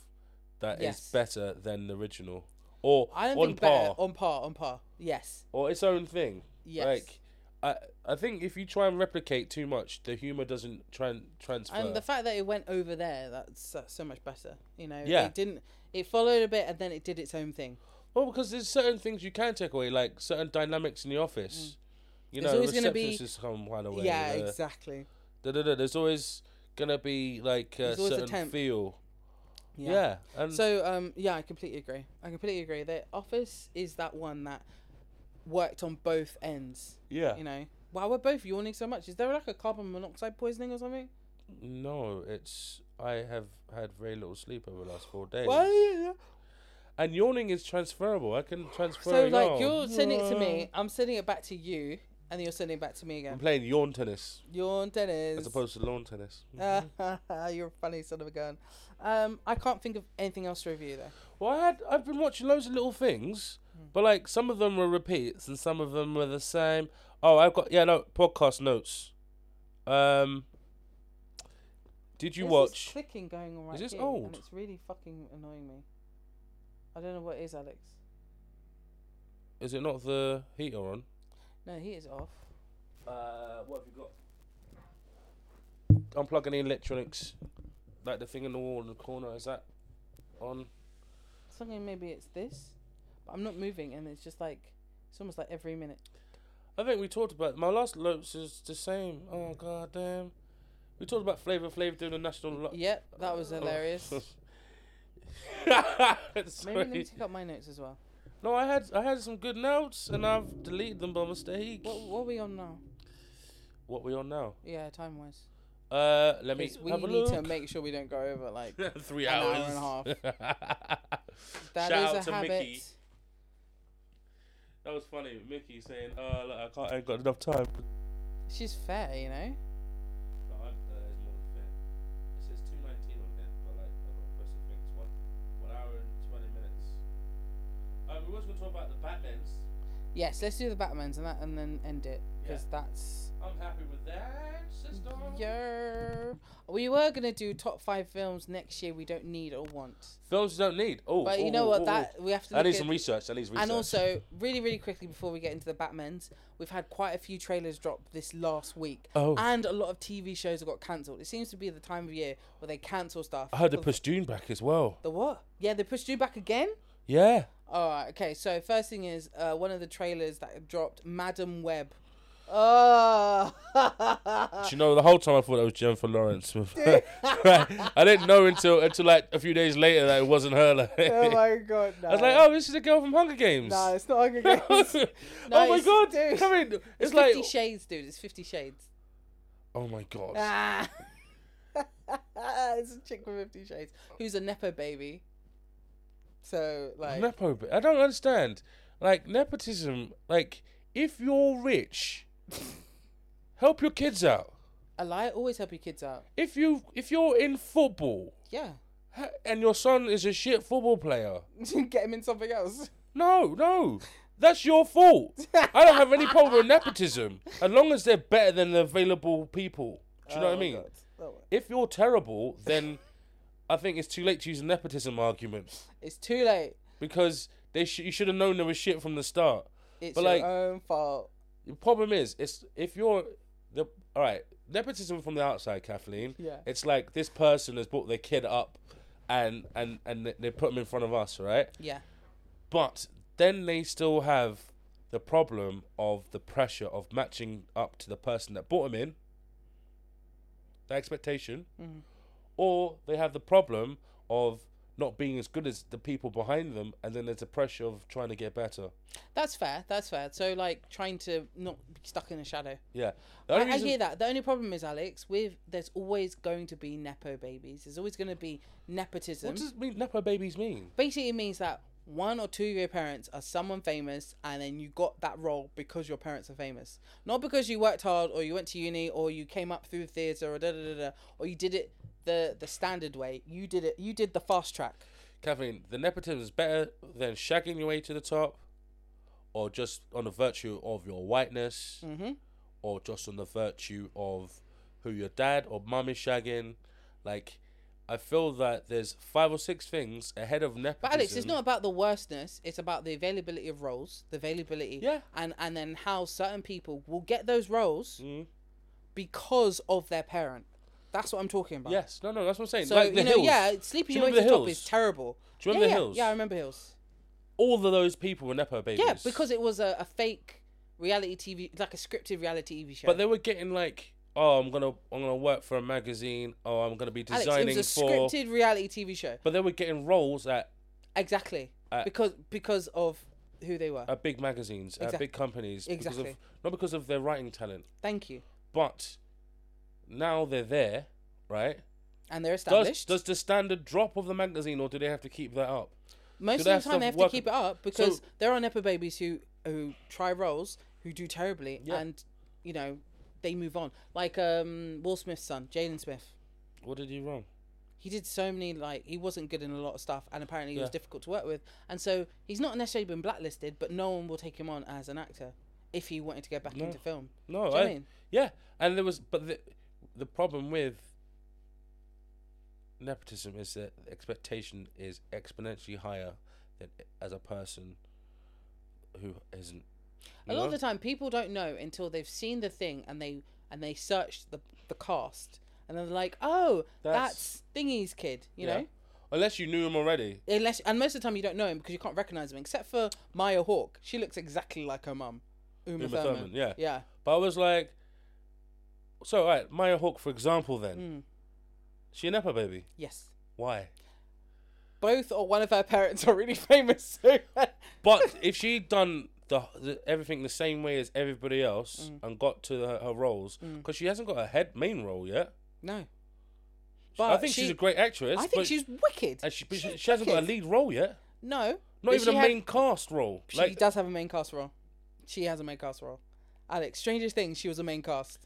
Speaker 1: that is
Speaker 2: Yes.
Speaker 1: better than the original, or
Speaker 2: I don't
Speaker 1: on
Speaker 2: think
Speaker 1: par,
Speaker 2: better on par on par. Yes,
Speaker 1: or its own thing.
Speaker 2: Yes.
Speaker 1: Like, I I think if you try and replicate too much, the humor doesn't tran transfer.
Speaker 2: and the fact that it went over there, that's uh, so much better. You know,
Speaker 1: Yeah.
Speaker 2: it didn't. It followed a bit and then it did its own thing.
Speaker 1: well, Oh, because there's certain things you can take away, like certain dynamics in the office. You
Speaker 2: Mm. There's
Speaker 1: know,
Speaker 2: always gonna be-
Speaker 1: receptionists is some kind of way.
Speaker 2: yeah,
Speaker 1: uh,
Speaker 2: exactly.
Speaker 1: da, da, da, there's always gonna be like a
Speaker 2: There's always a
Speaker 1: certain
Speaker 2: temp.
Speaker 1: feel. Yeah. and
Speaker 2: So um, yeah, I completely agree. I completely agree. The Office is that one that worked on both ends.
Speaker 1: yeah.
Speaker 2: You know, wow, we're both yawning so much. Is there like a carbon monoxide poisoning or something?
Speaker 1: No, it's I have had very little sleep over the last four days.
Speaker 2: Why?
Speaker 1: And yawning is transferable. I can transfer.
Speaker 2: So
Speaker 1: a yawn.
Speaker 2: like you're sending it to me, I'm sending it back to you, and then you're sending it back to me
Speaker 1: I'm
Speaker 2: again.
Speaker 1: playing yawn tennis
Speaker 2: Yawn Dennis.
Speaker 1: as opposed to lawn tennis.
Speaker 2: Uh,
Speaker 1: Mm-hmm.
Speaker 2: you're a funny son of a gun. Um, I can't think of anything else to review though.
Speaker 1: Well, I had I've been watching loads of little things,
Speaker 2: Hmm.
Speaker 1: but like some of them were repeats and some of them were the same. Oh, I've got yeah no podcast notes. Um, did you
Speaker 2: There's
Speaker 1: watch?
Speaker 2: This clicking going on right
Speaker 1: this
Speaker 2: here,
Speaker 1: old?
Speaker 2: And it's really fucking annoying me. I don't know what it is, Alex.
Speaker 1: Is it not the heater on?
Speaker 2: No, he is off.
Speaker 1: Uh, what have you got? Unplugging the electronics, like the thing in the wall in the corner. Is that on?
Speaker 2: Something maybe it's this, but I'm not moving, and it's just like it's almost like every minute.
Speaker 1: I think we talked about my last loops is the same. Oh god damn. We talked about Flavor Flav doing the national. Lo- Oh,
Speaker 2: Yep, that was hilarious.
Speaker 1: Sorry.
Speaker 2: maybe let me take up my notes as well.
Speaker 1: No, I had I had some good notes and I've deleted them by mistake.
Speaker 2: What, what are we on now?
Speaker 1: What we on now?
Speaker 2: Yeah, time wise.
Speaker 1: Uh, let me
Speaker 2: we
Speaker 1: have a
Speaker 2: need
Speaker 1: look.
Speaker 2: to make sure we don't go over like that
Speaker 1: Three
Speaker 2: an hour
Speaker 1: hours.
Speaker 2: and a is
Speaker 1: Shout out
Speaker 2: a
Speaker 1: to
Speaker 2: habit.
Speaker 1: Mickey. That was funny. Mickey saying, "Uh, look, I can't. I ain't got enough time."
Speaker 2: She's fair, you know.
Speaker 1: No, I, uh, it's more than fair. It says two nineteen on here, but like I've got press the things. One, one hour and twenty minutes. Um, we was going to talk about the Batmans.
Speaker 2: Yes, let's do the Batman's and that, and then end it because that's
Speaker 1: I'm happy with that, sister.
Speaker 2: yeah. We were gonna do top five films next year we don't need or want,
Speaker 1: Films you don't need. Oh,
Speaker 2: but
Speaker 1: oh,
Speaker 2: you know
Speaker 1: oh,
Speaker 2: what?
Speaker 1: oh,
Speaker 2: That we have to.
Speaker 1: oh. I
Speaker 2: look
Speaker 1: need
Speaker 2: at-
Speaker 1: some research. I need research.
Speaker 2: And also, really, really quickly before we get into the Batmans, we've had quite a few trailers drop this last week,
Speaker 1: Oh.
Speaker 2: and a lot of TV shows have got cancelled. It seems to be the time of year where they cancel stuff.
Speaker 1: I heard they
Speaker 2: The-
Speaker 1: pushed June back as well.
Speaker 2: the what? Yeah, they pushed you back again.
Speaker 1: Yeah.
Speaker 2: All right. Okay. So first thing is uh, one of the trailers that dropped, Madam Web. Oh.
Speaker 1: Do you know the whole time I thought that was Jennifer Lawrence. right. I didn't know until until like a few days later that it wasn't her. Like.
Speaker 2: Oh my god. No.
Speaker 1: I was like, oh, this is a girl from Hunger Games.
Speaker 2: No, it's not Hunger
Speaker 1: oh
Speaker 2: Games.
Speaker 1: my
Speaker 2: it's-
Speaker 1: god!
Speaker 2: dude.
Speaker 1: Come in. It's,
Speaker 2: It's
Speaker 1: like,
Speaker 2: Fifty Shades, dude. It's Fifty Shades.
Speaker 1: oh my god.
Speaker 2: Ah. it's a chick with Fifty Shades who's a nepo baby. So like,
Speaker 1: Nepo, I don't understand. Like nepotism. Like if you're rich, help your kids out.
Speaker 2: a lie always help your kids out.
Speaker 1: If you if you're in football
Speaker 2: Yeah.
Speaker 1: ha- and your son is a shit football player,
Speaker 2: Get him in something else.
Speaker 1: no, no, that's your fault. I don't have any problem with nepotism as long as they're better than the available people. Do you
Speaker 2: Oh,
Speaker 1: know what I mean? If you're terrible, then I think it's too late to use a nepotism argument.
Speaker 2: It's too late.
Speaker 1: because they sh- you should have known they were shit from the start.
Speaker 2: It's
Speaker 1: But,
Speaker 2: your
Speaker 1: like-
Speaker 2: own fault.
Speaker 1: The problem is, it's if you're the all right nepotism from the outside, Kathleen.
Speaker 2: Yeah.
Speaker 1: It's like this person has brought their kid up, and and and they- they put him in front of us, right?
Speaker 2: Yeah.
Speaker 1: But then they still have the problem of the pressure of matching up to the person that brought him in. The expectation,
Speaker 2: Mm.
Speaker 1: or they have the problem of not being as good as the people behind them, and then there's the pressure of trying to get better.
Speaker 2: That's fair. That's fair. So like trying to not be stuck in a shadow.
Speaker 1: Yeah. The
Speaker 2: I,
Speaker 1: only
Speaker 2: I
Speaker 1: reason-
Speaker 2: hear that. The only problem is Alex. With there's always going to be nepo babies. There's always going to be nepotism.
Speaker 1: What does mean, Nepo babies mean?
Speaker 2: Basically, it means that one or two of your parents are someone famous, and then you got that role because your parents are famous, not because you worked hard or you went to uni or you came up through theatre or da da da da, or you did it the the standard way. You did it. You did the fast track.
Speaker 1: Kathleen, the nepotism is better than shagging your way to the top, or just on the virtue of your whiteness,
Speaker 2: Mm-hmm.
Speaker 1: or just on the virtue of who your dad or mum is shagging. Like, I feel that there's five or six things ahead of nepotism.
Speaker 2: But Alex, it's not about the worstness. It's about the availability of roles, the availability,
Speaker 1: Yeah.
Speaker 2: and and then how certain people will get those roles
Speaker 1: Mm-hmm.
Speaker 2: because of their parent. That's what I'm talking about.
Speaker 1: Yes, no, no, that's what I'm saying.
Speaker 2: So
Speaker 1: like the
Speaker 2: you know,
Speaker 1: hills.
Speaker 2: yeah, sleeping
Speaker 1: Do
Speaker 2: your
Speaker 1: you
Speaker 2: way to
Speaker 1: remember
Speaker 2: the
Speaker 1: the
Speaker 2: top is
Speaker 1: Hills?
Speaker 2: terrible.
Speaker 1: Do you
Speaker 2: yeah,
Speaker 1: remember the
Speaker 2: yeah,
Speaker 1: Hills?
Speaker 2: Yeah, I remember hills.
Speaker 1: All of those people were nepo babies.
Speaker 2: Yeah, because it was a, a fake reality TV, like a scripted reality TV show.
Speaker 1: But they were getting like, oh, I'm gonna, I'm gonna work for a magazine. Oh, I'm gonna be
Speaker 2: Alex,
Speaker 1: designing
Speaker 2: it was a
Speaker 1: for.
Speaker 2: scripted reality TV show.
Speaker 1: But they were getting roles at
Speaker 2: Exactly,
Speaker 1: Uh,
Speaker 2: because because of who they were.
Speaker 1: at big magazines, at
Speaker 2: Exact-
Speaker 1: big companies, because
Speaker 2: Exactly.
Speaker 1: of not because of their writing talent,
Speaker 2: Thank you,
Speaker 1: but now they're there, right?
Speaker 2: and they're
Speaker 1: Does
Speaker 2: established.
Speaker 1: does the standard drop of the magazine, or do they have to keep that up?
Speaker 2: Most
Speaker 1: Do
Speaker 2: of
Speaker 1: they
Speaker 2: the
Speaker 1: have
Speaker 2: time,
Speaker 1: to
Speaker 2: they have
Speaker 1: work-
Speaker 2: to keep it up because
Speaker 1: So-
Speaker 2: there are nepo babies who who try roles who do terribly,
Speaker 1: Yeah.
Speaker 2: and you know they move on. Like um, Will Smith's son, Jalen Smith.
Speaker 1: What did you wrong?
Speaker 2: He did so many like he wasn't good in a lot of stuff, and apparently he was
Speaker 1: Yeah.
Speaker 2: difficult to work with, and so he's not necessarily been blacklisted, but no one will take him on as an actor if he wanted to go back into film.
Speaker 1: No,
Speaker 2: Do you know
Speaker 1: I,
Speaker 2: what I mean?
Speaker 1: yeah, and there was, but the the problem with nepotism is that the expectation is exponentially higher than as a person who isn't.
Speaker 2: A lot of the time, people don't know until they've seen the thing and they and they searched the the cast, and then they're like, oh,
Speaker 1: That's-
Speaker 2: that's, Thingy's kid, you know.
Speaker 1: unless you knew him already.
Speaker 2: unless and most of the time you don't know him because you can't recognize him except for Maya Hawke. She looks exactly like her mum, Uma,
Speaker 1: Uma
Speaker 2: Thurman.
Speaker 1: Thurman, yeah.
Speaker 2: yeah.
Speaker 1: But I was like, so all right,
Speaker 2: Mm.
Speaker 1: Maya Hawke, for example, then she a nepo baby.
Speaker 2: Yes,
Speaker 1: Why?
Speaker 2: both or one of her parents are really famous. So
Speaker 1: But if she'd done the, the everything the same way as everybody else
Speaker 2: Mm.
Speaker 1: and got to her, her roles, because she hasn't got a head main role yet.
Speaker 2: no,
Speaker 1: I
Speaker 2: But
Speaker 1: think she's
Speaker 2: she-
Speaker 1: a great actress.
Speaker 2: I
Speaker 1: but
Speaker 2: think she's wicked.
Speaker 1: and she, but she,
Speaker 2: she's
Speaker 1: she hasn't got a
Speaker 2: wicked.
Speaker 1: lead role yet.
Speaker 2: No,
Speaker 1: Not
Speaker 2: but
Speaker 1: even
Speaker 2: she
Speaker 1: a
Speaker 2: had-
Speaker 1: main cast role.
Speaker 2: She
Speaker 1: Like
Speaker 2: does have a main cast role. She has a main cast role. Alex, Stranger Things, she was a main cast.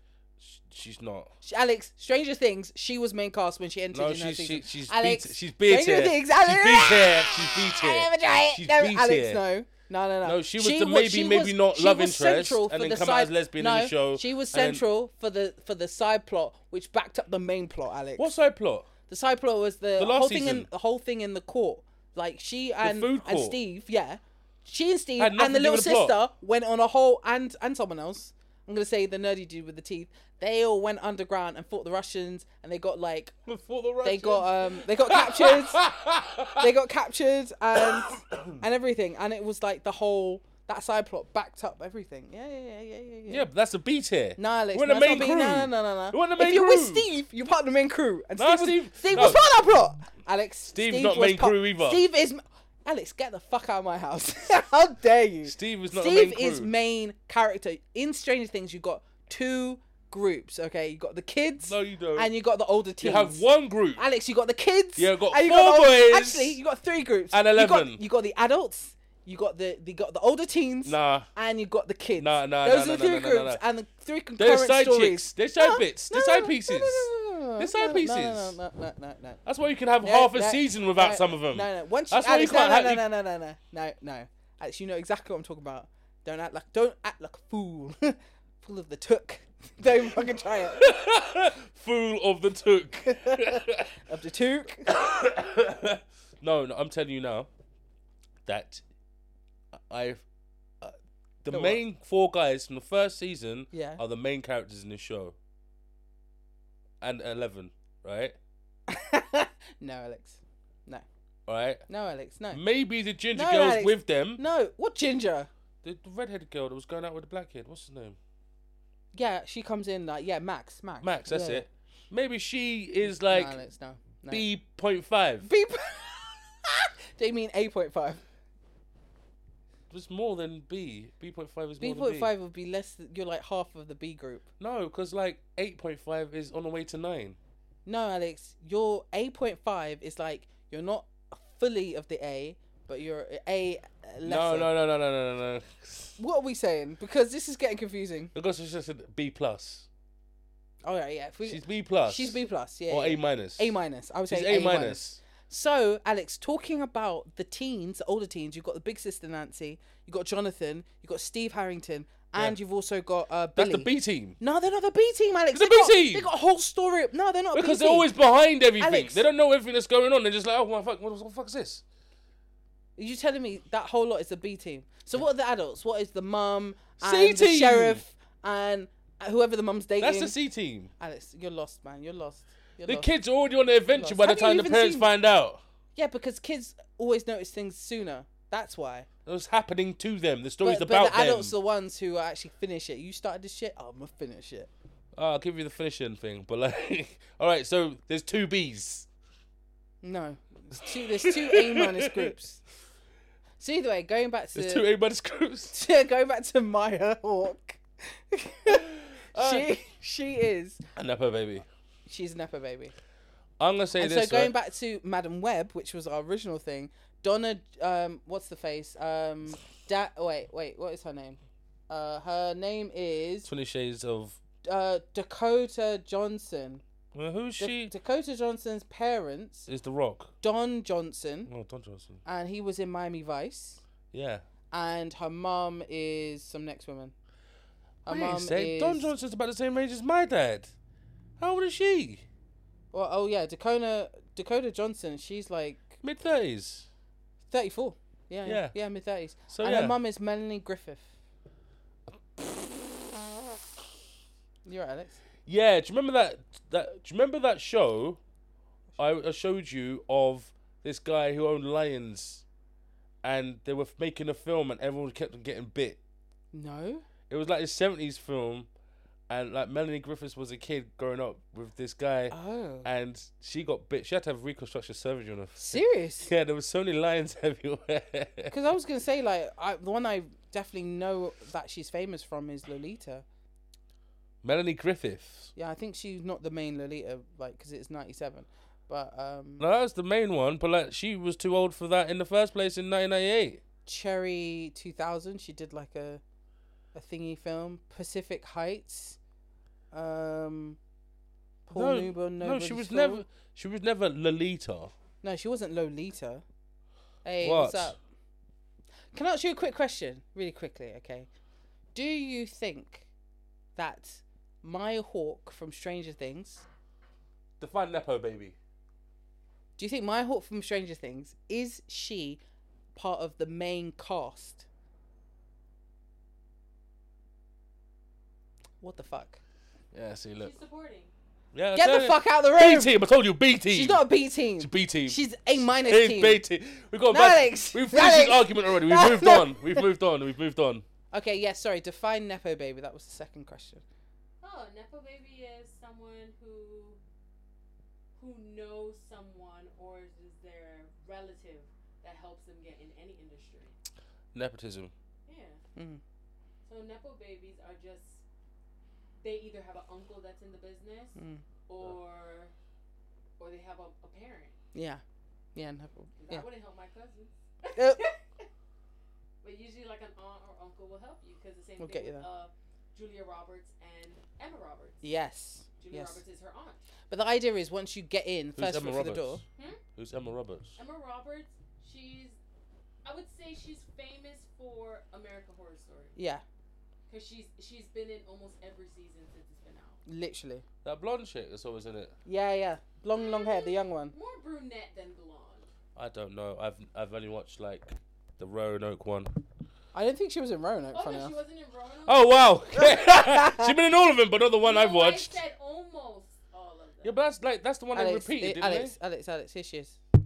Speaker 1: she's not.
Speaker 2: She- Alex, Stranger Things, she was main cast when she entered
Speaker 1: No,
Speaker 2: in her
Speaker 1: she's
Speaker 2: season.
Speaker 1: she, she's
Speaker 2: Alex,
Speaker 1: B- she's B
Speaker 2: Stranger
Speaker 1: tier.
Speaker 2: Things,
Speaker 1: She's
Speaker 2: Alex,
Speaker 1: B tier. She's B tier.
Speaker 2: I never try it.
Speaker 1: She's
Speaker 2: no,
Speaker 1: B
Speaker 2: Alex,
Speaker 1: tier.
Speaker 2: no. No, no, no.
Speaker 1: No, she was the
Speaker 2: wa-
Speaker 1: maybe- maybe not
Speaker 2: she
Speaker 1: love
Speaker 2: was
Speaker 1: interest
Speaker 2: central
Speaker 1: and then
Speaker 2: for the
Speaker 1: come out
Speaker 2: side,
Speaker 1: as lesbian in
Speaker 2: no,
Speaker 1: the show,
Speaker 2: She was
Speaker 1: and then-
Speaker 2: central for the for the side plot, which backed up the main plot. Alex,
Speaker 1: What's her plot?
Speaker 2: the side plot was the,
Speaker 1: last
Speaker 2: whole thing in
Speaker 1: season.
Speaker 2: the whole thing in the court. Like she and
Speaker 1: food
Speaker 2: and
Speaker 1: court.
Speaker 2: Steve, yeah. She and Steve
Speaker 1: Had nothing
Speaker 2: and the
Speaker 1: to do
Speaker 2: little
Speaker 1: with the
Speaker 2: sister
Speaker 1: plot.
Speaker 2: went on a whole and and someone else. I'm gonna say the nerdy dude with the teeth. They all went underground and fought the Russians, and they got like
Speaker 1: Before the
Speaker 2: they got um they got captured they got captured and and everything and it was like the whole that side plot backed up everything yeah yeah yeah yeah yeah
Speaker 1: yeah, but that's a B tier.
Speaker 2: Nah, Alex,
Speaker 1: We're in
Speaker 2: no,
Speaker 1: the
Speaker 2: it's
Speaker 1: main
Speaker 2: not
Speaker 1: crew.
Speaker 2: being- No, no, no, no, no.
Speaker 1: We're in the main
Speaker 2: if you're
Speaker 1: crew.
Speaker 2: with Steve, you're part of the main crew. And
Speaker 1: Nah,
Speaker 2: Steve, was,
Speaker 1: Steve-
Speaker 2: Steve
Speaker 1: no.
Speaker 2: was part of that plot. Alex,
Speaker 1: Steve's
Speaker 2: Steve
Speaker 1: not
Speaker 2: was
Speaker 1: main
Speaker 2: part-
Speaker 1: crew either.
Speaker 2: Steve is. Alex, get the fuck out of my house. How dare you?
Speaker 1: Steve is not the
Speaker 2: Steve
Speaker 1: main
Speaker 2: is
Speaker 1: crew.
Speaker 2: main character. In Stranger Things, you got two groups. Okay, you got the kids.
Speaker 1: No, you don't.
Speaker 2: And you got the older teens.
Speaker 1: You have one group.
Speaker 2: Alex, you got the kids.
Speaker 1: Yeah, I got
Speaker 2: and you
Speaker 1: four
Speaker 2: the old-
Speaker 1: boys
Speaker 2: Actually, you got three groups.
Speaker 1: and
Speaker 2: You got-
Speaker 1: 11.
Speaker 2: You got, the adults. You got the you got the older teens.
Speaker 1: Nah.
Speaker 2: And you got the kids.
Speaker 1: Nah, nah,
Speaker 2: Those
Speaker 1: nah, nah,
Speaker 2: are the three
Speaker 1: nah, nah,
Speaker 2: groups
Speaker 1: nah.
Speaker 2: and the three
Speaker 1: They're
Speaker 2: concurrent
Speaker 1: side
Speaker 2: stories.
Speaker 1: chicks. They're side
Speaker 2: No,
Speaker 1: bits.
Speaker 2: no,
Speaker 1: They're
Speaker 2: no,
Speaker 1: side
Speaker 2: no,
Speaker 1: pieces.
Speaker 2: no, no, no, no,
Speaker 1: They're side
Speaker 2: no,
Speaker 1: pieces.
Speaker 2: No, no, no, no, no, no.
Speaker 1: That's why you can have
Speaker 2: No,
Speaker 1: half a
Speaker 2: no,
Speaker 1: season without
Speaker 2: no,
Speaker 1: some of them.
Speaker 2: No, no. Once
Speaker 1: That's
Speaker 2: you,
Speaker 1: why you
Speaker 2: Alex,
Speaker 1: can't
Speaker 2: no,
Speaker 1: have-
Speaker 2: no,
Speaker 1: you-
Speaker 2: no, no, no, no, no, no. Alex, you know exactly what I'm talking about. Don't act like don't act like a fool. Full of the took. don't fucking try it.
Speaker 1: Fool of the took.
Speaker 2: of the took.
Speaker 1: no, no, I'm telling you now that I've uh, the
Speaker 2: what?
Speaker 1: main four guys from the first season
Speaker 2: Yeah.
Speaker 1: are the main characters in this show, and eleven, right,
Speaker 2: no, Alex. No.
Speaker 1: right.
Speaker 2: No, Alex. No.
Speaker 1: Maybe the ginger
Speaker 2: No,
Speaker 1: girl's
Speaker 2: Alex.
Speaker 1: with them.
Speaker 2: No. What ginger?
Speaker 1: The The redheaded girl that was going out with the black kid. What's his name?
Speaker 2: Yeah, she comes in like yeah, Max. Max.
Speaker 1: Max. That's
Speaker 2: Yeah,
Speaker 1: it. Maybe she is
Speaker 2: yeah.
Speaker 1: like
Speaker 2: no, Alex. No. no.
Speaker 1: B point five.
Speaker 2: Beep. Do you mean eight point five?
Speaker 1: It's more than B. B point five is
Speaker 2: B
Speaker 1: more than
Speaker 2: point five would be less. th- You're like half of the B group.
Speaker 1: No, because like eight point five is on the way to nine.
Speaker 2: No, Alex. Your eight point five is like you're not fully of the A, but you're A lesser.
Speaker 1: No, no, no, no, no, no, no, no.
Speaker 2: What are we saying? Because this is getting confusing.
Speaker 1: Because she said B plus.
Speaker 2: All right, yeah. If we,
Speaker 1: She's B plus.
Speaker 2: She's B plus. Yeah.
Speaker 1: Or
Speaker 2: yeah.
Speaker 1: A minus.
Speaker 2: A minus. I would say
Speaker 1: She's A
Speaker 2: minus.
Speaker 1: minus.
Speaker 2: So, Alex, talking about the teens, the older teens, you've got the big sister Nancy, you've got Jonathan, you've got Steve Harrington, and you've also got uh, Billy.
Speaker 1: That's the B team.
Speaker 2: No, they're not the B team, Alex.
Speaker 1: They're
Speaker 2: They
Speaker 1: the
Speaker 2: got-
Speaker 1: B team.
Speaker 2: They got a whole story. No, they're not a B
Speaker 1: Because they're
Speaker 2: team.
Speaker 1: always behind everything.
Speaker 2: Alex.
Speaker 1: They don't know everything that's going on. They're just like, oh my fuck, what the fuck is this?
Speaker 2: Are you telling me that whole lot is the B team? So what are the adults? What is the mum and
Speaker 1: C
Speaker 2: the
Speaker 1: team.
Speaker 2: sheriff and whoever the mum's dating?
Speaker 1: That's the C team.
Speaker 2: Alex, you're lost, man. You're lost. You're
Speaker 1: The
Speaker 2: lost.
Speaker 1: kids are already on their adventure
Speaker 2: Lost.
Speaker 1: by the
Speaker 2: Have you
Speaker 1: time the
Speaker 2: even
Speaker 1: parents
Speaker 2: seen-
Speaker 1: find out.
Speaker 2: Yeah, because kids always notice things sooner. That's why.
Speaker 1: What's happening to them? The story's
Speaker 2: But, but
Speaker 1: about
Speaker 2: the adults
Speaker 1: them.
Speaker 2: are the ones who actually finish it. You started this shit. I'm gonna finish it.
Speaker 1: Oh, I'll give you the finishing thing, but like, all right. So there's two Bs.
Speaker 2: No, there's two, there's two A minus groups. So either way, going back to
Speaker 1: There's two A minus groups.
Speaker 2: going back to Maya Hawk,
Speaker 1: Uh,
Speaker 2: she she is
Speaker 1: And Napa baby.
Speaker 2: she's an Nepo baby.
Speaker 1: I'm gonna say
Speaker 2: And
Speaker 1: this.
Speaker 2: so going
Speaker 1: right?
Speaker 2: back to Madam Web, which was our original thing, Donna, um, what's the face? Um, da- oh, wait, wait, what is her name? Uh, her name is
Speaker 1: Twenty Shades of.
Speaker 2: uh, Dakota Johnson.
Speaker 1: Well, who's
Speaker 2: Da-
Speaker 1: she?
Speaker 2: Dakota Johnson's parents,
Speaker 1: Is the Rock?
Speaker 2: Don Johnson,
Speaker 1: Oh, Don Johnson.
Speaker 2: and he was in Miami Vice.
Speaker 1: Yeah.
Speaker 2: And her mum is some next woman. Her
Speaker 1: Wait a
Speaker 2: mum
Speaker 1: sec,
Speaker 2: is
Speaker 1: Don Johnson's about the same age as my dad. How old is she?
Speaker 2: Well, oh yeah, Dakota Dakota Johnson. She's like
Speaker 1: Mid thirties.
Speaker 2: thirty four. Yeah, yeah,
Speaker 1: Yeah.
Speaker 2: mid thirties.
Speaker 1: So,
Speaker 2: and
Speaker 1: yeah.
Speaker 2: her mum is Melanie Griffith. You're right, Alex.
Speaker 1: Yeah. Do you remember that? That do you remember that show? I, I showed you of this guy who owned lions, and they were making a film, and everyone kept on getting bit.
Speaker 2: No.
Speaker 1: It was like a seventies film, and like Melanie Griffiths was a kid growing up with this guy,
Speaker 2: Oh.
Speaker 1: and she got bit. She had to have reconstructive surgery on her.
Speaker 2: Serious?
Speaker 1: Yeah, there were so many lines everywhere.
Speaker 2: Because I was gonna say like I, the one I definitely know that she's famous from is Lolita.
Speaker 1: Melanie Griffiths.
Speaker 2: Yeah, I think she's not the main Lolita like because it's ninety seven, but um,
Speaker 1: No, that's the main one, but like she was too old for that in the first place in 1998.
Speaker 2: Cherry two thousand she did like a a thingy film Pacific Heights. Um, Paul
Speaker 1: no,
Speaker 2: Newborn,
Speaker 1: no, she
Speaker 2: Nobody's
Speaker 1: was
Speaker 2: Fool.
Speaker 1: never. She was never Lolita.
Speaker 2: No, she wasn't Lolita. Hey, what's
Speaker 1: What?
Speaker 2: up? Can I ask you a quick question, really quickly? Okay, do you think that Maya Hawk from Stranger Things?
Speaker 1: Define nepo baby.
Speaker 2: Do you think Maya Hawk from Stranger Things is she part of the main cast? What the fuck?
Speaker 1: Yeah, see, look.
Speaker 5: supporting.
Speaker 1: Yeah, I
Speaker 2: Get
Speaker 1: tell
Speaker 2: the
Speaker 1: you.
Speaker 2: fuck out of the room!
Speaker 1: Uh, B team. I told you, B team.
Speaker 2: She's not a B team.
Speaker 1: It's B team.
Speaker 2: She's A minus
Speaker 1: It's
Speaker 2: team.
Speaker 1: B team. We got back.
Speaker 2: Alex,
Speaker 1: We've finished
Speaker 2: Alex.
Speaker 1: this argument already. We've
Speaker 2: No,
Speaker 1: moved
Speaker 2: no.
Speaker 1: on. We've moved on. We've moved on.
Speaker 2: Okay, yeah, sorry. Define nepo baby. That was the second question.
Speaker 5: Oh, nepo baby is someone who who knows someone or is their relative that helps them get in any industry.
Speaker 1: Nepotism.
Speaker 5: Yeah.
Speaker 2: Mm.
Speaker 5: So nepo babies are just they either have an uncle that's in the business
Speaker 2: Mm.
Speaker 5: or or they have a, a parent.
Speaker 2: Yeah, yeah, nepo.
Speaker 5: 'Cause
Speaker 2: Yeah.
Speaker 5: I wouldn't help my cousins.
Speaker 2: Yep.
Speaker 5: but usually, like an aunt or uncle will help you because the same
Speaker 2: We'll get
Speaker 5: thing
Speaker 2: you
Speaker 5: with
Speaker 2: there.
Speaker 5: uh, Julia Roberts and Emma Roberts.
Speaker 2: Yes.
Speaker 5: Julia
Speaker 2: yes.
Speaker 5: Roberts is her aunt.
Speaker 2: But the idea is once you get in,
Speaker 1: Who's
Speaker 2: first
Speaker 1: Emma
Speaker 2: foot through
Speaker 1: Roberts?
Speaker 2: the door.
Speaker 5: Hmm?
Speaker 1: Who's Emma Roberts?
Speaker 5: Emma Roberts, she's I would say she's famous for America Horror Story
Speaker 2: Yeah,
Speaker 5: because she's she's been in almost every season since it's been out.
Speaker 2: literally.
Speaker 1: That blonde chick that's always in it.
Speaker 2: Yeah, yeah. Long, long hair, the young one.
Speaker 5: More brunette than blonde.
Speaker 1: I don't know. I've I've only watched like the Roanoke one.
Speaker 2: I don't think she was in Roanoke,
Speaker 5: Oh
Speaker 2: funny
Speaker 5: no, she
Speaker 2: enough.
Speaker 5: wasn't in Roanoke.
Speaker 1: Oh wow. She's been in all of them, but not the one
Speaker 5: No,
Speaker 1: I've watched.
Speaker 5: I said almost all of them.
Speaker 1: Yeah, but that's like that's the one they
Speaker 2: Alex,
Speaker 1: repeated,
Speaker 2: eh,
Speaker 1: didn't
Speaker 2: Alex, Alex, Alex, here she is.
Speaker 5: Yeah,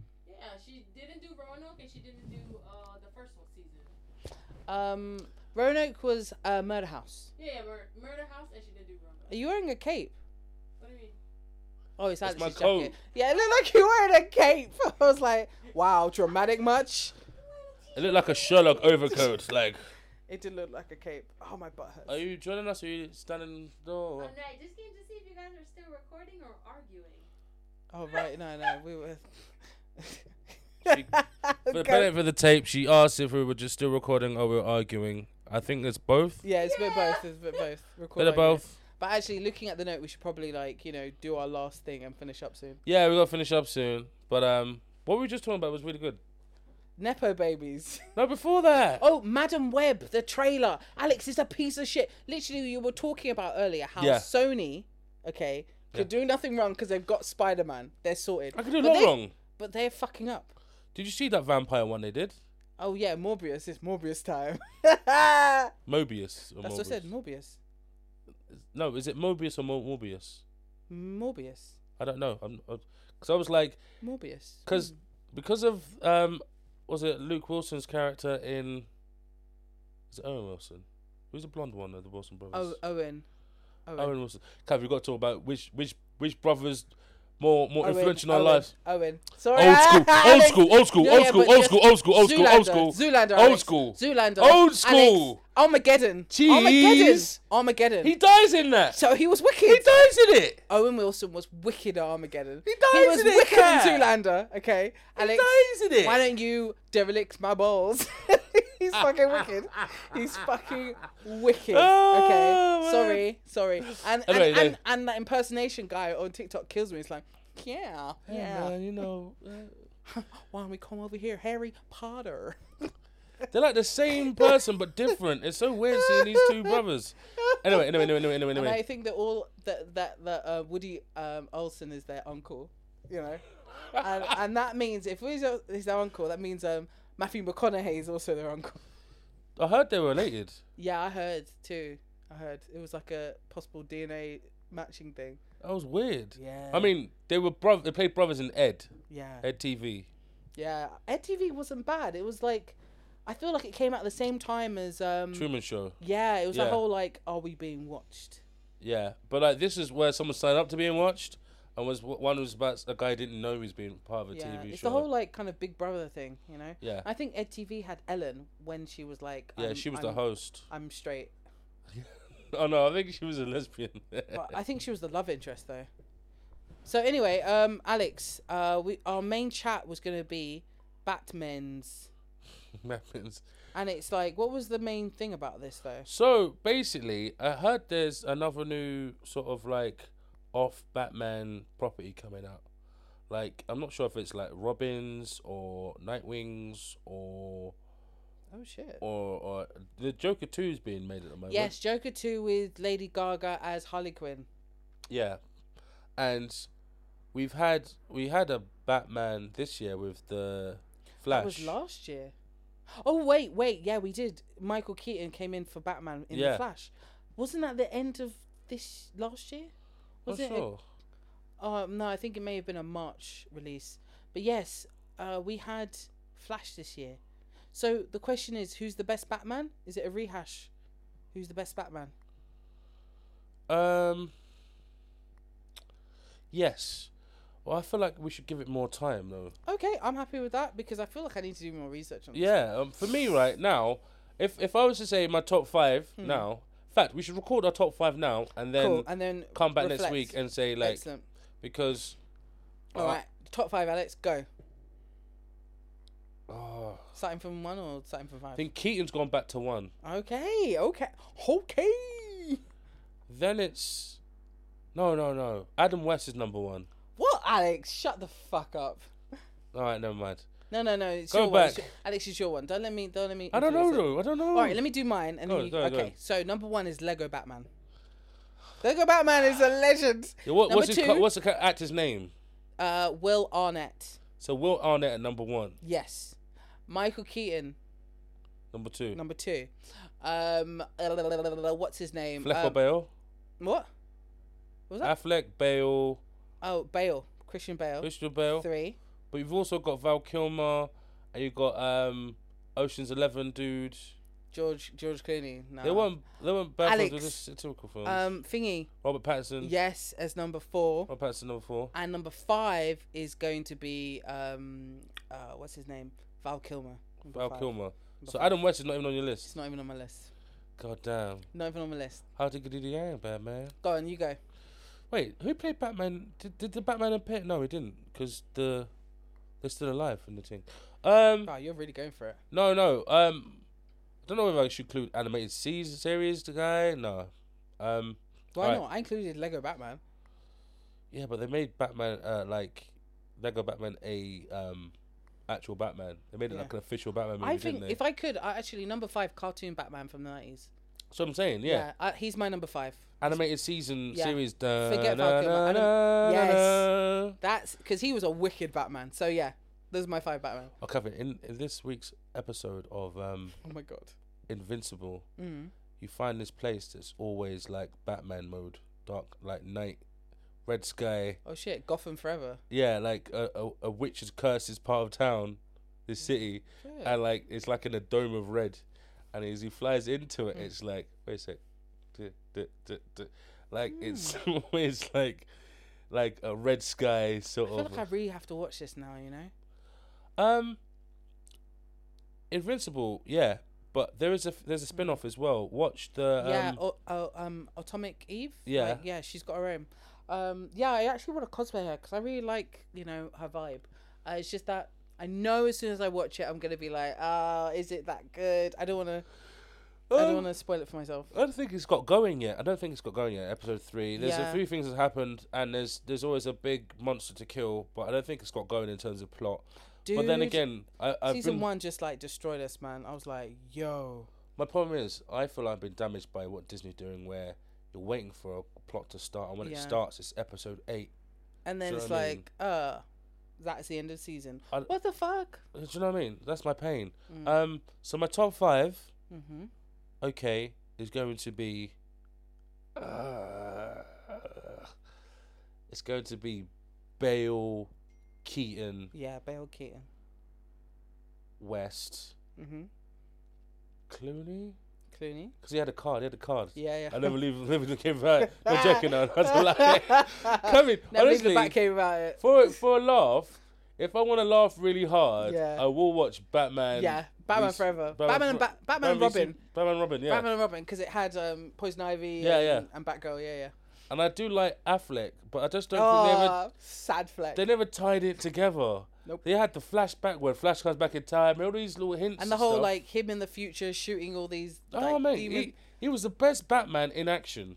Speaker 5: she didn't do Roanoke and she didn't do uh, the first one season.
Speaker 2: Um, Roanoke was uh, Murder House.
Speaker 5: Yeah, yeah Mur- Murder House and she didn't do Roanoke.
Speaker 2: Are you wearing a cape?
Speaker 5: What do you mean?
Speaker 2: Oh, it's
Speaker 1: That's
Speaker 2: Alex's
Speaker 1: my
Speaker 2: jacket.
Speaker 1: coat.
Speaker 2: Yeah, it looked like you were wearing a cape. I was like, wow, dramatic much.
Speaker 1: they? It looked like a Sherlock overcoat. like,
Speaker 2: It did look like a cape. Oh, my butt hurts.
Speaker 1: are you joining us? Or are you standing in the door?
Speaker 5: Um, no, I just came to see if you guys are still recording or arguing.
Speaker 2: Oh, right, no, no, we were.
Speaker 1: She- For the benefit of the tape, she asked if we were just still recording or we were arguing. I think it's both.
Speaker 2: Yeah, it's a bit
Speaker 5: Yeah.
Speaker 2: both. It's a bit both. Record
Speaker 1: Bit of
Speaker 2: like this.
Speaker 1: both.
Speaker 2: But actually, looking at the note, we should probably like you know do our last thing and finish up soon.
Speaker 1: Yeah, we gotta finish up soon. But um, what we were just talking about was really good.
Speaker 2: Nepo babies.
Speaker 1: No, before that.
Speaker 2: Oh, Madam Web, the trailer. Alex is a piece of shit. Literally, you were talking about earlier how
Speaker 1: Yeah.
Speaker 2: Sony, okay, could do nothing wrong because they've got Spider Man. They're sorted.
Speaker 1: I could do a
Speaker 2: But
Speaker 1: lot
Speaker 2: they-
Speaker 1: wrong.
Speaker 2: But they're fucking up.
Speaker 1: Did you see that vampire one they did?
Speaker 2: Oh yeah, Morbius. It's Morbius time. That's
Speaker 1: Mobius. Or
Speaker 2: what I
Speaker 1: Morbius?
Speaker 2: said. Morbius.
Speaker 1: No, is it Mobius or Mo- Morbius?
Speaker 2: Morbius.
Speaker 1: I don't know. I'm because I was like
Speaker 2: Morbius.
Speaker 1: because because of um was it Luke Wilson's character in is it Owen Wilson? Who's the blonde one of the Wilson
Speaker 2: Oh,
Speaker 1: brothers?
Speaker 2: Owen. Owen.
Speaker 1: Owen Wilson. Cav, we got to talk about which which which brothers more more
Speaker 2: Owen,
Speaker 1: influential in our
Speaker 2: Owen,
Speaker 1: lives.
Speaker 2: Owen. Sorry.
Speaker 1: Old school, old
Speaker 2: Alex.
Speaker 1: school, old school,
Speaker 2: Yeah,
Speaker 1: old
Speaker 2: yeah,
Speaker 1: school,
Speaker 2: but
Speaker 1: old
Speaker 2: just
Speaker 1: school, old school, old school, old
Speaker 2: Zoolander,
Speaker 1: school,
Speaker 2: Zoolander,
Speaker 1: old
Speaker 2: Alex.
Speaker 1: school.
Speaker 2: Zoolander.
Speaker 1: Old school.
Speaker 2: Alex, Armageddon.
Speaker 1: Jeez.
Speaker 2: Armageddon. Armageddon.
Speaker 1: He dies in that.
Speaker 2: so he was wicked.
Speaker 1: He dies in it.
Speaker 2: Owen Wilson was wicked at Armageddon.
Speaker 1: He
Speaker 2: He
Speaker 1: dies
Speaker 2: was
Speaker 1: in it,
Speaker 2: wicked
Speaker 1: yeah.
Speaker 2: in Zoolander. Okay, Alex.
Speaker 1: he dies in it.
Speaker 2: Why don't you derelict my balls? He's fucking wicked. He's fucking wicked.
Speaker 1: Oh,
Speaker 2: okay,
Speaker 1: man.
Speaker 2: sorry, sorry. And and,
Speaker 1: Anyway, no.
Speaker 2: and and that impersonation guy on TikTok kills me. It's like, yeah, yeah.
Speaker 1: Oh, man, you know, uh,
Speaker 2: Why don't we come over here, Harry Potter?
Speaker 1: they're like the same person but different. It's so weird seeing these two brothers. Anyway, anyway, anyway, anyway, anyway,
Speaker 2: And I
Speaker 1: anyway.
Speaker 2: think that all that that that uh, Woody um, Olsen is their uncle, you know, and and that means if Woody Ol- is their uncle, that means um, Matthew McConaughey is also their uncle.
Speaker 1: I heard they were related.
Speaker 2: Yeah, I heard too. I heard it was like a possible DNA matching thing.
Speaker 1: That was weird.
Speaker 2: Yeah.
Speaker 1: I mean, they were brother. They played brothers in Ed.
Speaker 2: Yeah,
Speaker 1: Ed TV.
Speaker 2: yeah. Ed TV wasn't bad. It was like, I feel like it came out at the same time as um.
Speaker 1: Truman Show.
Speaker 2: Yeah, it was a
Speaker 1: Yeah.
Speaker 2: whole like, are we being watched?
Speaker 1: Yeah, but like this is where someone signed up to being watched, and was one was about a guy didn't know he was being part of a
Speaker 2: yeah,
Speaker 1: TV
Speaker 2: it's
Speaker 1: show.
Speaker 2: the whole like kind of Big Brother thing, you know.
Speaker 1: yeah,
Speaker 2: I think EdTV had Ellen when she was like,
Speaker 1: yeah,
Speaker 2: I'm-
Speaker 1: she was
Speaker 2: I'm-
Speaker 1: the host.
Speaker 2: I'm straight,
Speaker 1: Oh no, I think she was a lesbian.
Speaker 2: but
Speaker 1: eh.
Speaker 2: I think she was the love interest though. So anyway, um, Alex, uh, we our main chat was gonna be Batman's,
Speaker 1: Mappings.
Speaker 2: and it's like, what was the main thing about this though?
Speaker 1: So basically, I heard there's another new sort of like off Batman property coming out. Like I'm not sure if it's like Robins or Nightwings or
Speaker 2: Oh shit.
Speaker 1: or, or the Joker Two is being made at the moment.
Speaker 2: Yes, Joker two with Lady Gaga as Harley Quinn.
Speaker 1: Yeah, and we've had we had a Batman this year with the Flash.
Speaker 2: That was last year. Oh wait, wait, yeah, we did. Michael Keaton came in for Batman in
Speaker 1: Yeah.
Speaker 2: the Flash. Wasn't that the end of this last year? Was
Speaker 1: Not
Speaker 2: it? a-
Speaker 1: sure.
Speaker 2: um, no, I think it may have been a March release. But yes, uh, we had Flash this year. So the question is, who's the best Batman? Is it a rehash? Who's the best Batman?
Speaker 1: Um. Yes. Well, I feel like we should give it more time, though.
Speaker 2: Okay, I'm happy with that because I feel like I need to do more research on. This.
Speaker 1: Yeah. Um, for me, right now, if if I was to say my top five now, in fact, we should record our top five now and then
Speaker 2: Hmm. Cool, and then
Speaker 1: come back next
Speaker 2: reflect.
Speaker 1: week and say like
Speaker 2: Excellent.
Speaker 1: because. uh,
Speaker 2: All right, top five, Alex, go.
Speaker 1: Oh,
Speaker 2: Starting from one or starting from
Speaker 1: I
Speaker 2: five?
Speaker 1: think Keaton's gone back to one.
Speaker 2: Okay, okay, okay.
Speaker 1: Then it's. No, no, no. Adam West is number one.
Speaker 2: What, Alex? Shut the fuck up.
Speaker 1: All right, never mind.
Speaker 2: No, no, no. It's
Speaker 1: Go
Speaker 2: your one. It's
Speaker 1: back.
Speaker 2: your- Alex, it's your one. Don't let me. Don't let me.
Speaker 1: I don't know
Speaker 2: influence it.
Speaker 1: though. I don't know.
Speaker 2: All right, let me do mine. And
Speaker 1: Go,
Speaker 2: then you,
Speaker 1: go, go.
Speaker 2: okay, so number one is Lego Batman. Lego Batman is a legend.
Speaker 1: Yeah, what,
Speaker 2: number
Speaker 1: what's, his,
Speaker 2: two,
Speaker 1: ca- what's the ca- actor's name?
Speaker 2: uh, Will Arnett.
Speaker 1: So Will Arnett at number one,
Speaker 2: Yes. Michael Keaton,
Speaker 1: number two.
Speaker 2: number two. Um, what's his name?
Speaker 1: Fleck or
Speaker 2: Um,
Speaker 1: Bale?
Speaker 2: what? What was that?
Speaker 1: Affleck, Bale,
Speaker 2: oh, Bale. Christian Bale.
Speaker 1: Christian Bale.
Speaker 2: Three.
Speaker 1: But you've also got Val Kilmer, and you've got um, Ocean's Eleven dude.
Speaker 2: George George Clooney. No.
Speaker 1: They weren't they weren't bad films. They were
Speaker 2: Ah. Alex.
Speaker 1: just satirical films.
Speaker 2: Um, thingy.
Speaker 1: Robert Pattinson.
Speaker 2: Yes, as number four.
Speaker 1: Robert Pattinson number four.
Speaker 2: And number five is going to be um, uh, what's his name? Val Kilmer. Number
Speaker 1: Val
Speaker 2: five.
Speaker 1: Kilmer. So Adam West is not even on your
Speaker 2: It's
Speaker 1: list.
Speaker 2: not even on my list.
Speaker 1: God damn.
Speaker 2: Not even on my list.
Speaker 1: How did you do the game, Batman?
Speaker 2: Go on, you go.
Speaker 1: Wait, who played Batman? Did, did the Batman appear? No, he didn't, because the they're still alive in the thing. Um,
Speaker 2: Wow, you're really going for it.
Speaker 1: No, no. Um, I don't know if I should include animated seas series. The guy, no. Um,
Speaker 2: Why
Speaker 1: Alright.
Speaker 2: not? I included Lego Batman.
Speaker 1: yeah, but they made Batman uh, like Lego Batman a um actual Batman. They made it
Speaker 2: Yeah.
Speaker 1: like an official Batman movie,
Speaker 2: I think
Speaker 1: didn't they?
Speaker 2: if I could, I actually number five cartoon Batman from the nineties.
Speaker 1: so I'm saying, yeah,
Speaker 2: uh, he's my number five.
Speaker 1: animated season
Speaker 2: Yeah.
Speaker 1: series.
Speaker 2: Forget Val Kilmer. Anim- Yes.
Speaker 1: yes.
Speaker 2: That's because he was a wicked Batman. So yeah, those are my five Batman.
Speaker 1: Okay, Kevin, in, in this week's episode of um
Speaker 2: Oh my god.
Speaker 1: Invincible,
Speaker 2: Mm.
Speaker 1: you find this place that's always like Batman mode, dark like night, red sky.
Speaker 2: Oh shit, Gotham forever.
Speaker 1: yeah, like a, a, a witch's curse is part of town,
Speaker 2: Mm.
Speaker 1: this city,
Speaker 2: Shit.
Speaker 1: and like it's like in a dome of red, and as he flies into
Speaker 2: Mm.
Speaker 1: it, it's like wait a sec, duh, duh, duh, duh. like it's
Speaker 2: Mm.
Speaker 1: always like like a red sky
Speaker 2: I
Speaker 1: sort
Speaker 2: feel like I
Speaker 1: of.
Speaker 2: really have to watch this now. You know.
Speaker 1: um, Invincible, yeah, but there is a there's a spin off as well. Watch the
Speaker 2: Mm. yeah.
Speaker 1: um,
Speaker 2: Oh, oh, um, Atomic Eve.
Speaker 1: Yeah.
Speaker 2: Like, yeah, she's got her own. Um, yeah, I actually want to cosplay her because I really like you know her vibe. Uh, it's just that. I know as soon as I watch it, I'm gonna be like, "Ah, is it that good?" I don't want to. I don't
Speaker 1: um,
Speaker 2: want to spoil it for myself.
Speaker 1: I don't think it's got going yet. I don't think it's got going yet. Episode three. There's
Speaker 2: Yeah.
Speaker 1: a few things that happened, and there's there's always a big monster to kill, but I don't think it's got going in terms of plot. but then
Speaker 2: Dude,
Speaker 1: again, I, I've
Speaker 2: season
Speaker 1: been,
Speaker 2: one just like destroyed us, man. I was like, yo,
Speaker 1: my problem is I feel I've been damaged by what Disney's doing, where you're waiting for a plot to start, and when it
Speaker 2: Yeah.
Speaker 1: starts, it's episode eight.
Speaker 2: and then
Speaker 1: Do you
Speaker 2: it's
Speaker 1: know what I mean?
Speaker 2: like, uh, that's the end of the season.
Speaker 1: I-
Speaker 2: what the fuck?
Speaker 1: Do you know what I mean? That's my pain.
Speaker 2: Mm.
Speaker 1: Um, so my top five,
Speaker 2: Mm-hmm.
Speaker 1: okay, is going to be. Uh, it's going to be Bale, Keaton,
Speaker 2: Yeah, Bale Keaton.
Speaker 1: West.
Speaker 2: Mm-hmm.
Speaker 1: Clooney?
Speaker 2: Clooney.
Speaker 1: Because he had a card. He had a card.
Speaker 2: Yeah, yeah.
Speaker 1: I never leave living came back. No joking, no. That's a lie. Come in.
Speaker 2: Never
Speaker 1: honestly,
Speaker 2: even back came about it.
Speaker 1: for for a laugh, if I want to laugh really hard,
Speaker 2: Yeah.
Speaker 1: I will watch Batman.
Speaker 2: Yeah, Batman
Speaker 1: Rec-
Speaker 2: Forever. Batman and
Speaker 1: Fo-
Speaker 2: Ba- Batman and
Speaker 1: Rec-
Speaker 2: Robin.
Speaker 1: Batman Robin, yeah.
Speaker 2: Batman and Robin because it had um, Poison Ivy.
Speaker 1: Yeah,
Speaker 2: and,
Speaker 1: yeah.
Speaker 2: And Batgirl. Yeah, yeah.
Speaker 1: And I do like Affleck, but I just don't think they ever
Speaker 2: Oh, sad flex.
Speaker 1: they never tied it together.
Speaker 2: Nope.
Speaker 1: They had the flashback where Flash comes back in time, all these little hints.
Speaker 2: and the whole
Speaker 1: stuff.
Speaker 2: like him in the future shooting all these. Like,
Speaker 1: oh man,
Speaker 2: demon-
Speaker 1: he, he was the best Batman in action.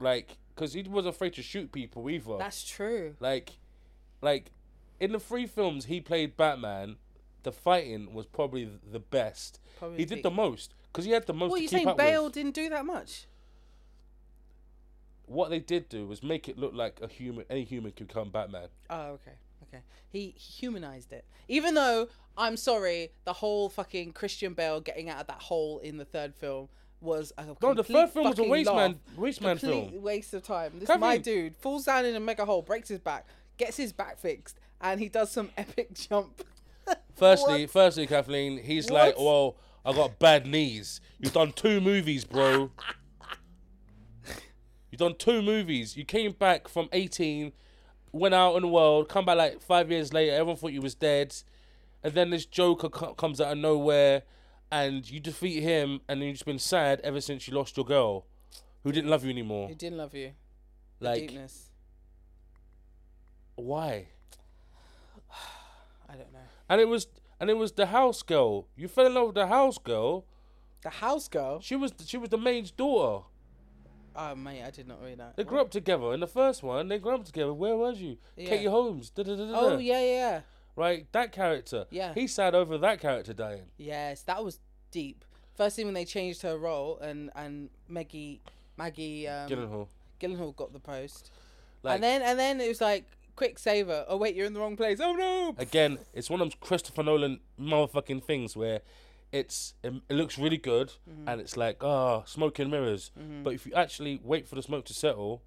Speaker 1: Like, cause he wasn't afraid to shoot people either.
Speaker 2: that's true.
Speaker 1: Like, like in the three films he played Batman, the fighting was probably th- the best.
Speaker 2: Probably
Speaker 1: he did the
Speaker 2: the-
Speaker 1: most because he had the most
Speaker 2: What
Speaker 1: to
Speaker 2: you
Speaker 1: keep
Speaker 2: saying?
Speaker 1: up
Speaker 2: Bale
Speaker 1: with.
Speaker 2: didn't do that much.
Speaker 1: What they did do was make it look like a human, any human could become Batman.
Speaker 2: Oh, okay, okay. He humanized it, even though I'm sorry, the whole fucking Christian Bale getting out of that hole in the third film was a
Speaker 1: No, the
Speaker 2: complete
Speaker 1: third film was a
Speaker 2: fucking
Speaker 1: waste
Speaker 2: laugh.
Speaker 1: man, waste man
Speaker 2: complete
Speaker 1: film.
Speaker 2: waste of time. This
Speaker 1: Can't
Speaker 2: my
Speaker 1: believe-
Speaker 2: dude falls down in a mega hole, breaks his back, gets his back fixed, and he does some epic jump.
Speaker 1: Firstly, firstly, Kathleen, he's like,
Speaker 2: What?
Speaker 1: well, I got bad knees. You've done two movies, bro. You've done two movies. You came back from 18, went out in the world, come back like five years later. Everyone thought you was dead, and then this Joker co- comes out of nowhere, and you defeat him, and then you've just been sad ever since you lost your girl, who didn't love you anymore.
Speaker 2: He didn't love you.
Speaker 1: Like,
Speaker 2: Deepness.
Speaker 1: why?
Speaker 2: I don't know.
Speaker 1: And it was, and it was the house girl. You fell in love with the house girl.
Speaker 2: The house girl.
Speaker 1: She was, she was the maid's daughter.
Speaker 2: Oh mate, I did not read that.
Speaker 1: They grew up together. In the first one, they grew up together. Where was you?
Speaker 2: Yeah.
Speaker 1: Katie Holmes. da da da da
Speaker 2: Oh
Speaker 1: da.
Speaker 2: yeah, yeah, yeah.
Speaker 1: Right, that character.
Speaker 2: Yeah. Um,
Speaker 1: He's sad over that character dying.
Speaker 2: Yes, that was deep. First thing when they changed her role and and Maggie Maggie um,
Speaker 1: Gyllenhaal.
Speaker 2: Gyllenhaal got the post,
Speaker 1: Like,
Speaker 2: and then and then it was like quick saver. Oh wait, you're in the wrong place. Oh no.
Speaker 1: again, it's one of them Christopher Nolan motherfucking things where it's it, it looks really good
Speaker 2: Mm-hmm.
Speaker 1: and it's like ah smoke and mirrors, but if you actually wait for the smoke to settle,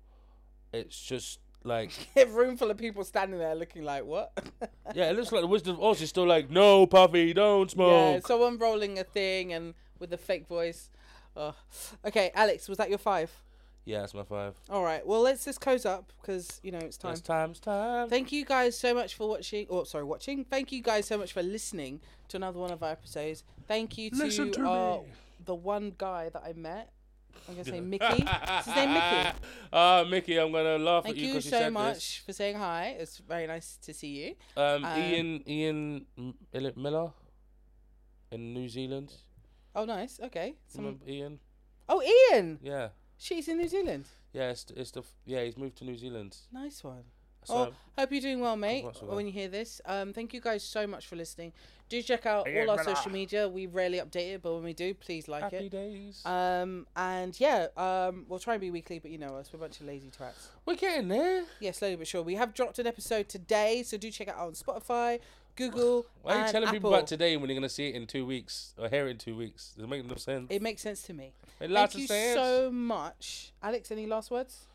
Speaker 1: it's just like
Speaker 2: A room full of people standing there looking like what?
Speaker 1: yeah, it looks like the Wizard of Oz is still like no puppy, don't
Speaker 2: yeah,
Speaker 1: smoke.
Speaker 2: someone rolling a thing and with a fake voice. Oh. Okay, Alex, was that your five?
Speaker 1: yeah, that's my five.
Speaker 2: All right. Well, let's just close up because you know it's time.
Speaker 1: It's time, it's time.
Speaker 2: Thank you guys so much for watching. Oh, sorry, watching. Thank you guys so much for listening to another one of our episodes. Thank you to,
Speaker 1: Listen to
Speaker 2: uh,
Speaker 1: me.
Speaker 2: the one guy that I met. I'm gonna say Mickey. Is his name Mickey?
Speaker 1: Ah, Mickey, I'm gonna laugh
Speaker 2: Thank
Speaker 1: at you
Speaker 2: you,
Speaker 1: because you,
Speaker 2: so
Speaker 1: said
Speaker 2: much
Speaker 1: this.
Speaker 2: for saying hi. It's very nice to see you.
Speaker 1: Um,
Speaker 2: Um,
Speaker 1: Ian Ian M- Ill- Miller in New Zealand.
Speaker 2: Oh, nice. Okay. Some...
Speaker 1: Remember Ian?
Speaker 2: Oh, Ian.
Speaker 1: Yeah,
Speaker 2: She's in New Zealand.
Speaker 1: yeah. It's, it's the f- yeah. He's moved to New Zealand.
Speaker 2: Nice one.
Speaker 1: So
Speaker 2: oh, hope you're doing well, mate.
Speaker 1: much,
Speaker 2: When you hear this, um, thank you guys so much for listening. Do check out all our social media. We rarely update it, but when we do, please like
Speaker 1: happy
Speaker 2: it.
Speaker 1: days.
Speaker 2: Um, and yeah, um, we'll try and be weekly, but you know us, we're a bunch of lazy twats.
Speaker 1: We're getting there.
Speaker 2: Yeah, slowly but sure. We have dropped an episode today, so do check it out on Spotify, Google.
Speaker 1: Why are
Speaker 2: and
Speaker 1: you telling
Speaker 2: Apple.
Speaker 1: people about today when you're gonna see it in two weeks or hear it in two weeks? Does it make no sense?
Speaker 2: It makes sense to me.
Speaker 1: It
Speaker 2: Thank
Speaker 1: lots of
Speaker 2: you
Speaker 1: sense.
Speaker 2: so much, Alex. Any last words?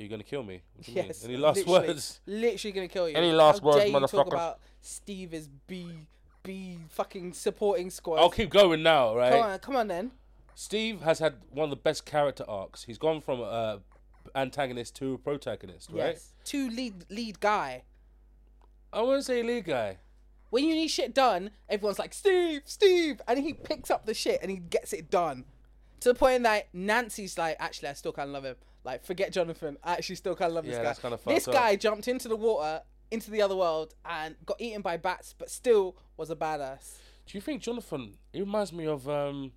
Speaker 1: Are you gonna kill me? What do you mean?
Speaker 2: Yes.
Speaker 1: Mm, Any last
Speaker 2: literally,
Speaker 1: words?
Speaker 2: Literally gonna kill you.
Speaker 1: Any last
Speaker 2: How
Speaker 1: words,
Speaker 2: dare you Talk
Speaker 1: motherfucker?
Speaker 2: about Steve is B B fucking supporting squad.
Speaker 1: I'll keep going now, right?
Speaker 2: Come on, come on then.
Speaker 1: Steve has had one of the best character arcs. He's gone from uh, antagonist to protagonist, right?
Speaker 2: Yes. Two lead lead guy.
Speaker 1: I wouldn't say lead guy.
Speaker 2: When you need shit done, everyone's like, Steve, Steve. And he picks up the shit and he gets it done. To the point that Nancy's like, actually, I still kind of love him. Like, forget Jonathan. I actually still kind of love this
Speaker 1: Yeah,
Speaker 2: guy.
Speaker 1: that's kinda
Speaker 2: this
Speaker 1: fucked up.
Speaker 2: guy jumped into the water, into the other world, and got eaten by bats, but still was a badass.
Speaker 1: Do you think Jonathan? He reminds me of um,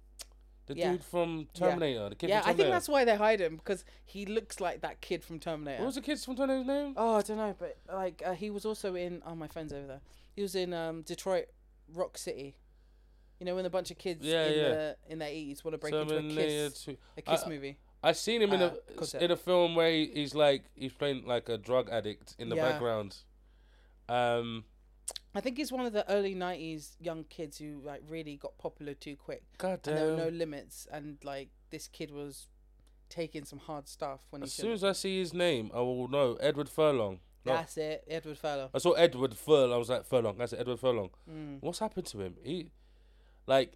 Speaker 1: the
Speaker 2: Yeah.
Speaker 1: dude from
Speaker 2: Yeah.
Speaker 1: Terminator. The kid
Speaker 2: Yeah,
Speaker 1: from
Speaker 2: I think
Speaker 1: Terminator.
Speaker 2: that's why they hide him, because he looks like that kid from
Speaker 1: What
Speaker 2: Terminator.
Speaker 1: was the kid from Terminator's name?
Speaker 2: Oh, I don't know, but like, uh, he was also in, oh, my phone's over there. He was in um, Detroit Rock City. You know, when a bunch of kids
Speaker 1: Yeah,
Speaker 2: in,
Speaker 1: yeah.
Speaker 2: The, in their 80s want to break into a
Speaker 1: Terminator
Speaker 2: kiss.
Speaker 1: Two.
Speaker 2: A kiss
Speaker 1: I-
Speaker 2: movie.
Speaker 1: I seen him in
Speaker 2: Uh,
Speaker 1: a
Speaker 2: concept.
Speaker 1: in a film where he- he's like he's playing like a drug addict in the
Speaker 2: Yeah.
Speaker 1: background. Um,
Speaker 2: I think he's one of the early '90s young kids who like really got popular too quick, and there were
Speaker 1: goddamn.
Speaker 2: no limits. And like this kid was taking some hard stuff when he
Speaker 1: as soon
Speaker 2: should.
Speaker 1: as I see his name, I will know Edward Furlong. No,
Speaker 2: That's it, Edward Furlong.
Speaker 1: I saw Edward Furlong. I was like Furlong.
Speaker 2: Mm.
Speaker 1: That's Edward Furlong. What's happened to him? He, like,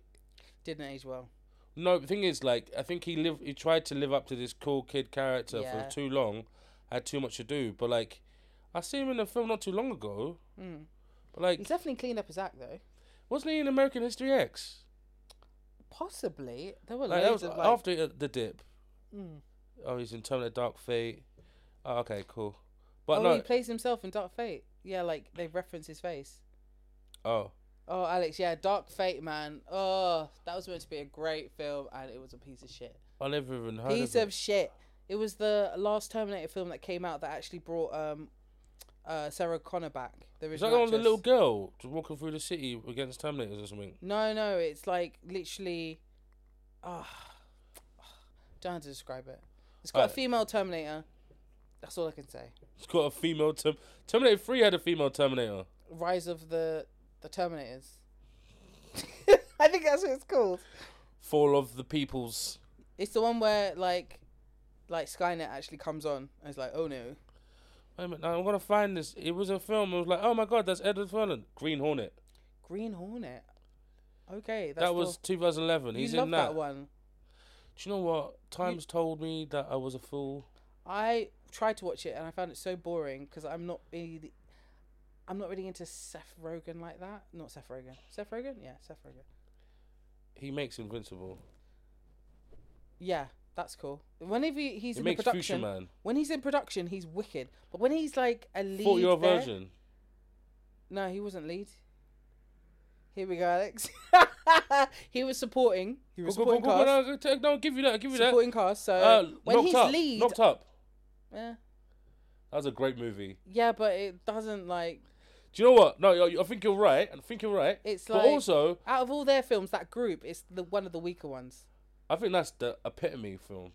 Speaker 2: Didn't age well.
Speaker 1: No, the thing is, like, I think he lived. He tried to live up to this cool kid character
Speaker 2: Yeah.
Speaker 1: for too long, had too much to do. But like, I see him in a film not too long ago.
Speaker 2: Mm.
Speaker 1: But like,
Speaker 2: He's definitely cleaned up his act though.
Speaker 1: wasn't he in American History X?
Speaker 2: Possibly there were
Speaker 1: Like, that
Speaker 2: loads
Speaker 1: was
Speaker 2: of like.
Speaker 1: after uh, the dip.
Speaker 2: Mm.
Speaker 1: Oh, he's in Terminator Dark Fate. Oh, okay, cool. But
Speaker 2: Oh,
Speaker 1: no.
Speaker 2: he plays himself in Dark Fate. Yeah, like they reference his face.
Speaker 1: oh,
Speaker 2: Oh, Alex, yeah, Dark Fate, man. Oh, that was meant to be a great film, and it was a piece of shit.
Speaker 1: I never even heard
Speaker 2: Piece
Speaker 1: of,
Speaker 2: of shit. It was the last Terminator film that came out that actually brought um, uh, Sarah Connor back. The
Speaker 1: it. Is that
Speaker 2: original
Speaker 1: the one with the
Speaker 2: actress.
Speaker 1: little girl walking through the city against Terminators or something?
Speaker 2: No, no, it's like literally. Ah, don't know how to describe it. It's got
Speaker 1: Alright.
Speaker 2: a female Terminator. That's all I can say.
Speaker 1: It's got a female term. Terminator Three had a female Terminator.
Speaker 2: Rise of the the Terminators. I think that's what it's called.
Speaker 1: Fall of the Peoples.
Speaker 2: It's the one where like, like Skynet actually comes on and it's like, oh no,
Speaker 1: Wait a minute, I'm gonna find this. It was a film. I was like, oh my god, that's Edward Furlong, Green Hornet.
Speaker 2: Green Hornet. Okay, that's
Speaker 1: that was 2011.
Speaker 2: the,
Speaker 1: He's
Speaker 2: you love
Speaker 1: in
Speaker 2: that.
Speaker 1: that.
Speaker 2: one.
Speaker 1: Do you know what? Times told me that I was a fool.
Speaker 2: I tried to watch it and I found it so boring because I'm not really, I'm not really into Seth Rogen like that. Not Seth Rogen. Seth Rogen. Yeah, Seth Rogen.
Speaker 1: He makes Invincible.
Speaker 2: Yeah, that's cool. Whenever he- he's
Speaker 1: he
Speaker 2: in
Speaker 1: makes
Speaker 2: the
Speaker 1: Future
Speaker 2: production,
Speaker 1: Man.
Speaker 2: when he's in production, he's wicked. But when he's like a lead,
Speaker 1: Forty year old
Speaker 2: there-
Speaker 1: version.
Speaker 2: No, he wasn't lead. Here we go, Alex. he was supporting. He
Speaker 1: Go,
Speaker 2: was
Speaker 1: go, go,
Speaker 2: supporting
Speaker 1: go,
Speaker 2: cast.
Speaker 1: no, take- no, give you that. Give you that.
Speaker 2: Supporting cast. So
Speaker 1: Uh,
Speaker 2: when
Speaker 1: knocked
Speaker 2: he's
Speaker 1: up.
Speaker 2: lead,
Speaker 1: knocked up.
Speaker 2: eh,
Speaker 1: That was a great movie.
Speaker 2: yeah, but it doesn't like
Speaker 1: Do you know what? No, I I think you're right. I think you're right.
Speaker 2: It's
Speaker 1: but
Speaker 2: like-
Speaker 1: also,
Speaker 2: out of all their films, that group is the one of the weaker ones.
Speaker 1: I think that's the epitome film.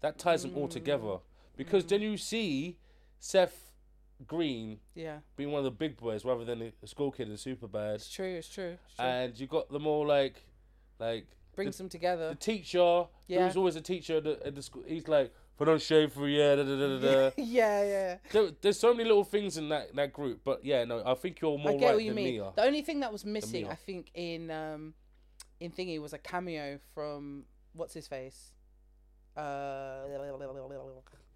Speaker 1: That ties them all together because
Speaker 2: Mm.
Speaker 1: then you see Seth Green
Speaker 2: Yeah,
Speaker 1: being one of the big boys rather than a school kid in Superbad,
Speaker 2: it's true. It's true. It's true.
Speaker 1: and you got them all like, like
Speaker 2: Brings
Speaker 1: the,
Speaker 2: them together.
Speaker 1: the teacher. Yeah.
Speaker 2: Yeah.
Speaker 1: was always a teacher at the, at the school. He's like, put on shade for a year. Da, da, da, da, da.
Speaker 2: yeah, yeah.
Speaker 1: there, there's so many little things in that, that group, but yeah, no, I think you're more
Speaker 2: I get
Speaker 1: right
Speaker 2: what you
Speaker 1: than
Speaker 2: mean.
Speaker 1: me.
Speaker 2: The only thing that was missing,
Speaker 1: Mia.
Speaker 2: I think, in um, in Thingy was a cameo from what's his face. Uh,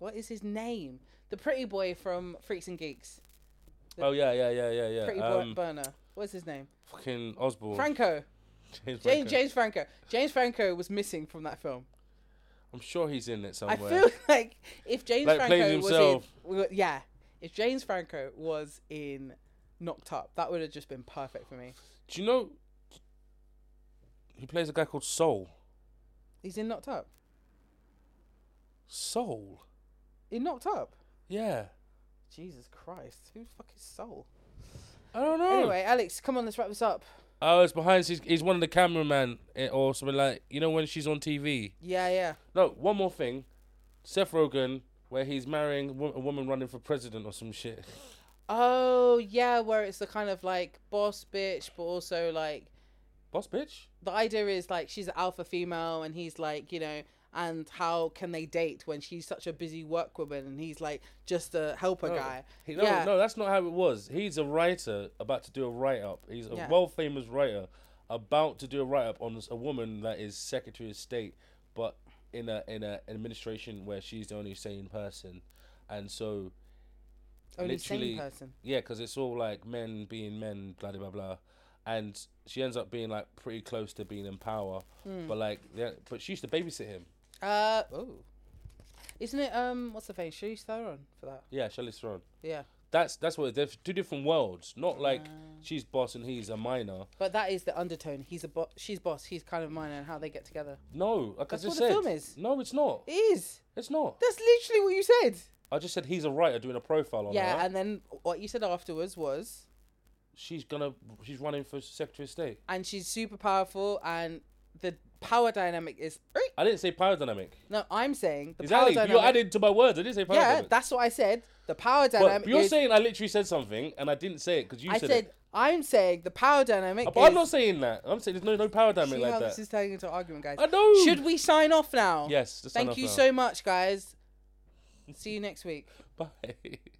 Speaker 2: what is his name? The pretty boy from Freaks and Geeks.
Speaker 1: oh yeah, yeah, yeah, yeah,
Speaker 2: Pretty
Speaker 1: yeah.
Speaker 2: boy
Speaker 1: Um,
Speaker 2: burner. What's his name?
Speaker 1: fucking Osborne.
Speaker 2: Franco.
Speaker 1: James Franco.
Speaker 2: James, James Franco. James Franco was missing from that film.
Speaker 1: I'm sure he's in it
Speaker 2: I
Speaker 1: somewhere.
Speaker 2: feel like if James
Speaker 1: Oh, Like,
Speaker 2: Franco
Speaker 1: plays
Speaker 2: was
Speaker 1: himself.
Speaker 2: in, w- yeah, if James Franco was in Knocked Up, that would have just been perfect for me.
Speaker 1: Do you know? He plays a guy called Soul.
Speaker 2: He's in Knocked Up.
Speaker 1: Soul.
Speaker 2: In Knocked Up.
Speaker 1: Yeah.
Speaker 2: Jesus Christ, who the fuck is Soul?
Speaker 1: I don't know.
Speaker 2: Anyway, Alex, come on, let's wrap this up.
Speaker 1: Oh, it's behind. He's, he's one of the cameraman eh, or something like you know when she's on TV.
Speaker 2: Yeah, yeah.
Speaker 1: No, one more thing. Seth Rogen, where he's marrying wo- a woman running for president or some shit.
Speaker 2: Oh, yeah, where it's the kind of like boss bitch, but also like
Speaker 1: Boss bitch.
Speaker 2: the idea is like she's an alpha female and he's like, you know, and how can they date when she's such a busy work woman and he's like just a helper
Speaker 1: No,
Speaker 2: guy?
Speaker 1: He, no,
Speaker 2: yeah.
Speaker 1: no, that's not how it was. He's a writer about to do a write up. He's a
Speaker 2: Yeah.
Speaker 1: world famous writer about to do a write up on this- a woman that is Secretary of State, but in a in a an administration where she's the only sane person, and so
Speaker 2: Only
Speaker 1: literally-
Speaker 2: sane person.
Speaker 1: yeah, because it's all like men being men, blah blah blah, blah, and she ends up being like pretty close to being in power,
Speaker 2: Hmm.
Speaker 1: but like yeah, but she used to babysit him.
Speaker 2: Uh oh. Isn't it um what's the face? Charlize Theron for that.
Speaker 1: Yeah, Charlize Theron.
Speaker 2: Yeah.
Speaker 1: That's that's what they're two different worlds. Not like she's boss and he's a minor.
Speaker 2: But that is the undertone. He's a boss. She's boss. He's kind of minor, and how they get together.
Speaker 1: No, like
Speaker 2: That's
Speaker 1: I just
Speaker 2: what the
Speaker 1: said.
Speaker 2: film is.
Speaker 1: No, it's not.
Speaker 2: It is.
Speaker 1: It's not.
Speaker 2: That's literally what you said.
Speaker 1: I just said he's a writer doing a profile on
Speaker 2: Yeah,
Speaker 1: her.
Speaker 2: and then what you said afterwards was,
Speaker 1: she's gonna. She's running for Secretary of State.
Speaker 2: and she's super powerful, and the power dynamic is.
Speaker 1: I didn't say power dynamic.
Speaker 2: No, I'm saying
Speaker 1: Uh,
Speaker 2: the
Speaker 1: Exactly.
Speaker 2: power dynamic.
Speaker 1: You're adding to my words. I didn't say power
Speaker 2: yeah,
Speaker 1: dynamic.
Speaker 2: that's what I said. The power
Speaker 1: But
Speaker 2: dynamic.
Speaker 1: you're
Speaker 2: is-
Speaker 1: saying I literally said something and I didn't say it because you
Speaker 2: I
Speaker 1: said,
Speaker 2: said
Speaker 1: it.
Speaker 2: I'm saying the power dynamic.
Speaker 1: But I'm
Speaker 2: is-
Speaker 1: not saying that. I'm saying there's no no power dynamic
Speaker 2: See
Speaker 1: like
Speaker 2: how
Speaker 1: that.
Speaker 2: this is turning into an argument, guys.
Speaker 1: I know.
Speaker 2: Should we sign off now?
Speaker 1: Yes. just sign
Speaker 2: Thank
Speaker 1: off
Speaker 2: you
Speaker 1: now.
Speaker 2: so much, guys. See you next week.
Speaker 1: Bye.